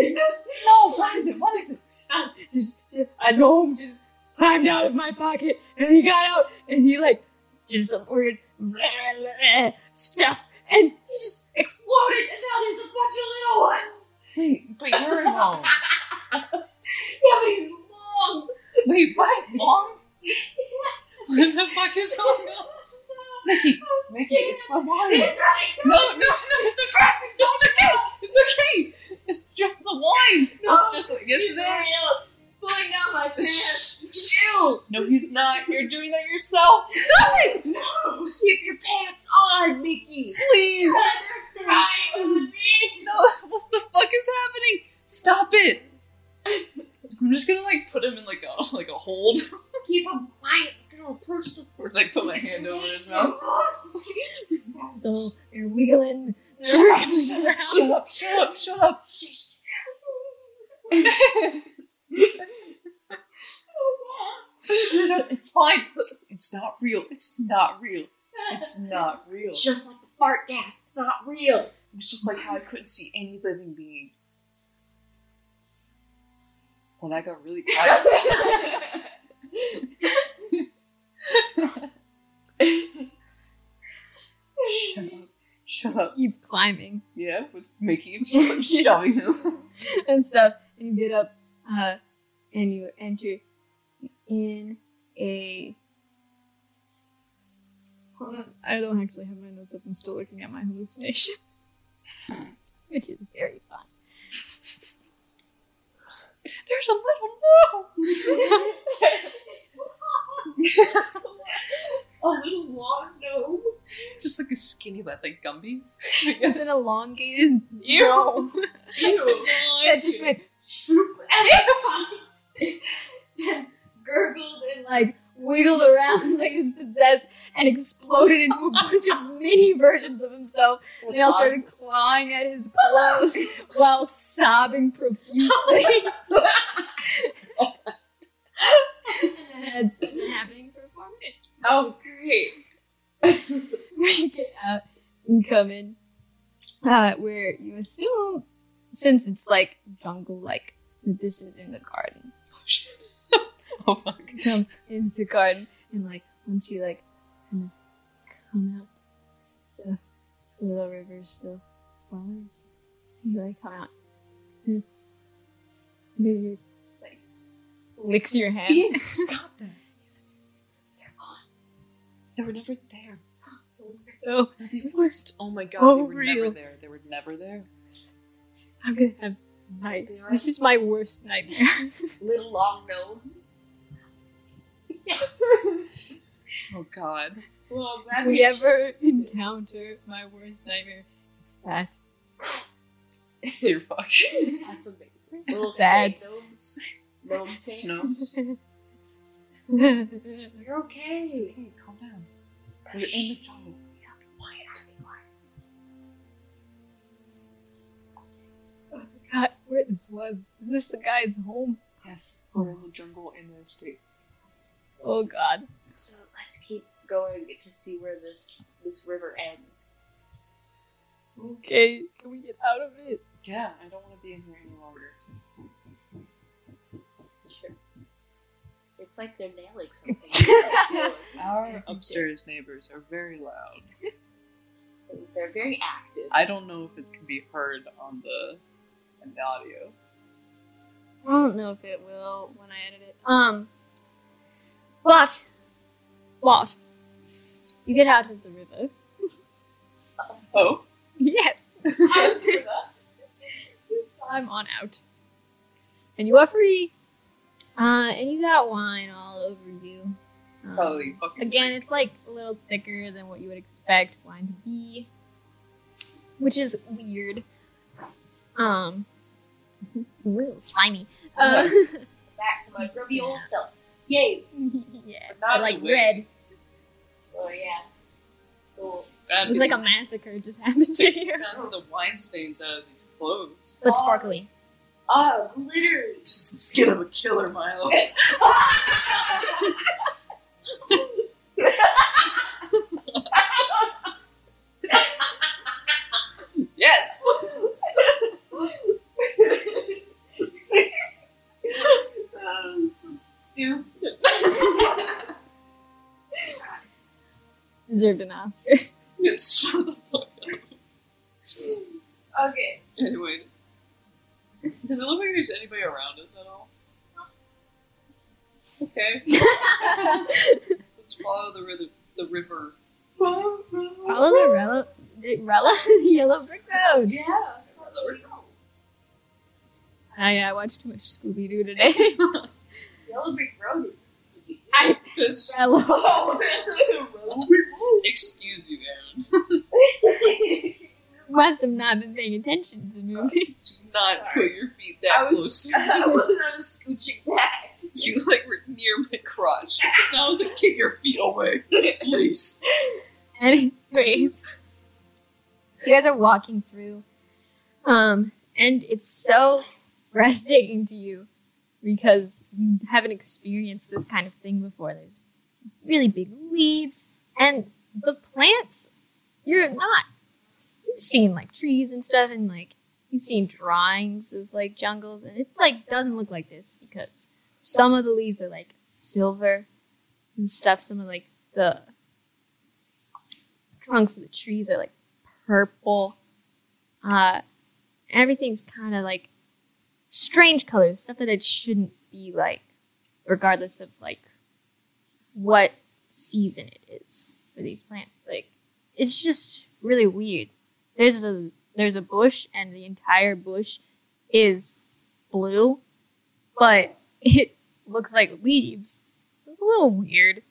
D: No, what is it? What is it?
A: just a gnome just climbed out of my pocket and he got out and he like just some weird stuff and he just exploded and now there's a bunch of little ones.
D: Wait, but you're at home.
A: Yeah, but he's long.
D: Wait, what? Mom? what the fuck is going on? Oh, Mickey, Mickey, it's my wine.
A: He's running
D: No, no, no, it's okay. It's okay. It's okay. It's just the wine. It's just yes,
E: Hurry
D: it
E: up. Pulling down my pants.
D: is. No, he's not. You're doing that yourself. Stop it.
E: No, keep your pants on, Mickey.
D: Please.
E: That's crying on me.
D: No, what the fuck is happening? Stop it. I'm just gonna like put him in like a like a hold.
E: Keep him quiet. We're know, personal.
D: Or like put my hand over his mouth.
F: So you're wiggling.
E: Shut up,
D: Shut up, shut up, shut up. Shut up, it's fine. It's, it's not real. It's not real. It's not real.
E: It's just like the fart gas. It's not real.
D: It's just like how I couldn't see any living being. Well, that got really quiet. Shut up. Shut up.
A: Keep climbing
D: Yeah, with Mickey and just like shoving him.
A: and stuff, and you get up, uh, and you enter in a. Hold on, I don't actually have my notes up. I'm still looking at my hallucination, which is very fun.
D: There's a little
E: A little long nose.
D: no. Just like a skinny lad, like Gumby.
A: It's an elongated
D: Ew.
E: Ew.
A: that just went gurgled and like wiggled around like he was possessed and exploded into a bunch of mini versions of himself. And they all started clawing at his clothes while sobbing profusely. and that's been happening for four minutes.
E: Oh, great.
A: We get out and come in, uh, where you assume, since it's like jungle like, that this is in the garden.
D: Oh my god.
A: come into the garden and like once you like kind of come out the, the little river's still flowing you like come out and maybe like licks your hand
D: Stop that. They were never there.
A: oh
D: They must. Oh my god,
A: Oh,
D: they were never
A: real.
D: there. They were never there.
A: i'm gonna have a night this is my worst nightmare
E: Little long nose.
D: Oh god.
E: Well, I'm glad
A: we ever encounter my worst nightmare it's that
D: Dear fuck.
E: That's amazing. Little
A: That's-
E: sad gnomes. Gnomes.
D: Snows.
E: You're okay.
D: Hey, calm down. We're in the jungle.
A: God, where this was is this the guy's home
D: Yes, we're in the jungle in the state.
A: oh god
E: So let's keep going to see where this this river ends.
A: okay can we get out of it
D: Yeah, I don't want to be in here any longer.
E: Sure. It's like they're nailing something.
D: Our upstairs neighbors are very loud.
E: they're very active.
D: I don't know if it can be heard on the, on the audio.
A: I don't know if it will when I edit it. Um, but, but, you get out of the river.
D: Oh,
A: Yes,
E: I
A: I'm on out. And you are free. Uh, and you got wine all over you. Um,
D: probably fucking.
A: Again, it's like a little thicker than what you would expect wine to be, which is weird. Um, a little slimy. Uh,
E: Back to my grubby old self. Yay!
A: yeah,
D: Not
A: like
D: weird.
A: red.
E: Oh yeah. Cool.
D: Glad to
A: like
D: get
A: a massacre just happened to you.
D: None the wine stains out of these clothes.
A: But sparkly.
E: Oh, glittery.
D: Just the skin of a killer, Milo. yes!
E: Um, so stupid.
A: Deserved an Oscar.
D: Yes, shut the fuck up.
E: Okay.
D: Anyways. Does it look like there's anybody around us at all? Okay. Let's follow the river. The river.
A: Follow the Rella, the Rella Yellow Brick Road.
E: Yeah.
A: Oh yeah, I watched too much Scooby Doo today.
E: Yellow Brick Road is spooky. Oh, I
D: Just-
A: Rella.
D: excuse you, Aaron.
A: Must have not been paying attention to the movies.
D: Do not
E: Sorry.
D: put your feet that
E: I was,
D: close. to
E: I was, I was scooching back.
D: You like were near my crotch. And I was like, get your feet away, please.
A: Anyways, so you guys are walking through, um, and it's so breathtaking to you because you haven't experienced this kind of thing before. There's really big leaves, and the plants you're not. You've seen like trees and stuff, and like you've seen drawings of like jungles, and it's like doesn't look like this because some of the leaves are like silver and stuff. Some of like the trunks of the trees are like purple. Uh, everything's kind of like strange colors, stuff that it shouldn't be like, regardless of like what season it is for these plants. Like it's just really weird. There's a there's a bush and the entire bush is blue, but it looks like leaves. So it's a little weird.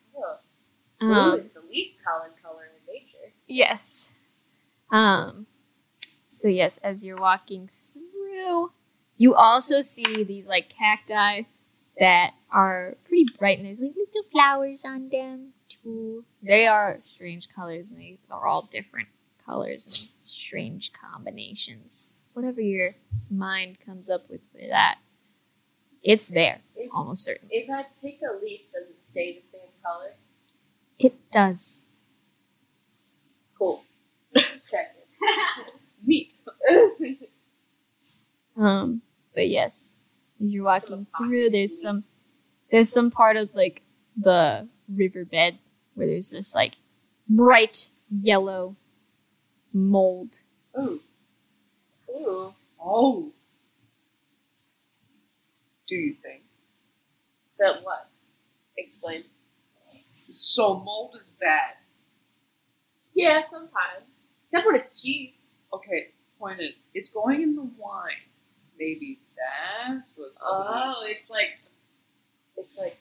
E: Blue
A: Um,
E: is the least common color in nature.
A: Yes. Um, so yes, as you're walking through, you also see these like cacti that are pretty bright, and there's like little flowers on them too. They are strange colors, and they are all different colors and strange combinations. Whatever your mind comes up with for that, it's there
E: If,
A: almost certainly.
E: if I pick a leaf, does it stay the same color?
A: It does.
E: Cool. Just checking.
D: Neat.
A: Um, but yes, as you're walking through, there's some, there's some part of like the riverbed where there's this like bright yellow mold.
E: Ooh. Ooh.
D: Oh. Do you think?
E: That what? Explain.
D: So mold is bad.
E: Yeah, sometimes. Except when it's cheap.
D: Okay, point is, it's going in the wine. Maybe that's what's
E: Oh, it's like it's like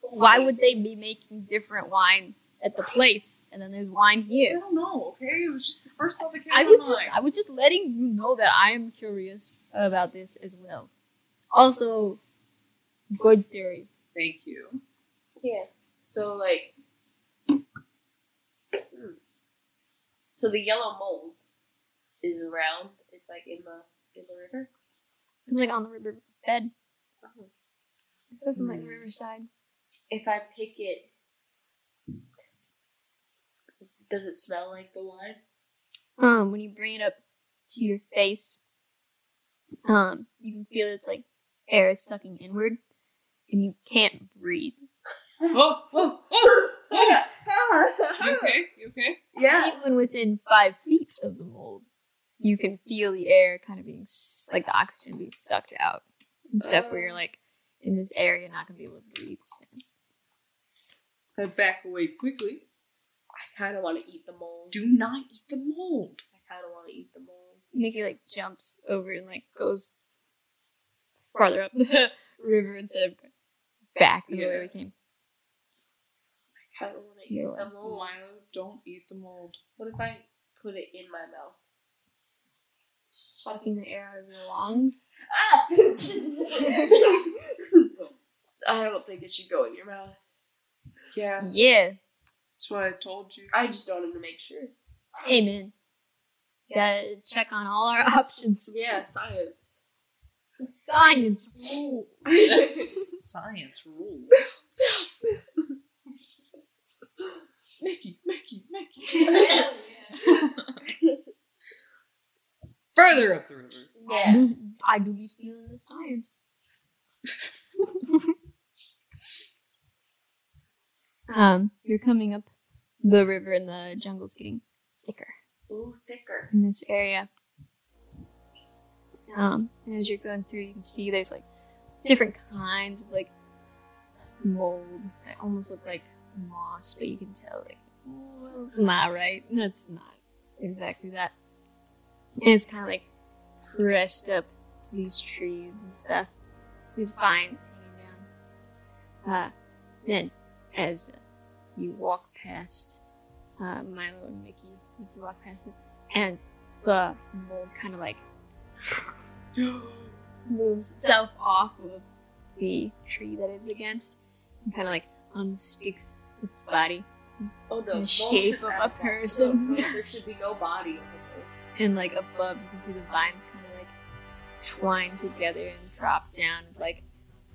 A: Why would they be making different wine at the place and then there's wine
D: I
A: here?
D: don't know, okay? It was just the first thought that came
A: I
D: to
A: was
D: my
A: just
D: mind.
A: I was just letting you know that I am curious about this as well. Also, good theory.
D: Thank you.
E: yeah. So like Hmm. so the yellow mold is around. It's like in the in the river.
A: It's like on the riverbed.
E: Oh.
A: So from like the riverside.
E: If I pick it, does it smell like the wine?
A: um, when you bring it up to your face, um, you can feel it's like air is sucking inward, and you can't breathe.
D: Oh, oh, oh, oh. You okay? You okay?
A: Even within five feet of the mold, you can feel the air kind of being s- like the oxygen being sucked out and stuff. Where you're like in this air, you're not gonna be able to breathe. soon.
D: I back away quickly.
E: I kind of want to eat the mold.
D: Do not eat the mold.
E: I kind of want to eat the mold.
A: Nikki like jumps over and like goes farther up the river instead of back the way
D: Yeah.
A: we came.
E: I kind of want to eat
A: You're
E: the
A: right.
E: mold.
D: Milo, don't eat the mold.
E: What if I put it in my mouth?
A: Sucking the air out of your lungs.
E: I don't think it should go in your mouth.
D: Yeah,
A: Yeah.
D: that's what I told you.
E: I just wanted to make sure.
A: Amen. Gotta check on all our options.
E: Yeah, science.
A: Science rules.
D: Science rules. Mickey, Mickey, Mickey. Further up the river.
E: Yeah.
A: I do be stealing the science. um, you're coming up the river and the jungle's getting thicker
E: Ooh, thicker.
A: in this area. Um, and as you're going through, you can see there's like different kinds of like mold that almost looks like moss, but you can tell like well, it's not right. That's not exactly that. And it's kind of like pressed up to these trees and stuff. These vines hanging down. Uh, then, as uh, you walk past uh, Milo and Mickey, you walk past them, and the mold kind of like moves itself off of the tree that it's against and kind of like unspeaks its body
E: Oh no,
A: The
E: bones
A: shape
E: should
A: of
E: not
A: a
E: be- no,
A: person.
E: no, there should be no body. over
A: and like above you can see the vines kind of like twined together and drop down like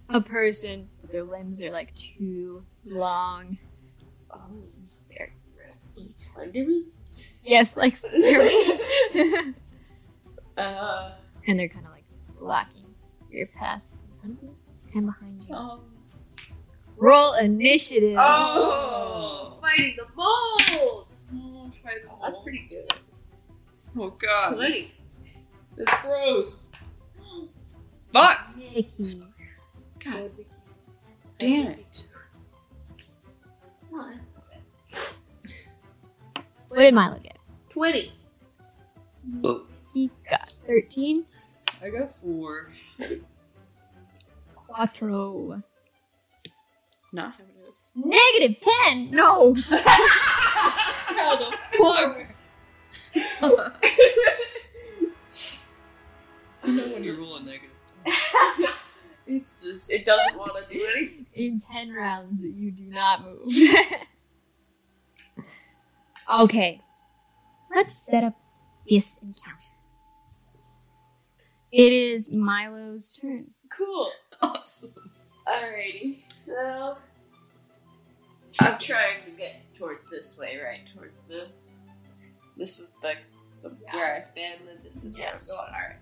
A: a person but their limbs are like too long
E: there. Oh, it's very gross.
A: yes like spirally.
E: Uh,
A: and they're kind of like blocking your path in front of you and behind you roll initiative
D: Oh!
E: fighting the mold.
D: Oh, fight the
E: That's
D: hole.
E: pretty good.
D: Oh god.
E: Twenty.
D: It's gross. Fuck!
A: Mickey.
D: God damn it.
A: what did milo get
E: Twenty.
A: he got 13
D: I got four.
A: quattro
B: Not
A: negative 10 no
D: How the fuck? you know when you roll a negative.
E: it's just it doesn't want to do anything.
A: in 10 rounds you do not move. okay. Let's set up this encounter. It is Milo's turn.
E: Cool.
D: Awesome.
E: Alrighty. So I'm trying to get towards this way, right? Towards the. This is the, the where I've been. And this is
D: Yes.
E: where I'm going. All right.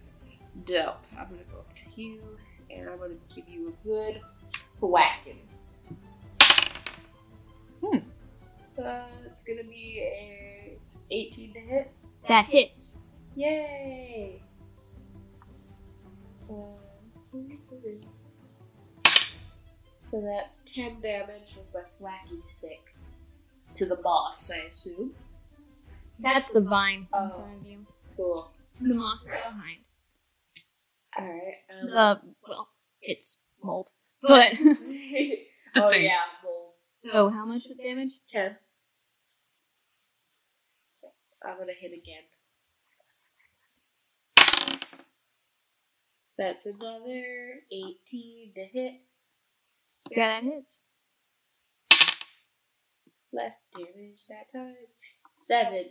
E: Dope. I'm gonna go up to you, and I'm gonna give you a good whacking.
D: Hmm.
E: Uh, it's gonna be a 18 to hit.
A: That hits.
E: Yay! Uh, So that's 10 damage with my flacky stick to the boss, I assume.
A: That's the vine in
E: Oh.
A: front of you.
E: Cool.
A: The monster behind.
E: Alright. Um,
A: The well, it's mold. But
E: oh,
D: thing.
E: yeah, well,
A: so how much with damage?
E: 10. I'm gonna hit again. That's another 18 to hit.
A: Yeah, that hits.
E: less damage that time. Seven.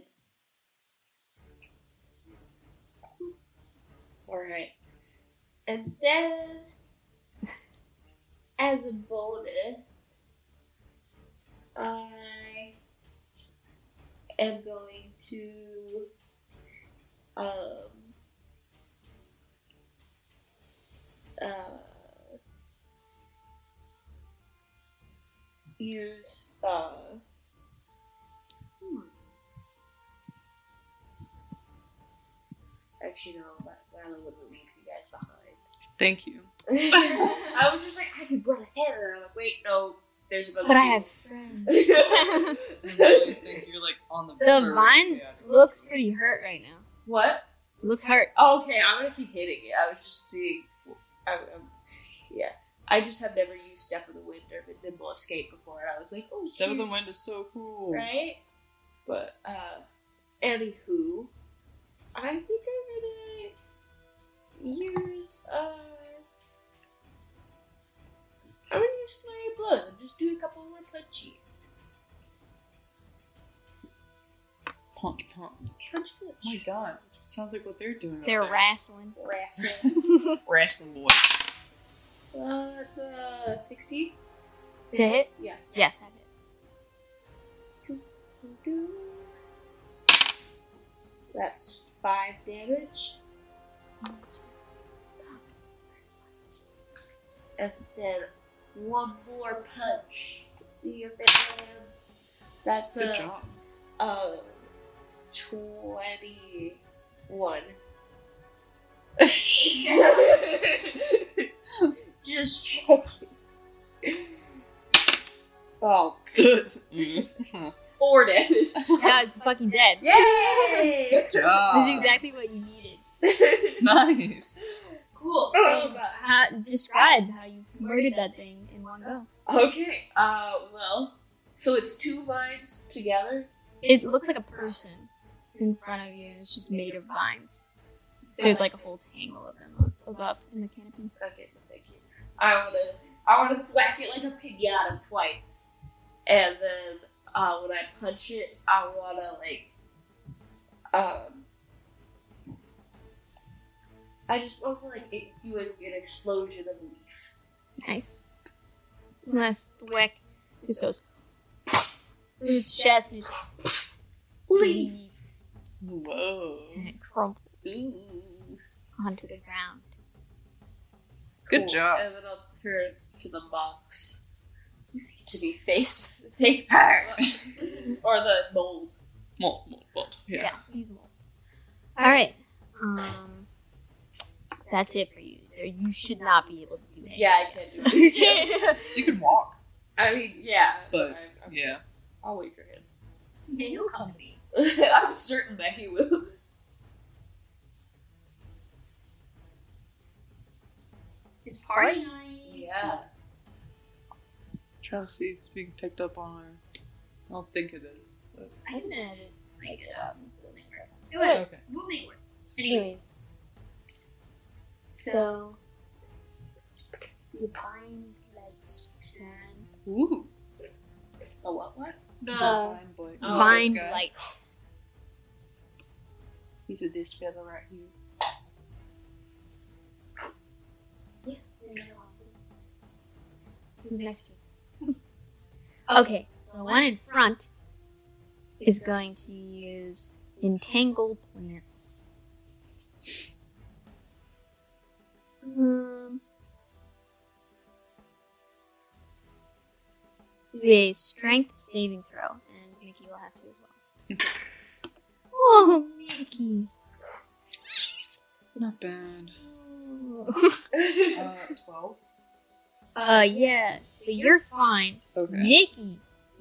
E: Alright. And then, as a bonus, I am going to. Um. Uh, use uh Hmm. Actually, no, Li- Lila wouldn't leave you guys behind.
D: Thank you.
E: I was just like, I could run ahead, and I'm like, wait, no, there's another.
A: But I
E: team.
A: have friends.
D: I really think you're like on the
A: The
D: verge,
A: vine
D: yeah.
A: looks pretty hurt right now.
E: what?
A: Looks hurt.
E: Oh, okay, I'm gonna keep hitting it. I was just seeing. I, um, yeah, I just have never used Step of the Wind or Nimble Escape before, and I was like, oh,
D: Step of the
E: shoot,
D: Wind is so cool.
E: right?
D: But
E: Uh, anywho, I think I'm gonna use uh, I'm gonna use flurry of blows and just do a couple more punchy.
D: punch punch.
E: Punch
D: Oh my god, this sounds like what they're doing. up
A: They're
D: there.
A: wrestling.
E: Wrestling.
D: Wrestling boy.
E: uh, that's uh, sixteen.
A: Did it hit?
E: Yeah.
A: Yes, that hits.
E: That's five damage. And then one more punch. See if it lands. That's
D: Good
E: a
D: job.
E: Uh, 21. Just checking. Oh,
D: Good. Mhm.
E: four damage.
A: Yeah, it's fucking dead.
E: Yay!
D: Good job.
A: This is exactly what you needed.
D: nice.
E: cool.
A: How, describe how you Oh. murdered that thing in one go.
E: Okay, uh, well, so it's two vines together.
A: It looks like a person in front of you, and it's just made of vines. So there's like a whole tangle of them above in the canopy.
E: Okay, thank you. I wanna I wanna whack it like a pinata twice. And then uh, when I punch it, I wanna like um I just want to like it, do like, an explosion of leaf.
A: Nice. And then the wick just goes through its chest and it just
E: Leaf.
D: Whoa.
A: and it crumbles
E: Ooh.
A: onto the ground.
B: Good
E: Cool.
B: job.
E: And then I'll turn to the box to be face face her or the mold.
D: Well, well, well, yeah.
A: he's mold. All right. Um, that's it for you. You should not be able to do that.
E: Yeah, I can. Do it.
D: You can walk,
E: I mean, yeah.
D: but
E: I, I,
D: yeah.
E: I'll wait for him.
F: Yeah, you'll come to me.
E: I'm certain that he will.
F: It's party night.
E: Yeah.
D: Trying to see if we can picked up on her. I don't think it is. but-
F: I didn't know how to make it up. I'm still make it up. Anyway,
D: Okay.
F: We'll make it work.
A: Anyways.
F: So,
A: So it's the pine leg's turn.
D: Ooh.
E: The what one?
F: the
D: Blind boy.
E: Oh,
A: Vine
D: this guy.
A: lights.
D: He's with this fella right here.
A: Next one. okay, so the one in front is going to use entangle plants. Um, do a strength saving throw, and Mickey will have to as well. oh, Mickey!
D: Not bad. Uh, 12.
A: uh, yeah. So you're fine.
D: Okay.
A: Nikki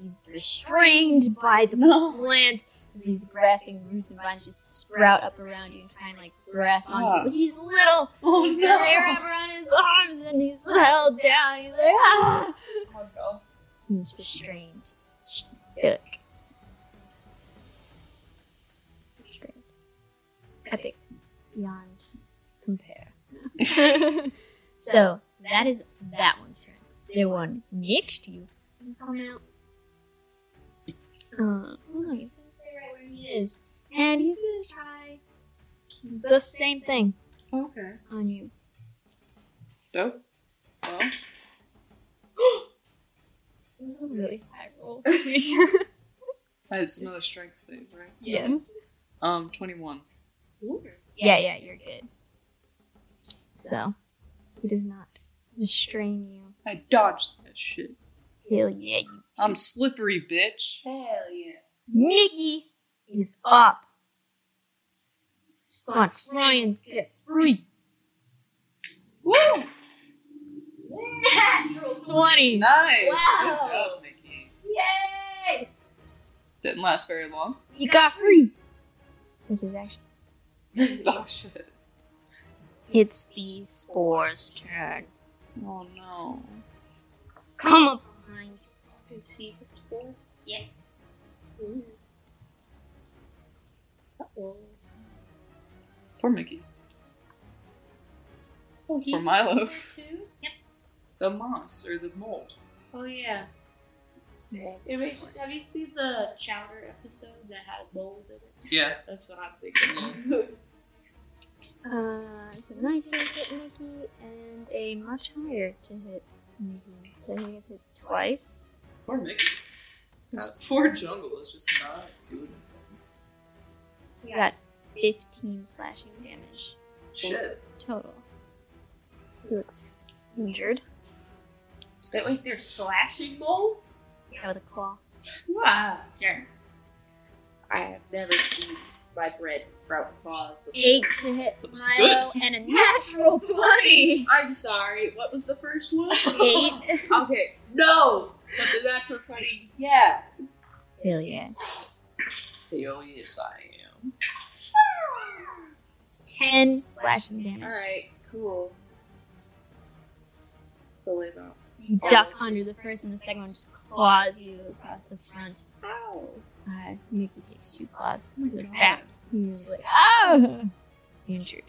A: is restrained by the plants as these grasping roots and vines just sprout up around you and try and like grasp on you.
D: Ah.
A: But he's little.
D: Oh
A: and They wrap around his arms and he's held down. He's like, ah!
E: Oh, no.
A: He's restrained. Epic. Restrained. Epic. Beyond compare. so that is that one's turn. The one next to you can come out. Uh, no, he's gonna stay right where he is, and he's gonna try the same thing
D: Okay.
A: on you.
D: Dope. Well,
A: Really high roll.
D: that's another strength save, right?
A: yes.
D: Um, 21.
A: Yeah, yeah, you're good. So, he does not restrain you.
D: I dodged that shit.
A: Hell yeah, you.
D: I'm slippery, bitch.
E: Hell yeah.
A: Nikki is up. Come on, try and get free.
D: Woo!
E: Natural
A: 20.
D: Nice.
E: Wow.
D: Good job, Nikki.
E: Yay!
D: Didn't last very long.
A: You got free. This is actually.
D: oh shit.
A: It's the spore's turn.
D: Oh no.
A: Come up behind.
E: see the score?
A: Yeah.
E: Uh-oh.
D: Poor Mickey.
E: Oh, he
D: For Milo.
E: was too?
D: The moss or the mold.
E: Oh, yeah. It makes, have you seen the Chowder episode that had mold in it?
D: Yeah.
E: That's what I'm thinking of.
A: Uh, it's a 19 to hit Nikki and a much higher to hit Nikki. So he gets hit twice.
D: Poor Mickey. This poor jungle is just not doing it.
A: You got 15 slashing damage
D: Shit.
A: total. He looks injured.
E: But wait, they're slashing mold?
A: Yeah, with a claw.
E: Wow. Sure. I have never seen my bread sprout claws before.
A: 8 to hit
D: That's
A: Milo and a natural 20!
E: I'm sorry, what was the first one?
A: 8.
E: okay, no! But the natural 20, yeah.
A: Hell yeah.
D: Hell yes, I am.
A: 10 slashing damage.
E: Alright, cool. So wait, no.
A: You duck under the first and the second one just claws you across the front.
E: Ow.
A: Uh, Nikki takes two claws to the
D: God.
A: back. He's like, ah! Injured.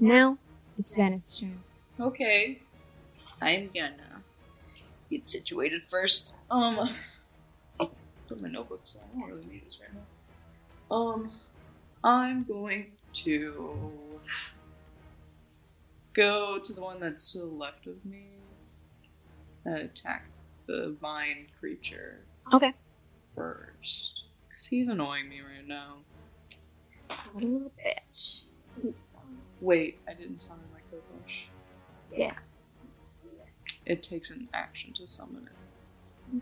A: Now, It's Zenith's turn.
D: Okay. I'm gonna get situated first. Um, put my notebooks on. I don't really need this right now. Um, I'm going to go to the one that's to the left of me and attack the vine creature.
A: Okay.
D: First. Because he's annoying me right now.
A: What a little bitch.
D: Wait, I didn't summon my code rush.
A: Yeah.
D: It takes an action to summon it.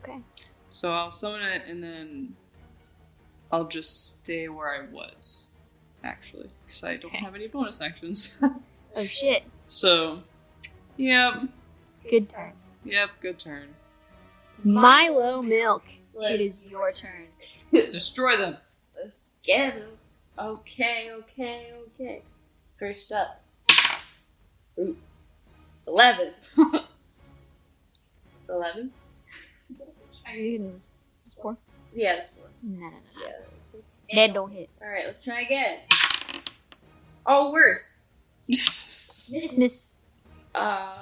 A: Okay.
D: So I'll summon it and then I'll just stay where I was, actually, because I don't
A: Okay.
D: have any bonus actions.
A: Oh shit.
D: so, yep,
A: Good turn.
D: yep, good turn.
A: Milo Milk.
E: Let's
A: It is your turn.
D: Destroy them!
E: Let's get him. Okay, okay, okay. First up. Ooh. Eleven. Eleven?
A: Are you hitting this four?
E: Yeah, that's four.
A: No, no, no.
E: Yeah, that's four.
A: That don't hit.
E: Alright, let's try again. Oh, worse.
A: Miss, miss.
E: Uh,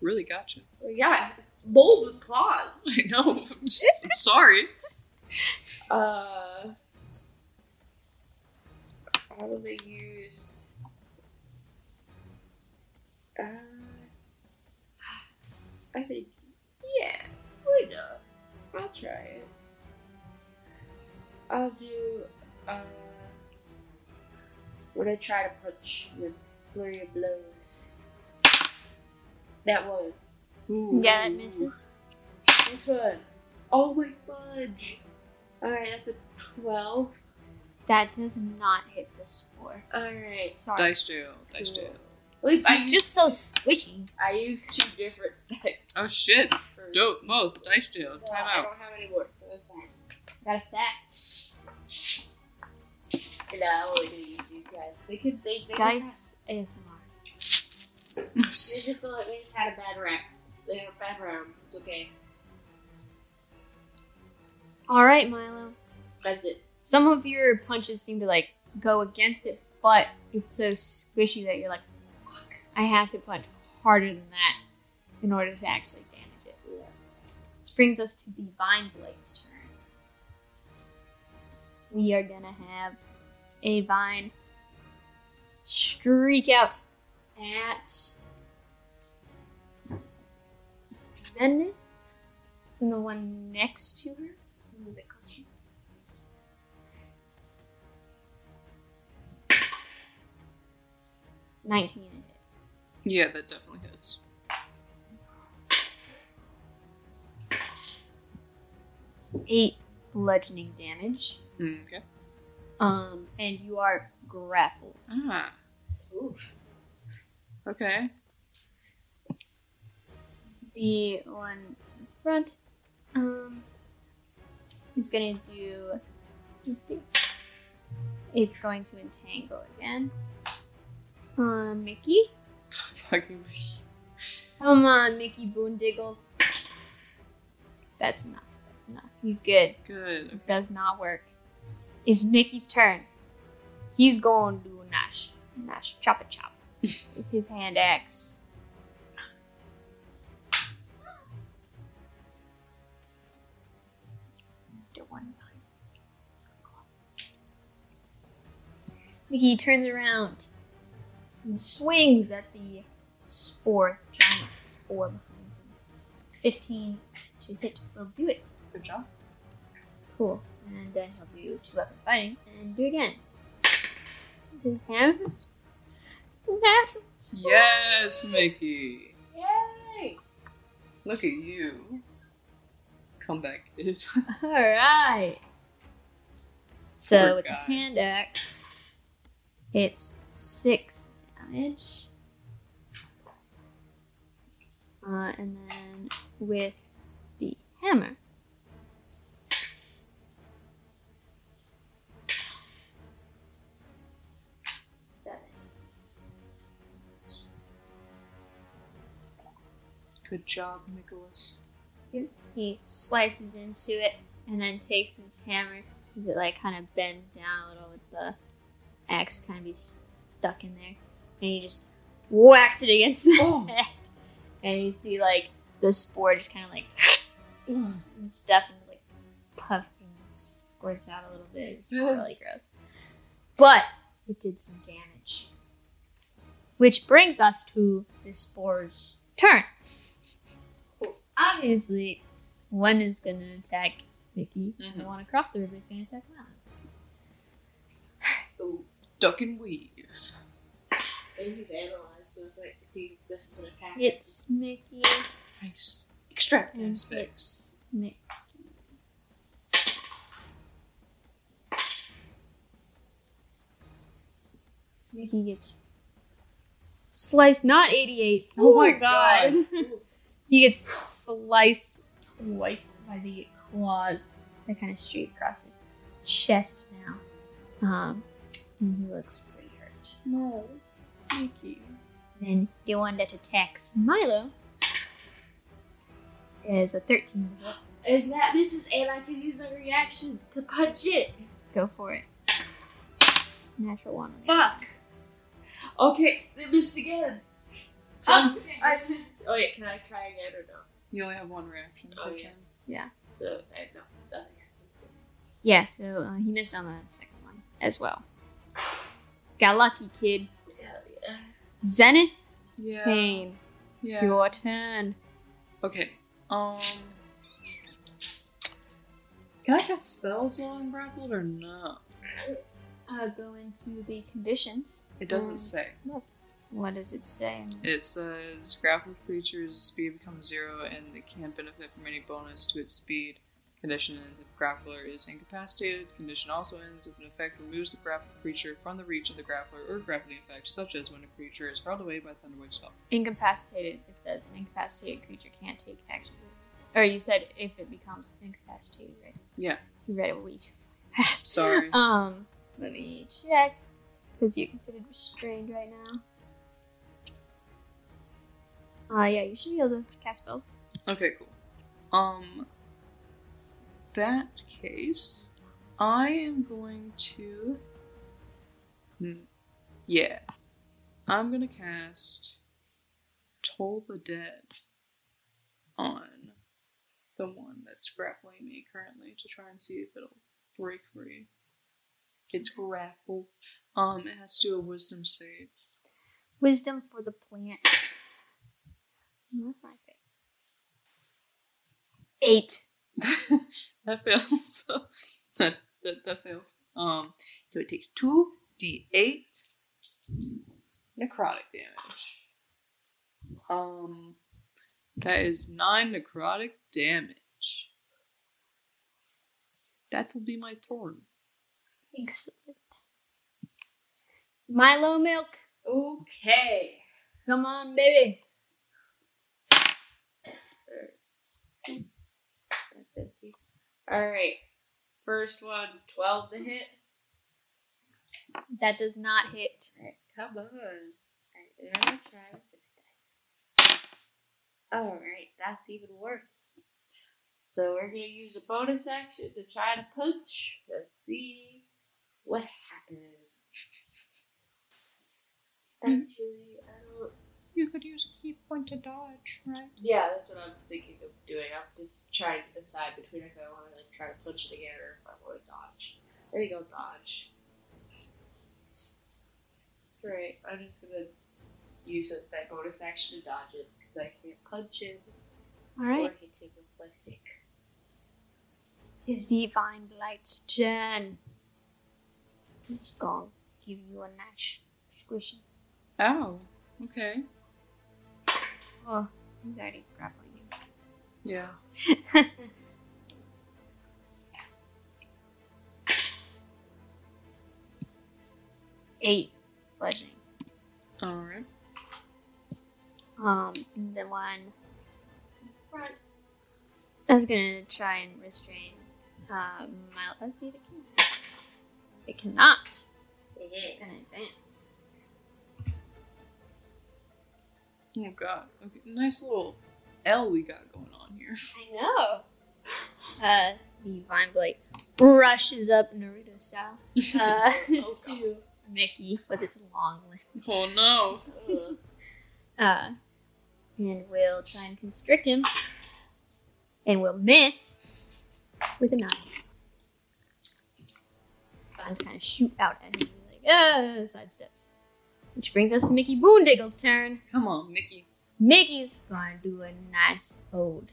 D: really gotcha.
E: well, yeah. Bold with claws.
D: I know, I'm, s- I'm sorry.
E: Uh, I'm gonna use. Uh, I think, yeah, why not? I'll try it. I'll do. Uh, when I try to punch with flurry of blows, that one.
D: Ooh.
A: Yeah, that misses.
E: Next one. Oh my fudge! All right, that's a twelve.
A: That does not hit this four.
E: All right.
A: Sorry.
D: Dice jail, dice jail.
E: Leap, I
A: It's
E: used,
A: just so squishy.
E: I used two different decks.
D: Oh shit,
E: for-
D: dope, both, dice jail,
E: No,
D: time
E: I
D: out.
E: don't have any more. so That's fine.
A: Got a sack.
E: And I only do use these guys. They could, they, they just,
A: Dice ASMR.
E: they just feel like they just had a bad rap. They have a bad round. It's okay.
A: All right, Milo.
E: That's it.
A: Some of your punches seem to like go against it, but it's so squishy that you're like, fuck, I have to punch harder than that in order to actually damage it. This brings us to the Vine Blade's turn. We are gonna have a vine streak out at Zenith and the one next to her. Move it closer. Nineteen.
D: Yeah, that definitely hits.
A: Eight bludgeoning damage.
D: Mm, Okay.
A: Um, and you are grappled.
D: Ah. Okay.
A: the one in front um, is going to do. Let's see. It's going to entangle again. Um, Mickey.
D: Fucking
A: Come on, Mickey Boondiggles. That's enough. That's enough. He's good.
D: good.
A: It does not work. It's Mickey's turn. He's going to do a Nash. Nash. Chop a chop. with his hand axe. The one nine. Mickey turns around and swings at the spore, giant spore behind him. 15 to hit will do it.
D: Good job.
A: Cool. And then he'll do two weapon fighting and do again. His hand. Natural.
D: Yes, Mickey.
E: Yay!
D: Look at you. Come back, kid.
A: All right. So
D: Poor
A: with the
D: guy.
A: hand axe, it's six damage. Uh, and then with the hammer, seven.
D: Good job, Nicholas.
A: He slices into it and then takes his hammer as it like kind of bends down a little with the axe kind of be stuck in there. And he just whacks it against the
E: Oh.
A: head. And you see like the spore just kind of like and stuff and like puffs and squirts out a little bit. It's really gross. But it did some damage. Which brings us to the spore's turn. Obviously, one is going to attack Mickey, and the
D: Mhm.
A: one across the river is going to attack Mom.
D: Duck and weave.
E: And he's analyzed, so if, like, if he doesn't attack,
A: It's Mickey
D: Nice. Extract
A: and
D: aspects.
A: Mick. Mickey gets sliced, not 88.
D: Oh my god.
A: he gets sliced twice by the claws that kind of straight across his chest now. Um, and he looks pretty hurt.
D: No. Mickey.
A: Then the one that attacks Milo is a 13.
E: and that misses, and I can use my reaction to punch it.
A: Go for it. Natural one.
E: Fuck. Okay, it missed again. Um, I, oh wait, can I try again or no?
D: You only have one reaction.
E: Oh,
D: per
E: yeah.
D: turn.
E: So I no, nothing.
A: Yeah, so uh, he missed on the second one as well. Got lucky, kid.
E: Hell yeah.
A: Zenith
D: Yeah.
A: Pain.
D: Yeah.
A: It's your turn.
D: Okay. Um. Can I cast spells while I'm grappled or no?
A: Uh, go into the conditions.
D: It doesn't
A: Um,
D: say.
A: What does it say?
D: It says grappled creature's speed becomes zero and it can't benefit from any bonus to its speed. Condition ends if grappler is incapacitated. Condition also ends if an effect removes the grappled creature from the reach of the grappler or grappling effect, such as when a creature is hurled away by Thunderwave spell.
A: Incapacitated. It says an incapacitated creature can't take action. Or you said if it becomes incapacitated, right?
D: Yeah.
A: You read it way too fast.
D: Sorry.
A: Um, let me check. Because you're considered restrained right now. Uh, yeah, you should be able to cast spells.
D: Okay, cool. Um, that case, I am going to. Hmm. Yeah, I'm gonna cast Toll the Dead on the one that's grappling me currently to try and see if it'll break free. It's grapple. Um, it has to do a Wisdom save.
A: Wisdom for the plant. No, That's not good. Eight.
D: that fails. that, that that fails. Um, so it takes two d eight necrotic damage. Um, that is nine necrotic damage. That will be my turn.
A: Excellent. Milo milk.
E: Okay.
A: Come on, baby.
E: Alright. First one, 12 to hit.
A: That does not hit.
E: Come on. Alright, I'm gonna try with this guy. Alright, that's even worse. So we're gonna use a bonus action to try to punch. Let's see what happens. Actually, I don't.
D: You could use a key point to dodge, right?
E: Yeah, that's what I was thinking of doing. I'm just trying to decide between if I want to like try to punch it again or if I want to dodge. I think I'll dodge. Right, I'm just gonna use it, that bonus action to dodge it because I can't punch it
A: All
E: or I
A: right.
E: can take a plastic.
A: It is divine blight's turn. It's gonna give you a nice squishy.
D: Ow. Okay.
A: Oh, he's already grappling you.
D: Yeah.
A: Eight bludgeoning.
D: All right.
A: Um, and the one in front. I was gonna try and restrain uh, my. Let's see if it can. It cannot. It's gonna advance.
D: Oh god. Okay. Nice little L we got going on here.
A: I know. Uh, the vine blade rushes up Naruto style uh, to Mickey with its long limbs.
D: Oh no.
E: Ugh.
A: Uh, and we'll try and constrict him. And we'll miss with a nine. Bonds kind of shoot out at him. Like, ah, sidesteps. Which brings us to Mickey Boondiggle's turn.
D: Come on, Mickey.
A: Mickey's gonna do a nice old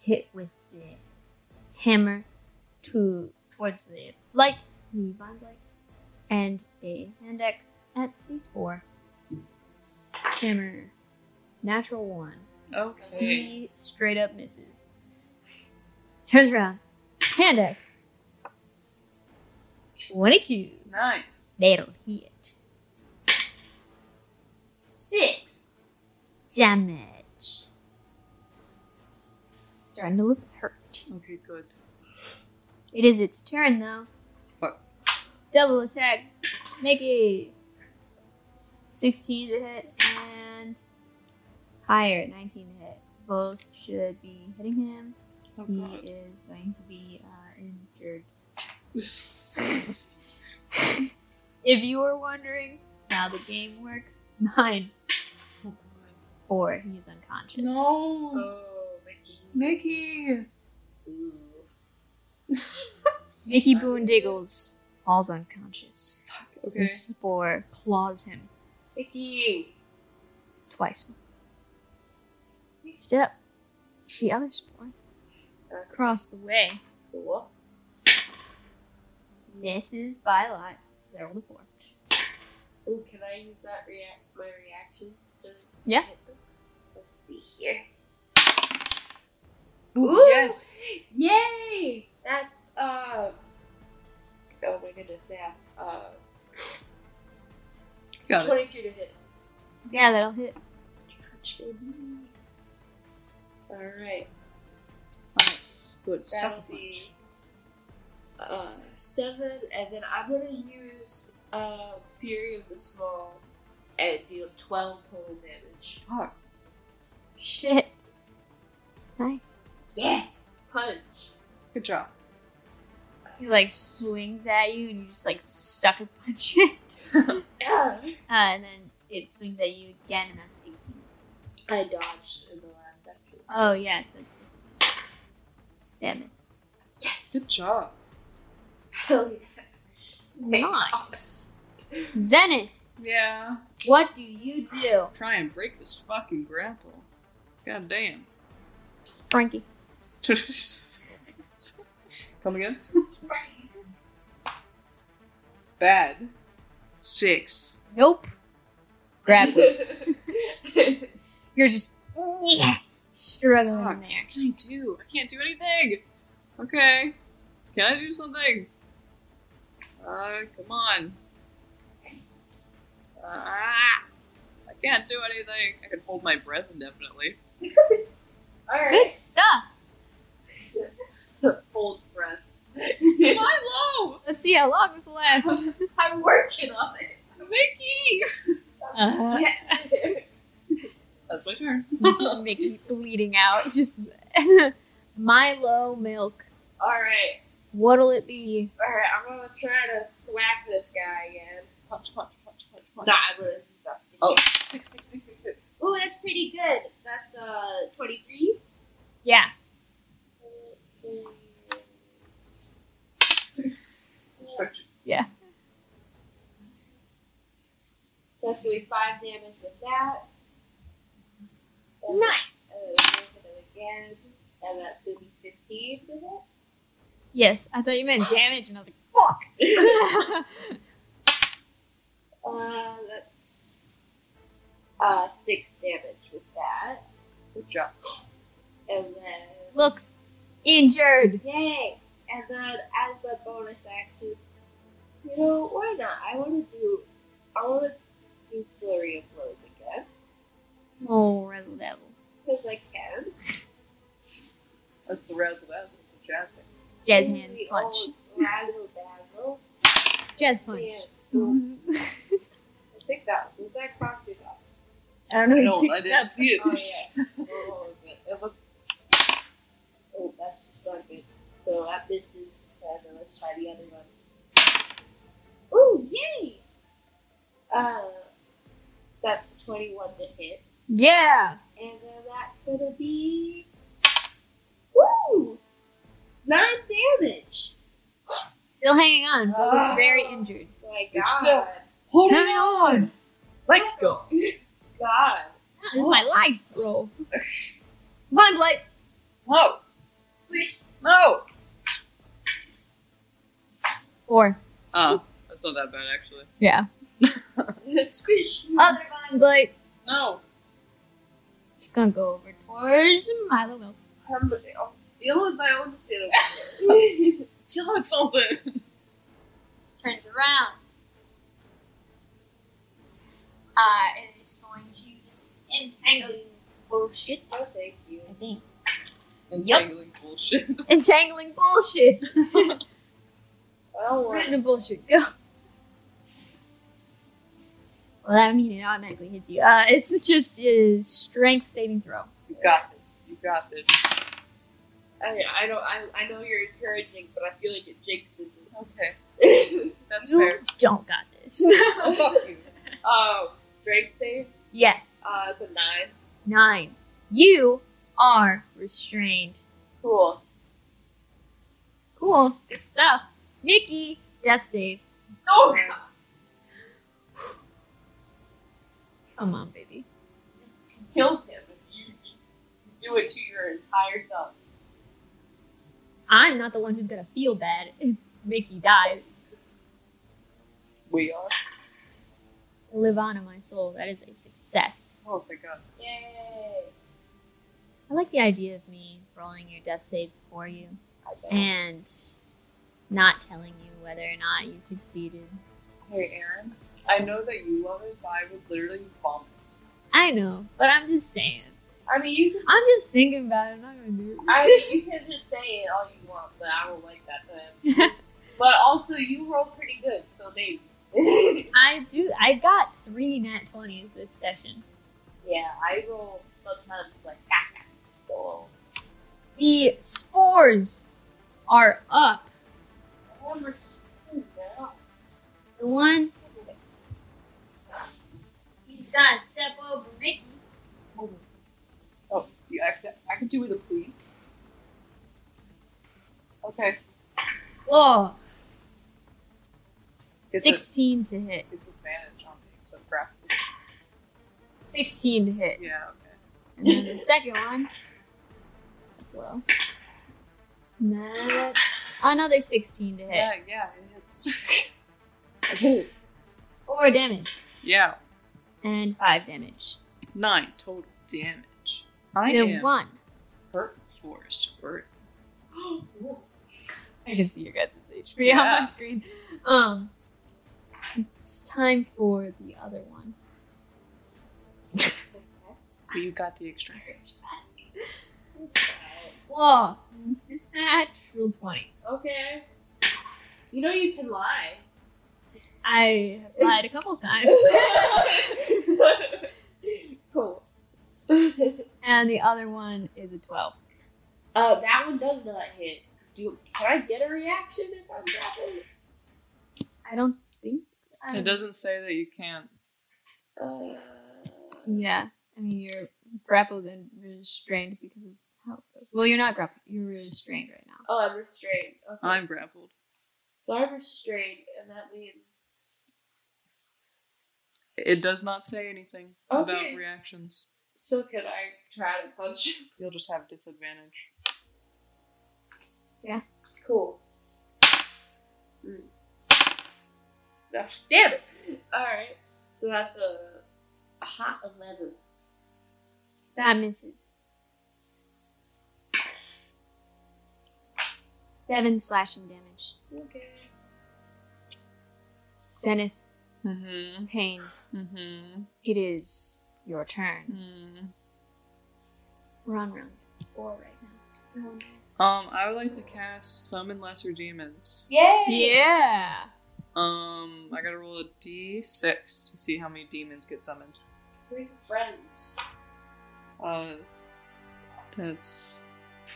A: hit with the hammer to towards the light, the vine light, and a hand axe at these four. Hammer, natural one.
D: Okay.
A: He straight up misses. Turns around, hand axe. Twenty-two.
D: Nice.
A: That'll hit. Six damage. Starting to look hurt.
D: Okay, good.
A: It is its turn though.
D: Fuck.
A: Double attack. Mickey. 16 to hit and higher, 19 to hit. Both should be hitting him.
D: Oh,
A: He
D: God.
A: is going to be uh, injured.
D: That's
A: If you were wondering how the game works, nine. Or he is unconscious.
D: no.
E: Oh, Mickey.
D: Mickey.
E: Ooh.
A: Mickey Boone Diggles falls unconscious.
D: Okay.
A: The spore claws him
E: Mickey.
A: twice. Step. The other spore. Across the way.
E: Cool.
A: Misses by a lot. They're on the floor.
E: Ooh, can I use that react my reaction? To
A: Yeah.
E: Let's see here.
D: Ooh,
E: Ooh.
D: yes.
E: Yay! That's uh. Oh my goodness, now. Uh,
D: Got it.
E: twenty-two to hit.
A: Yeah, that'll hit.
E: All right,
D: Nice. Good. Sucker
E: that'll be uh seven, and then I'm gonna use uh Fury of the Small and deal twelve total damage.
D: punch. Fuck.
A: Shit. Nice.
E: Yeah, punch.
D: Good job.
A: He like swings at you and you just like sucker punch it.
E: Ah,
A: Uh, and then it swings at you again and that's 18.
E: I dodged in the last action.
A: Oh yeah, so it's Yeah, miss.
D: Good job.
E: Hell yeah!
A: Nice. Zenith,
D: Yeah.
A: what do you do?
D: Try and break this fucking grapple. God damn.
A: Frankie.
D: Come again? Bad. Six.
A: Nope. Grab it.
E: Grapple.
A: You're just yeah, struggling
D: Fuck.
A: there.
D: What can I do? I can't do anything. Okay. Can I do something? Uh, come on. Ah, I can't do anything. I can hold my breath indefinitely.
E: All
A: Good
E: right,
A: stuff.
E: hold breath.
D: Fly low!
A: Let's see how long this lasts.
E: I'm working on it.
D: Mickey!
A: Uh,
D: That's my turn.
A: Mickey bleeding out. It's Just Milo milk.
E: all right,
A: What'll it be?
E: all right. I'm gonna try to thwack this guy again. Punch, punch, punch, punch, punch. Nah, I'm gonna investigate.
D: Oh, six, six, six, six, six.
E: Ooh, that's pretty good. That's uh 23.
A: Yeah. Yeah.
E: So that's gonna be five damage with that. And
A: Nice.
E: then with it again, and that's gonna be 15 to hit.
A: Yes, I thought you meant damage, and I was like, fuck.
E: Uh, that's uh six damage with that,
D: Good job.
E: and then
A: Looks injured.
E: Yay! And then as my bonus action, you know, why not? I want to do, I want to do flurry of blows again
A: Oh, Razzle Dazzle.
E: because I can.
D: That's the razzle dazzle. It's a jazz hand.
A: Jazz
E: Do
A: hand
E: the
A: punch.
E: old Razzle dazzle.
A: Jazz punch. Mm-hmm.
E: Yeah.
A: I
E: I think that was that crossed it off.
A: don't know.
D: I
A: who
D: don't, I
A: picks
D: didn't
A: up.
D: see it.
E: Oh yeah. oh, okay. it looked, oh, that's not good. So that misses. And then let's try the other one. Ooh, yay! Uh, that's twenty-one to hit.
A: Yeah.
E: And then that's gonna be. Woo! Nine damage!
A: Still hanging on, but looks very injured.
E: Oh my
D: You're
E: god.
D: still- Hold on! Let go!
E: God.
A: That is my life roll. Come on, Blake.
D: No!
F: Swish.
D: No!
A: Four.
D: Oh, that's not that bad actually.
A: Yeah.
E: Squish.
A: Other one, Blake.
D: No!
A: She's gonna go over towards Milo Milk.
E: I'm dealing with my own feelings.
D: Tell him something!
A: Turns around. Uh, and is going to use its entangling bullshit.
E: oh, thank you.
A: I think.
D: Entangling bullshit.
A: Entangling bullshit.
E: Well,
A: Right in
E: one.
A: the bullshit. Go. Well, I mean, it automatically hits you. Uh, it's just a strength saving throw.
D: You got this. You got this.
E: I, I don't. I, I know you're encouraging, but I feel like it jinxes
D: Okay.
E: me.
D: That's
A: You
D: fair.
A: don't got this.
D: Oh, fuck you.
E: um, strength save.
A: yes.
E: Uh, it's a nine.
A: Nine. You are restrained.
E: Cool.
A: Cool. Good stuff. Nikki, death save.
E: Oh
A: Okay.
E: god.
A: Come on, baby.
E: Killed him. If you, you do it to your entire self.
A: I'm not the one who's gonna feel bad if Mickey dies.
D: We are.
A: Live on in my soul. That is a success.
D: Oh, thank God.
E: Yay.
A: I like the idea of me rolling your death saves for you
E: I don't.
A: and not telling you whether or not you succeeded.
D: Hey, Aaron. I know that you love it, but I would literally vomit.
A: I know, but I'm just saying.
E: I mean, you can.
A: I'm just thinking about it. I'm not gonna do it.
E: I mean, you can just say it all you want, but I don't like that to him. but also, you roll pretty good, so maybe.
A: I do. I got three nat 20s this session.
E: yeah, I roll sometimes like that. So
A: The spores are up.
E: I remember shooting down.
A: The one he's gonna step over Mickey.
D: Oh, you, I, could- I could do with a please. Okay.
A: Oh,
D: It's a-
A: 16 to hit.
D: It's advantage on me, so graphic.
A: 16 to hit.
D: Yeah, okay.
A: And then the second one. That's low. That's another 16 to hit.
D: Yeah, yeah, it hits. I did it.
A: 4 damage.
D: yeah,
A: And 5 damage.
D: nine total damage. I
A: the
D: am
A: one.
D: hurt for a squirt.
A: I can see your guys' HP on
D: Yeah.
A: my screen. Um, It's time for the other one.
D: But you got the extra hit.
A: Whoa! Natural 20.
E: Okay. You know you can lie.
A: I have lied a couple times.
E: cool.
A: and the other one is a 12.
E: Uh, that one does not hit. Do can I get a reaction if I'm grappled?
A: I don't think so. I
D: It
A: don't-
D: doesn't say that you can't.
E: Uh,
A: Yeah, I mean you're grappled and restrained because of how. It goes. Well, you're not grappled. You're restrained right now.
E: oh, I'm restrained. Okay.
D: I'm grappled.
E: so I'm restrained, and that means
D: It does not say anything
E: Okay.
D: about reactions.
E: so. Can I try to punch?
D: You'll just have disadvantage.
E: Cool. Mm. Gosh, damn it! Alright. So that's a, a hot 11.
A: That misses. Seven slashing damage.
E: Okay.
A: Zenith
D: Mm-hmm.
A: pain.
D: Mm-hmm.
A: It is your turn.
D: Mm.
A: Run, run. Or right now.
D: Um, I would like to cast Summon Lesser Demons.
E: Yay!
A: Yeah.
D: Um, I gotta roll a d6 to see how many demons get summoned.
E: Three friends.
D: Uh, that's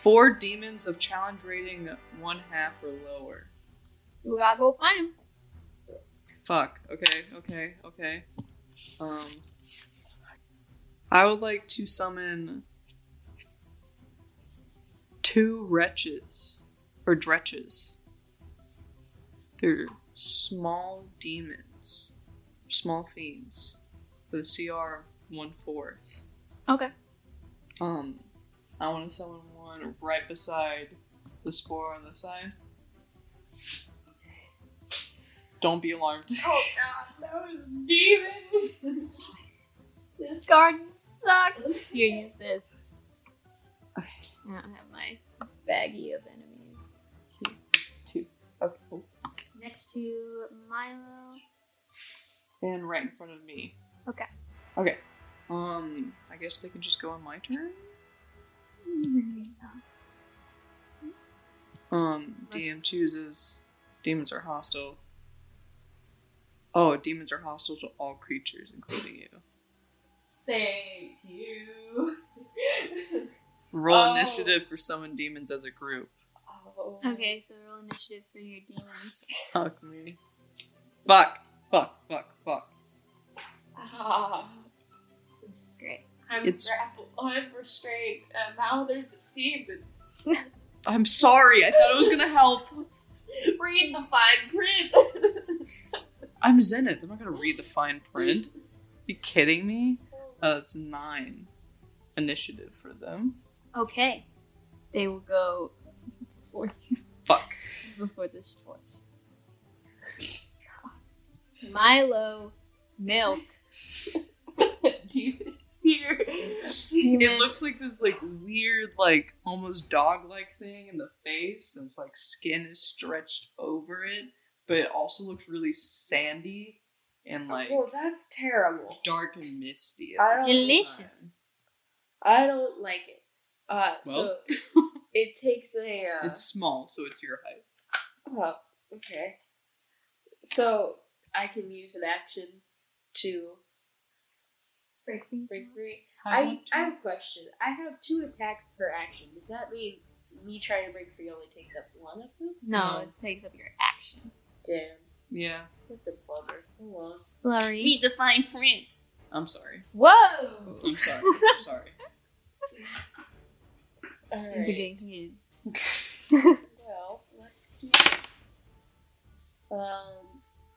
D: four demons of challenge rating one half or lower.
A: You gotta go find him.
D: Fuck. Okay. Okay. Okay. Um, I would like to summon two wretches or dretches. They're small demons, small fiends, with a CR one fourth.
A: Okay.
D: Um, I want to summon one right beside the spore on the side. Don't be alarmed.
E: Oh god, those demons!
A: This garden sucks. Here, use this. I
D: Okay.
A: don't have my baggie of enemies.
D: Okay, cool.
A: Next to Milo.
D: And right in front of me.
A: Okay.
D: Okay. Um, I guess they can just go on my turn. Um,
A: Let's-
D: DM chooses demons are hostile. Oh, demons are hostile to all creatures, including you.
E: Thank you.
D: Roll
E: Oh.
D: initiative for summon demons as a group.
E: oh.
A: Okay, so roll initiative for your demons.
D: Fuck me. Fuck. Fuck. Fuck. Fuck.
E: Ah,
A: This is great.
E: I'm
D: It's-
E: grappled. I'm restrained, and now there's a demon.
D: I'm sorry. I thought it was gonna help.
E: Read the fine print.
D: I'm Zenith. I'm not gonna read the fine print. you kidding me? Uh, it's nine initiative for them.
A: Okay. They will go
D: Fuck.
A: before this force. Milo, milk.
E: Do you hear?
D: It looks like this like weird like almost dog like thing in the face, and it's like skin is stretched over it, but it also looks really sandy and like
E: Well, that's terrible.
D: dark and misty.
E: I
D: at the
E: don't-
D: same
A: Delicious.
D: time.
E: I don't like it. Uh,
D: Well.
E: so it takes a. Uh,
D: It's small, so it's your height.
E: Oh, okay. So I can use an action to break free. Break free. I, I have a question. I have two attacks per action. Does that mean me trying to break free only takes up one of them?
A: No, it takes up your action.
E: Damn,
D: Yeah,
E: that's a bummer. Hold on.
A: Flurry.
F: Meet the fine print.
D: I'm sorry.
A: Whoa!
D: I'm sorry. I'm sorry.
E: All
A: It's a
E: right.
A: good kid.
E: Well, let's do. Um,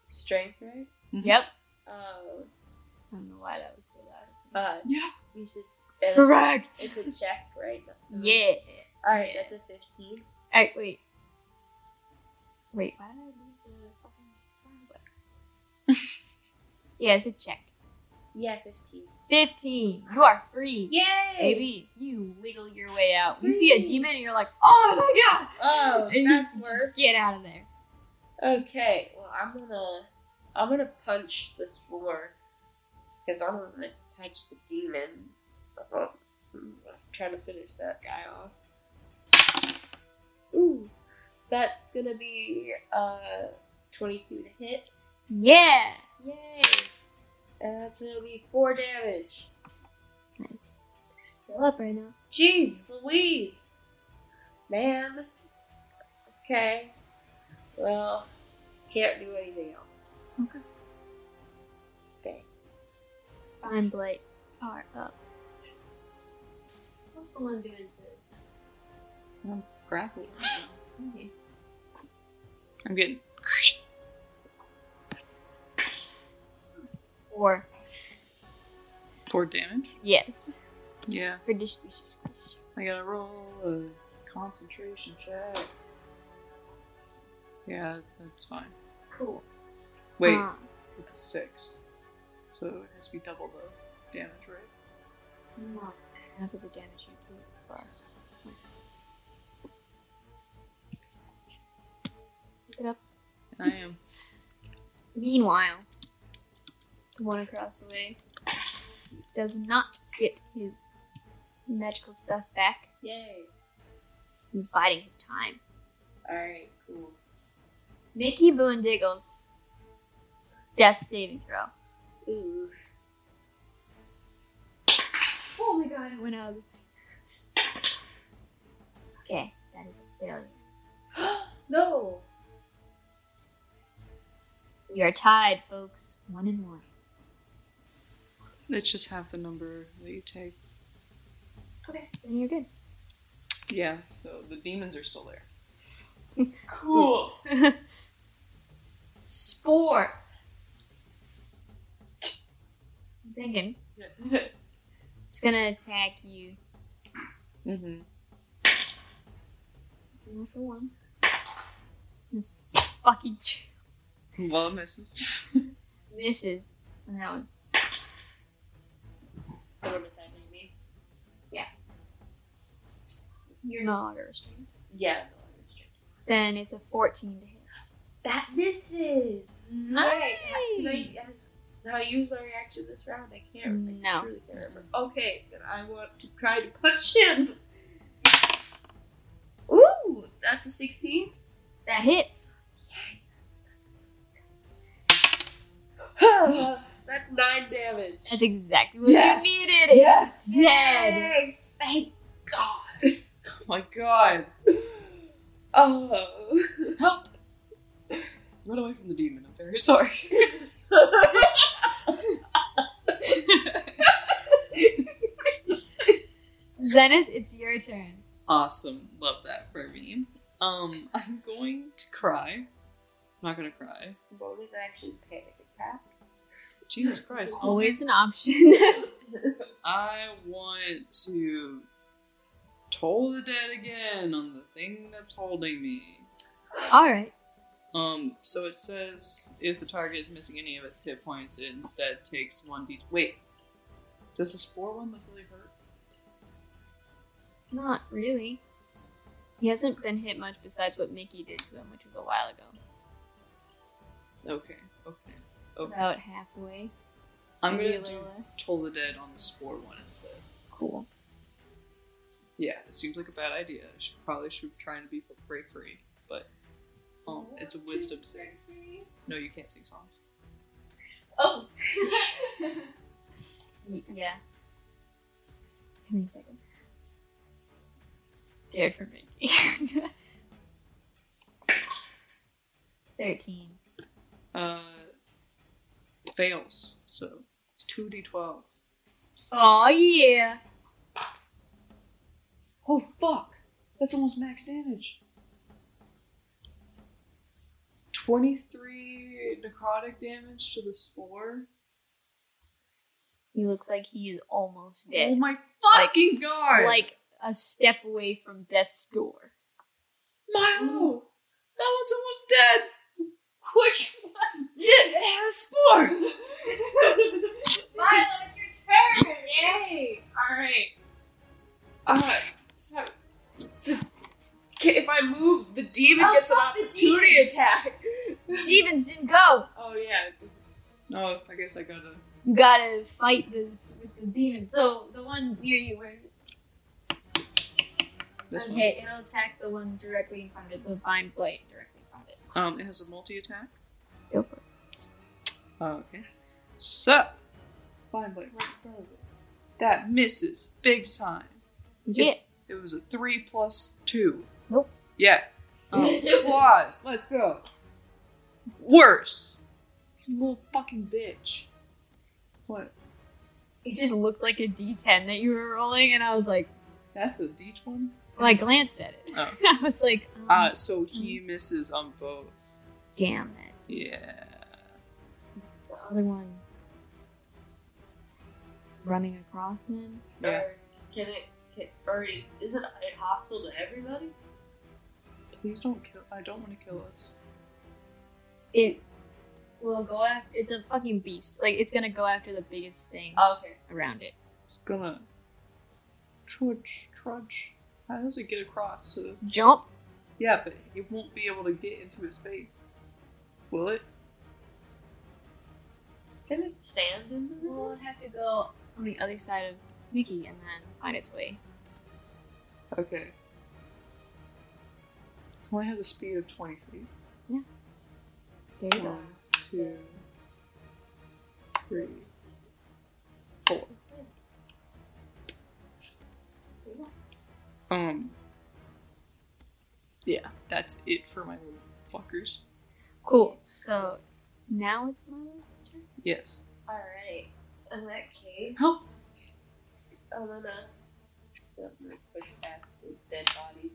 E: strength, right?
A: Yep.
E: Um,
A: I don't know why that was so loud.
E: uh,
D: Yeah.
E: you should. and it's-
A: Correct!
E: It's a check, right?
A: Yeah.
E: All right, that's a fifteen.
A: Alright, wait. Wait, why did I leave the fucking wrong button? Yeah, it's a check.
E: Yeah, 15.
A: 15. You are free.
E: Yay!
A: Baby, you wiggle your way out. You see a demon and you're like, oh my god!
E: Oh,
A: and you
E: that's
A: just
E: worse.
A: get out of there.
E: Okay, well, I'm gonna, I'm gonna punch this floor because I'm gonna touch the demon. Uh, I'm trying to finish that guy off. Ooh, that's gonna be uh 22 to hit.
A: Yeah!
E: Yay! And that's gonna be four damage.
A: Nice. Still up right now.
E: Jeez Louise! Man. Okay. Well, can't do anything else.
A: Fine blades are up.
E: What's the one doing to
D: Grapple. I'm getting.
A: Or,
D: Four damage?
A: yes,
D: Yeah.
A: for distribution squish.
D: I gotta roll a concentration check. Yeah, that's fine.
E: Cool.
D: Wait,
A: Uh,
D: it's a six. So it has to be double the damage, right?
A: no. Half of the damage you do plus. Pick it up.
D: I am.
A: Meanwhile, the one across the way does not get his magical stuff back.
E: Yay.
A: He's biding his time.
E: Alright, cool.
A: Mickey Boondiggles, death saving throw.
E: Ooh.
A: Oh my god, I went out. Okay, that is a failure.
E: no!
A: We are tied, folks. One and one.
D: It's just half the number that you take.
A: Okay, then you're good.
D: Yeah, so the demons are still there.
E: Cool.
A: Spore. I'm thinking it's gonna attack you.
D: mm-hmm.
A: One for one. It's fucking two.
D: Well, misses.
A: misses. And that one.
E: Whatever that may mean.
A: You're not auto restrained.
E: Yeah.
A: Then it's a 14 to hit.
E: That misses.
A: Nice.
E: Can I, has, now I use my reaction this round. I can't. I
A: No.
E: Really can't remember. Okay, then I want to try to punch him. Ooh, that's a 16.
A: That hits.
E: that's 9 damage.
A: That's exactly what
D: Yes.
A: you needed. Yes. Dead.
E: Yay! Thank God.
D: Oh my god!
E: Oh.
D: Help! Run away from the demon. I'm very sorry.
A: Zenith, it's your turn.
D: Awesome. Love that for me. Um, I'm going to cry. I'm not gonna cry.
E: Bonus action panic attack.
D: Jesus Christ.
A: Always an option.
D: I want to toll the dead again on the thing that's holding me.
A: All right.
D: Um, so it says if the target is missing any of its hit points, it instead takes one d. Wait, does the spore one look really hurt?
A: Not really. He hasn't been hit much besides what Mickey did to him, which was a while ago.
D: Okay, okay, okay.
A: About halfway.
D: I'm
A: maybe
D: gonna
A: a
D: do
A: little less.
D: toll the dead on the spore one instead.
A: Cool.
D: Yeah, it seems like a bad idea. I should probably should be trying to be for free free, but um, it's a wisdom save. No, you can't sing songs.
E: Oh.
A: Yeah. Give me a second. Scared for Mickey. Thirteen.
D: Uh, fails. So it's two d twelve.
A: Oh yeah.
D: Oh fuck! That's almost max damage. 23 necrotic damage to the spore.
A: He looks like he is almost
D: Oh
A: dead.
D: my
A: Like-
D: fucking god!
A: Like a step away from death's door.
D: Milo! That one's almost dead!
E: Which
D: It has spore!
E: Milo, it's your turn! Yay! Alright. Uh, if I move, the demon
A: Oh,
E: gets an
A: fuck the
E: opportunity
A: demon.
E: attack.
A: Stevens didn't go.
E: Oh, yeah.
D: No, I guess I gotta.
A: You gotta fight this with the demon. So the one near you where
D: This one.
A: Okay, it'll attack the one directly in front of it, the vine blade directly in front of it.
D: Um, it has a multi attack.
A: Go for it.
D: okay. So, fine, but right in front of it. That misses big time.
A: Yeah.
D: It was a three plus two.
A: Nope.
D: Yeah. Um, claws. Let's go. Worse. You little fucking bitch. What?
A: It just looked like a D10 that you were rolling, and I was like,
D: That's a D twenty.
A: well, I glanced at it.
D: Oh.
A: I was like, um,
D: Uh, so he misses on both.
A: damn it.
D: Yeah.
A: The other one running across then?
D: Yeah.
E: Or can it. Can, or is it, it hostile to everybody?
D: Please don't kill. I don't want to kill us.
A: It will go after. It's a fucking beast. Like, it's gonna go after the biggest thing
D: Uh.
E: Oh, okay.
A: around it.
D: It's gonna trudge, trudge. How does it get across to?
A: Jump?
D: Yeah, but it won't be able to get into his face. Will it?
E: Can it stand in the
A: Well,
E: room?
A: it'll have to go on the other side of Mickey and then find its way.
D: Okay. It only has a speed of 20 feet.
A: There you go.
D: One, two, three, four. Um. Yeah, that's it for my little fuckers.
A: Cool. So now it's my last turn.
D: Yes.
E: Alright. In that case,
D: Help.
E: I'm gonna, I'm gonna push past his dead body.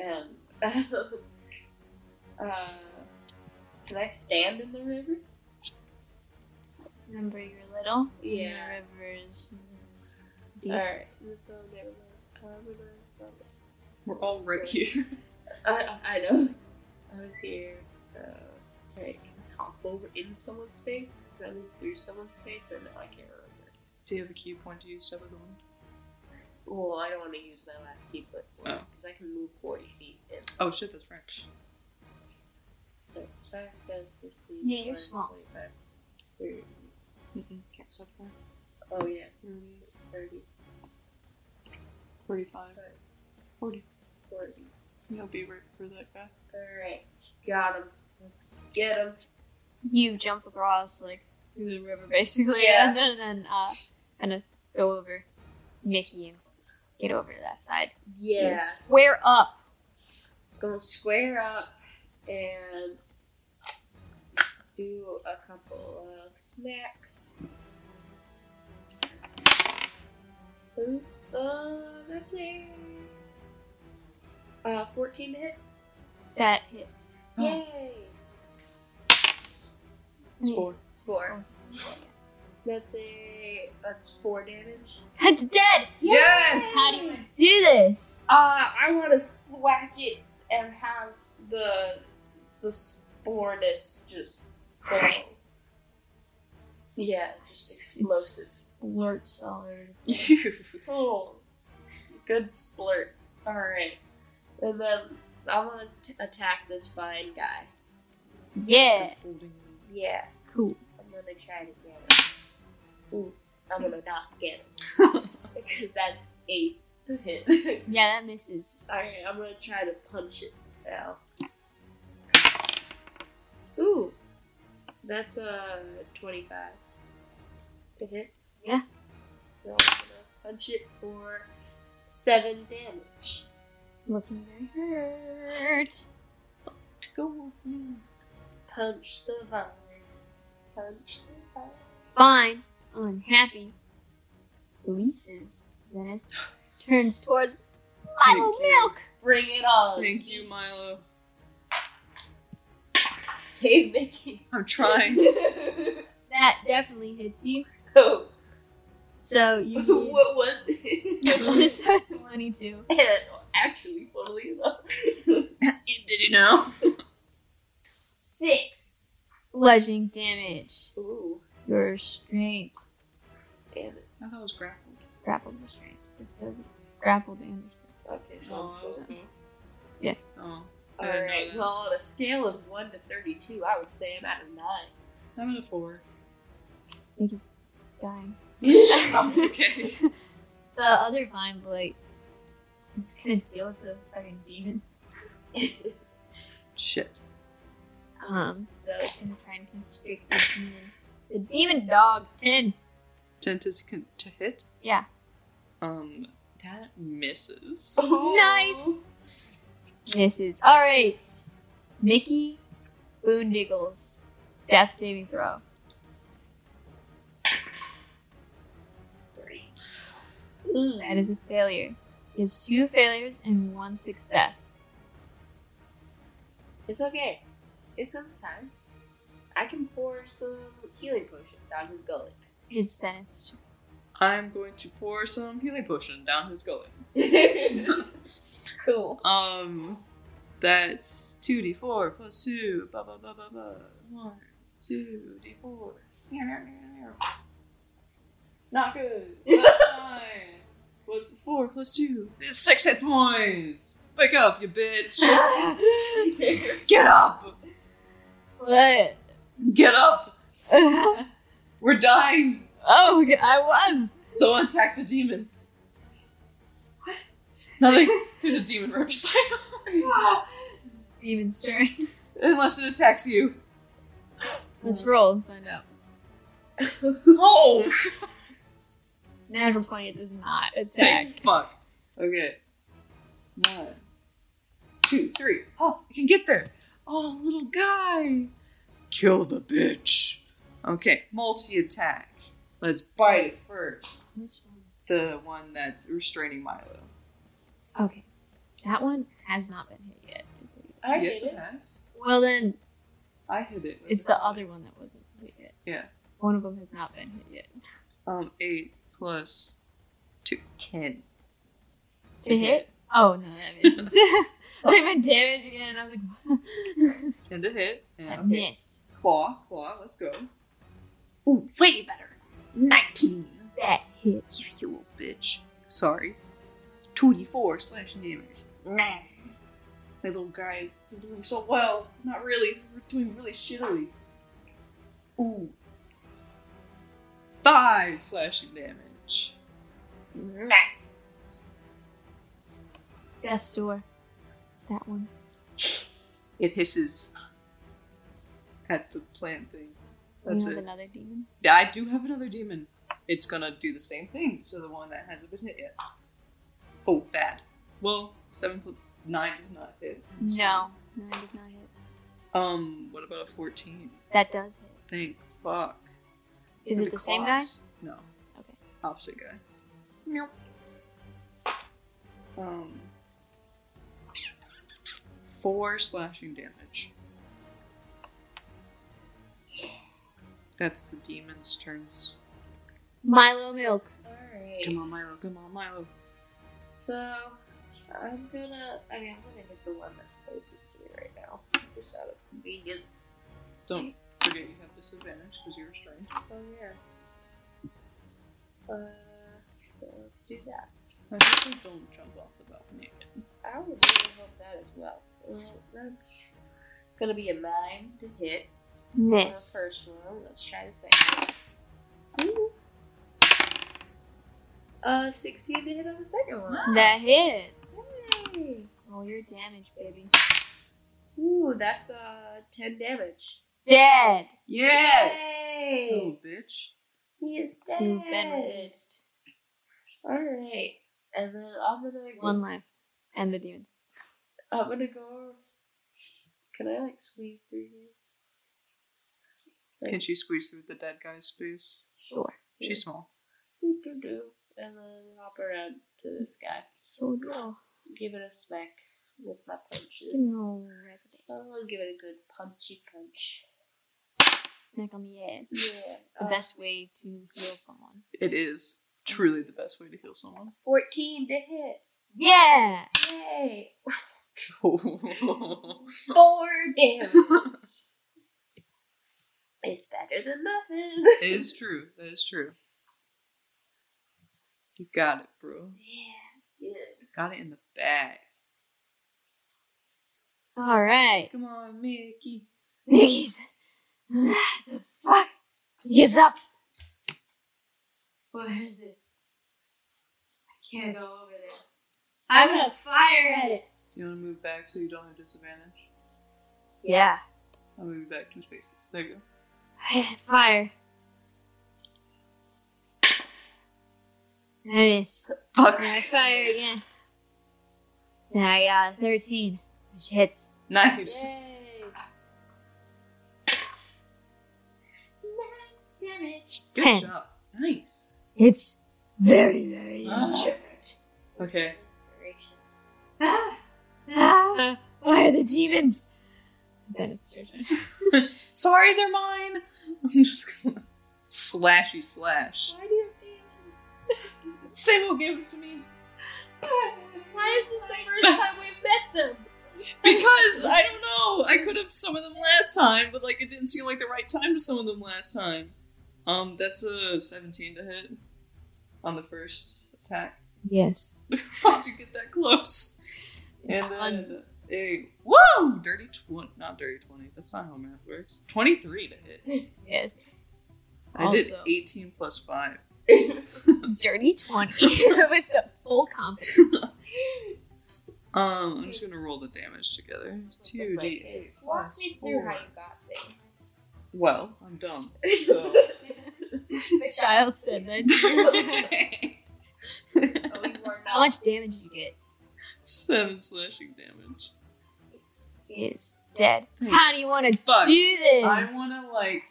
E: And uh, can I stand in the river?
A: Remember, you're little.
E: Yeah. Uh,
A: And The river is, is deep.
E: All right. So never mind. I'm gonna.
D: We're all right here.
E: I, I know. I was here, so right, can I hop over in someone's face? Can I move through someone's face? Or no, I can't remember.
D: Do you have a key point to use, everyone?
E: Well, I don't want to use my last key foot for
D: Oh.
E: because I can move 40 feet in.
D: Oh shit, that's right.
E: So, five, seven, 15,
A: Yeah, you're
E: 20,
A: small.
E: 25, 30.
D: Mm-mm, can't step there.
E: Oh, yeah, 30, 30,
D: 45. 40.
E: 40.
D: You'll be right for that guy.
E: Alright, got him. Get him.
A: You jump across like through the river, basically,
E: Yeah.
A: and then and then, uh, kind of go over Mickey and get over to that side.
E: Yeah.
A: Square up.
E: gonna square up and do a couple of snacks. Ooh, Uh, that's a uh, 14 to hit.
A: That hits.
E: Yay!
D: It's four.
E: Four. That's a that's four damage.
A: It's dead.
D: Yes!
A: How do you do this?
E: Uh, I want to thwack it and have the the sportus just go. yeah, just explosive.
A: Blurt solid.
E: Oh, good splurt. All right, and then I want to attack this fine guy.
A: Yeah.
E: Yeah,
A: Cool.
E: I'm gonna try to get him. Ooh, I'm gonna not get him because that's eight to hit.
A: Yeah, that misses.
E: All right, I'm gonna try to punch it now. Ooh, that's a twenty-five to hit.
A: Yeah.
E: So I'm gonna punch it for seven damage.
A: Looking very hurt.
D: Go with me.
E: Punch the vine. Punch the vine.
A: Fine. Unhappy. Releases. Then it turns towards Milo
D: Thank you.
A: Milk.
E: Bring it on.
D: Thank you, Milo.
E: Save Mickey.
D: I'm trying.
A: That definitely hits you.
E: oh,
A: So you need
E: what was it?
A: plus a 22.
E: And actually, funnily enough,
D: Did you know?
A: Six. Bludgeoning damage.
E: ooh,
A: Your restraint.
E: damn it.
D: I thought it was grappled.
A: Grappled restraint. It says grapple damage.
E: Okay.
D: Oh,
E: okay.
D: Oh. I
E: All
D: didn't know
E: right.
D: that.
E: Well, on a scale of one to thirty-two, I would say I'm at a nine.
D: I'm at a four.
A: Mickey's dying.
D: okay.
A: The other Vine Blight is gonna deal with the fucking demon.
D: Shit.
A: Um, so it's gonna try and constrict the demon. The demon dog, 10.
D: Tent is con- to hit.
A: Yeah.
D: Um, that misses.
E: Oh.
A: Nice! Misses. Alright. Mickey Boondiggles. Death saving throw.
E: Ooh,
A: That is a failure. He has two failures and one success.
E: It's okay. It's sometime. I can pour some healing potions down his gullet.
A: It's Dennis.
D: I'm going to pour some healing potion down his gullet.
E: cool.
D: Um, that's 2d4 plus 2. Blah, blah, blah, blah, blah. 1, 2d4. Not good. That's fine. What's 4 plus 2? It's 6 hit points. Wake up, you bitch. Get up.
A: What?
D: Get up.
A: oh,
D: We're dying.
A: I was.
D: Don't attack the demon. Nothing. There's a demon right beside us.
A: Demon's turn.
D: Unless it attacks you.
A: Let's roll and find out.
D: No!
A: Natural 20, it does not attack.
D: Thank fuck. Okay. One, two, three. Oh, I can get there. Oh, little guy. Kill the bitch. Okay, multi attack. Let's bite it first. The one that's restraining Milo.
A: Okay. That one has not been hit yet.
E: I
D: yes,
E: hit
D: it
E: it.
D: has.
A: Well, then
D: I hit it.
A: it's the other one that wasn't hit yet.
D: Yeah.
A: One of them has not been hit yet.
D: Um, eight plus two. Ten.
A: To hit? Oh, no, that misses. I meant damage again. I was like,
D: Ten to hit. And
A: I
D: okay.
A: missed.
D: Claw, claw, let's go.
A: Ooh, way better. 19. That hits.
D: You little bitch. Sorry. 24 slash damage. Nah. My little guy, you're doing so well. Not really. We're doing really shittily. Ooh. Five slashing damage.
A: Death's door. That one.
D: It hisses at the plant thing.
A: We
D: That's
A: have
D: it.
A: another demon.
D: Yeah, I do have another demon. It's gonna do the same thing to the one that hasn't been hit yet. Oh, bad. Well, seven plus nine does not hit.
A: No. Nine does not hit.
D: Um, what about a fourteen?
A: That does hit.
D: Thank fuck.
A: Is
D: For
A: it the same guy?
D: claws. No.
A: Okay.
D: Opposite guy. Nope. Um. Four slashing damage. That's the demon's turns.
A: Milo Milk.
E: Alright.
D: Come on, Milo. Come on, Milo.
E: So I'm gonna. I mean, I'm gonna hit the one that's closest to me right now, just out of convenience.
D: Don't forget you have disadvantage because you're restrained.
E: Oh yeah. Uh, so let's do that.
D: I think they don't jump off the balcony.
E: I would really help that as well. Well, that's gonna be a nine to hit. on The
A: Miss.
E: first one. Let's try the second. one. Ooh. Uh, 16 to hit on the second one.
A: That hits.
E: Yay.
A: Roll your damage, baby.
E: Ooh, that's uh 10 damage.
A: Dead.
D: Yes!
E: Yay!
D: Little bitch.
E: He is dead.
A: You've been released.
E: Alright. And then I'm gonna go,
A: One left. And the demons.
E: I'm gonna go Can I like squeeze through here?
D: Can she squeeze through the dead guy's space?
A: Sure.
D: She's small.
E: Doo doo doo. And then hop around to this guy.
A: So no.
E: Give it a smack with my punches.
A: No residence.
E: I'm gonna give it a good punchy punch.
A: Smack on the ass.
E: Yeah.
A: The
E: uh,
A: best way to heal someone.
D: It is truly the best way to heal someone.
E: 14 Uh, to hit.
A: Yeah.
E: Yay!
A: Four.
E: Damn. it's better than nothing.
D: It is true. That is true. You got it, bro.
E: Yeah.
D: Got it in the bag.
A: All right.
D: Come on, Mickey.
A: Nikki's. the fuck? He's up. Where is it? I can't go over there. I'm gonna fire at it.
D: Do you want to move back so you don't have disadvantage?
A: Yeah.
D: I'll move you back two spaces. There you go.
A: Fire. That is.
D: Fuck.
A: And I fire again. And I got a 13, which hits.
D: Nice.
E: Yay.
A: Max damage.
D: Good
A: 10.
D: job. Nice.
A: It's very, very
D: Ah.
A: injured.
D: Okay.
A: Ah, ah, why are the demons? Then it's your turn.
D: Sorry, they're mine. I'm just gonna slashy slash.
E: Why do you think?
D: Sabo gave it to me
E: Why is this the first time we've met them?
D: because I don't know. I could have some of them last time, but like it didn't seem like the right time to some of them last time. Um, that's a 17 to hit on the first attack.
A: Yes.
D: How'd you get that close?
A: It's
D: and
A: un-
D: then a whoa, dirty twenty. Not dirty twenty. That's not how math works. 23 to hit.
A: Yes.
D: I did
A: Also.
D: 18 plus five.
A: Dirty 20 with the full confidence.
D: Um, I'm just gonna roll the damage together. Two d eight
E: Walk
D: plus
E: me through how
D: four.
E: you got there.
D: Well, I'm dumb. So.
A: the child said that to you.
E: Oh, you are
A: How
E: not.
A: much damage did you get?
D: Seven slashing damage.
A: He is dead. How do you want to
D: Fuck.
A: do this?
D: I wanna like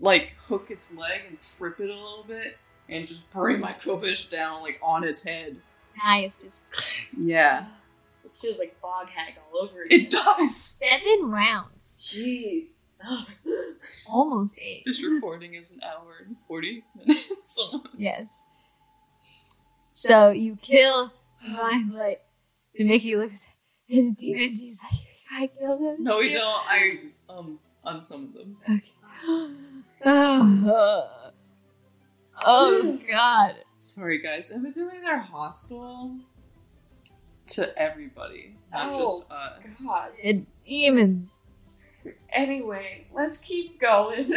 D: like hook its leg and trip it a little bit and just bring my Kovish down like on his head.
A: Nice. Just
D: Yeah.
E: It feels like bog hag all over again.
D: It does.
A: seven rounds.
E: Jeez. Oh
A: Almost eight.
D: This recording is an hour and forty minutes. almost.
A: Yes. So you kill my but Mickey looks at the demons. He's like, I killed him.
D: No, we don't. I um unsummoned them.
A: oh, oh God.
D: Sorry guys, evidently they're hostile to everybody, not
E: Oh,
D: just us.
E: God.
A: The demons.
E: Anyway, let's keep going.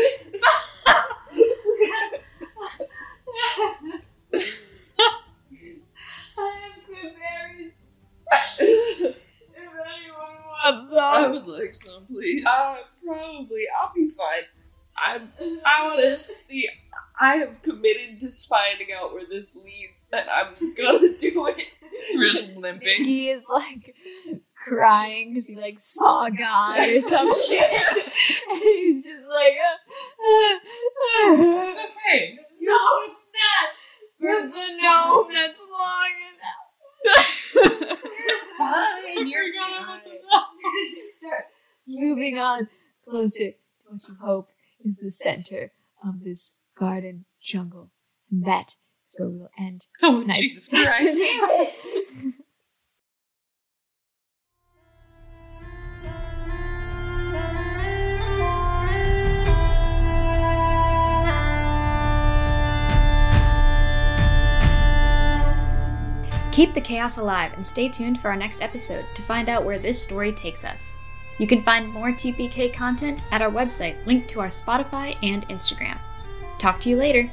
E: I have good berries. if anyone wants
D: I
E: some,
D: would like some, please.
E: Um, uh, probably I'll be fine. I'm. I want to see. I have committed to finding out where this leads, and I'm gonna do it.
D: We're just limping.
A: Mickey is like crying because he like saw God or some shit. and he's just like,
D: It's
A: uh,
D: okay.
E: No, it's not.
A: there's the gnome that's long enough.
E: You're fine. You're
D: gonna
E: gonna
D: have to
A: Start moving on closer to what you hope is the center of this garden jungle. And that is where we'll end
D: Oh,
A: tonight's
D: Jesus
A: session.
D: Christ.
G: Keep the chaos alive and stay tuned for our next episode to find out where this story takes us. You can find more TPK content at our website linked to our Spotify and Instagram. Talk to you later.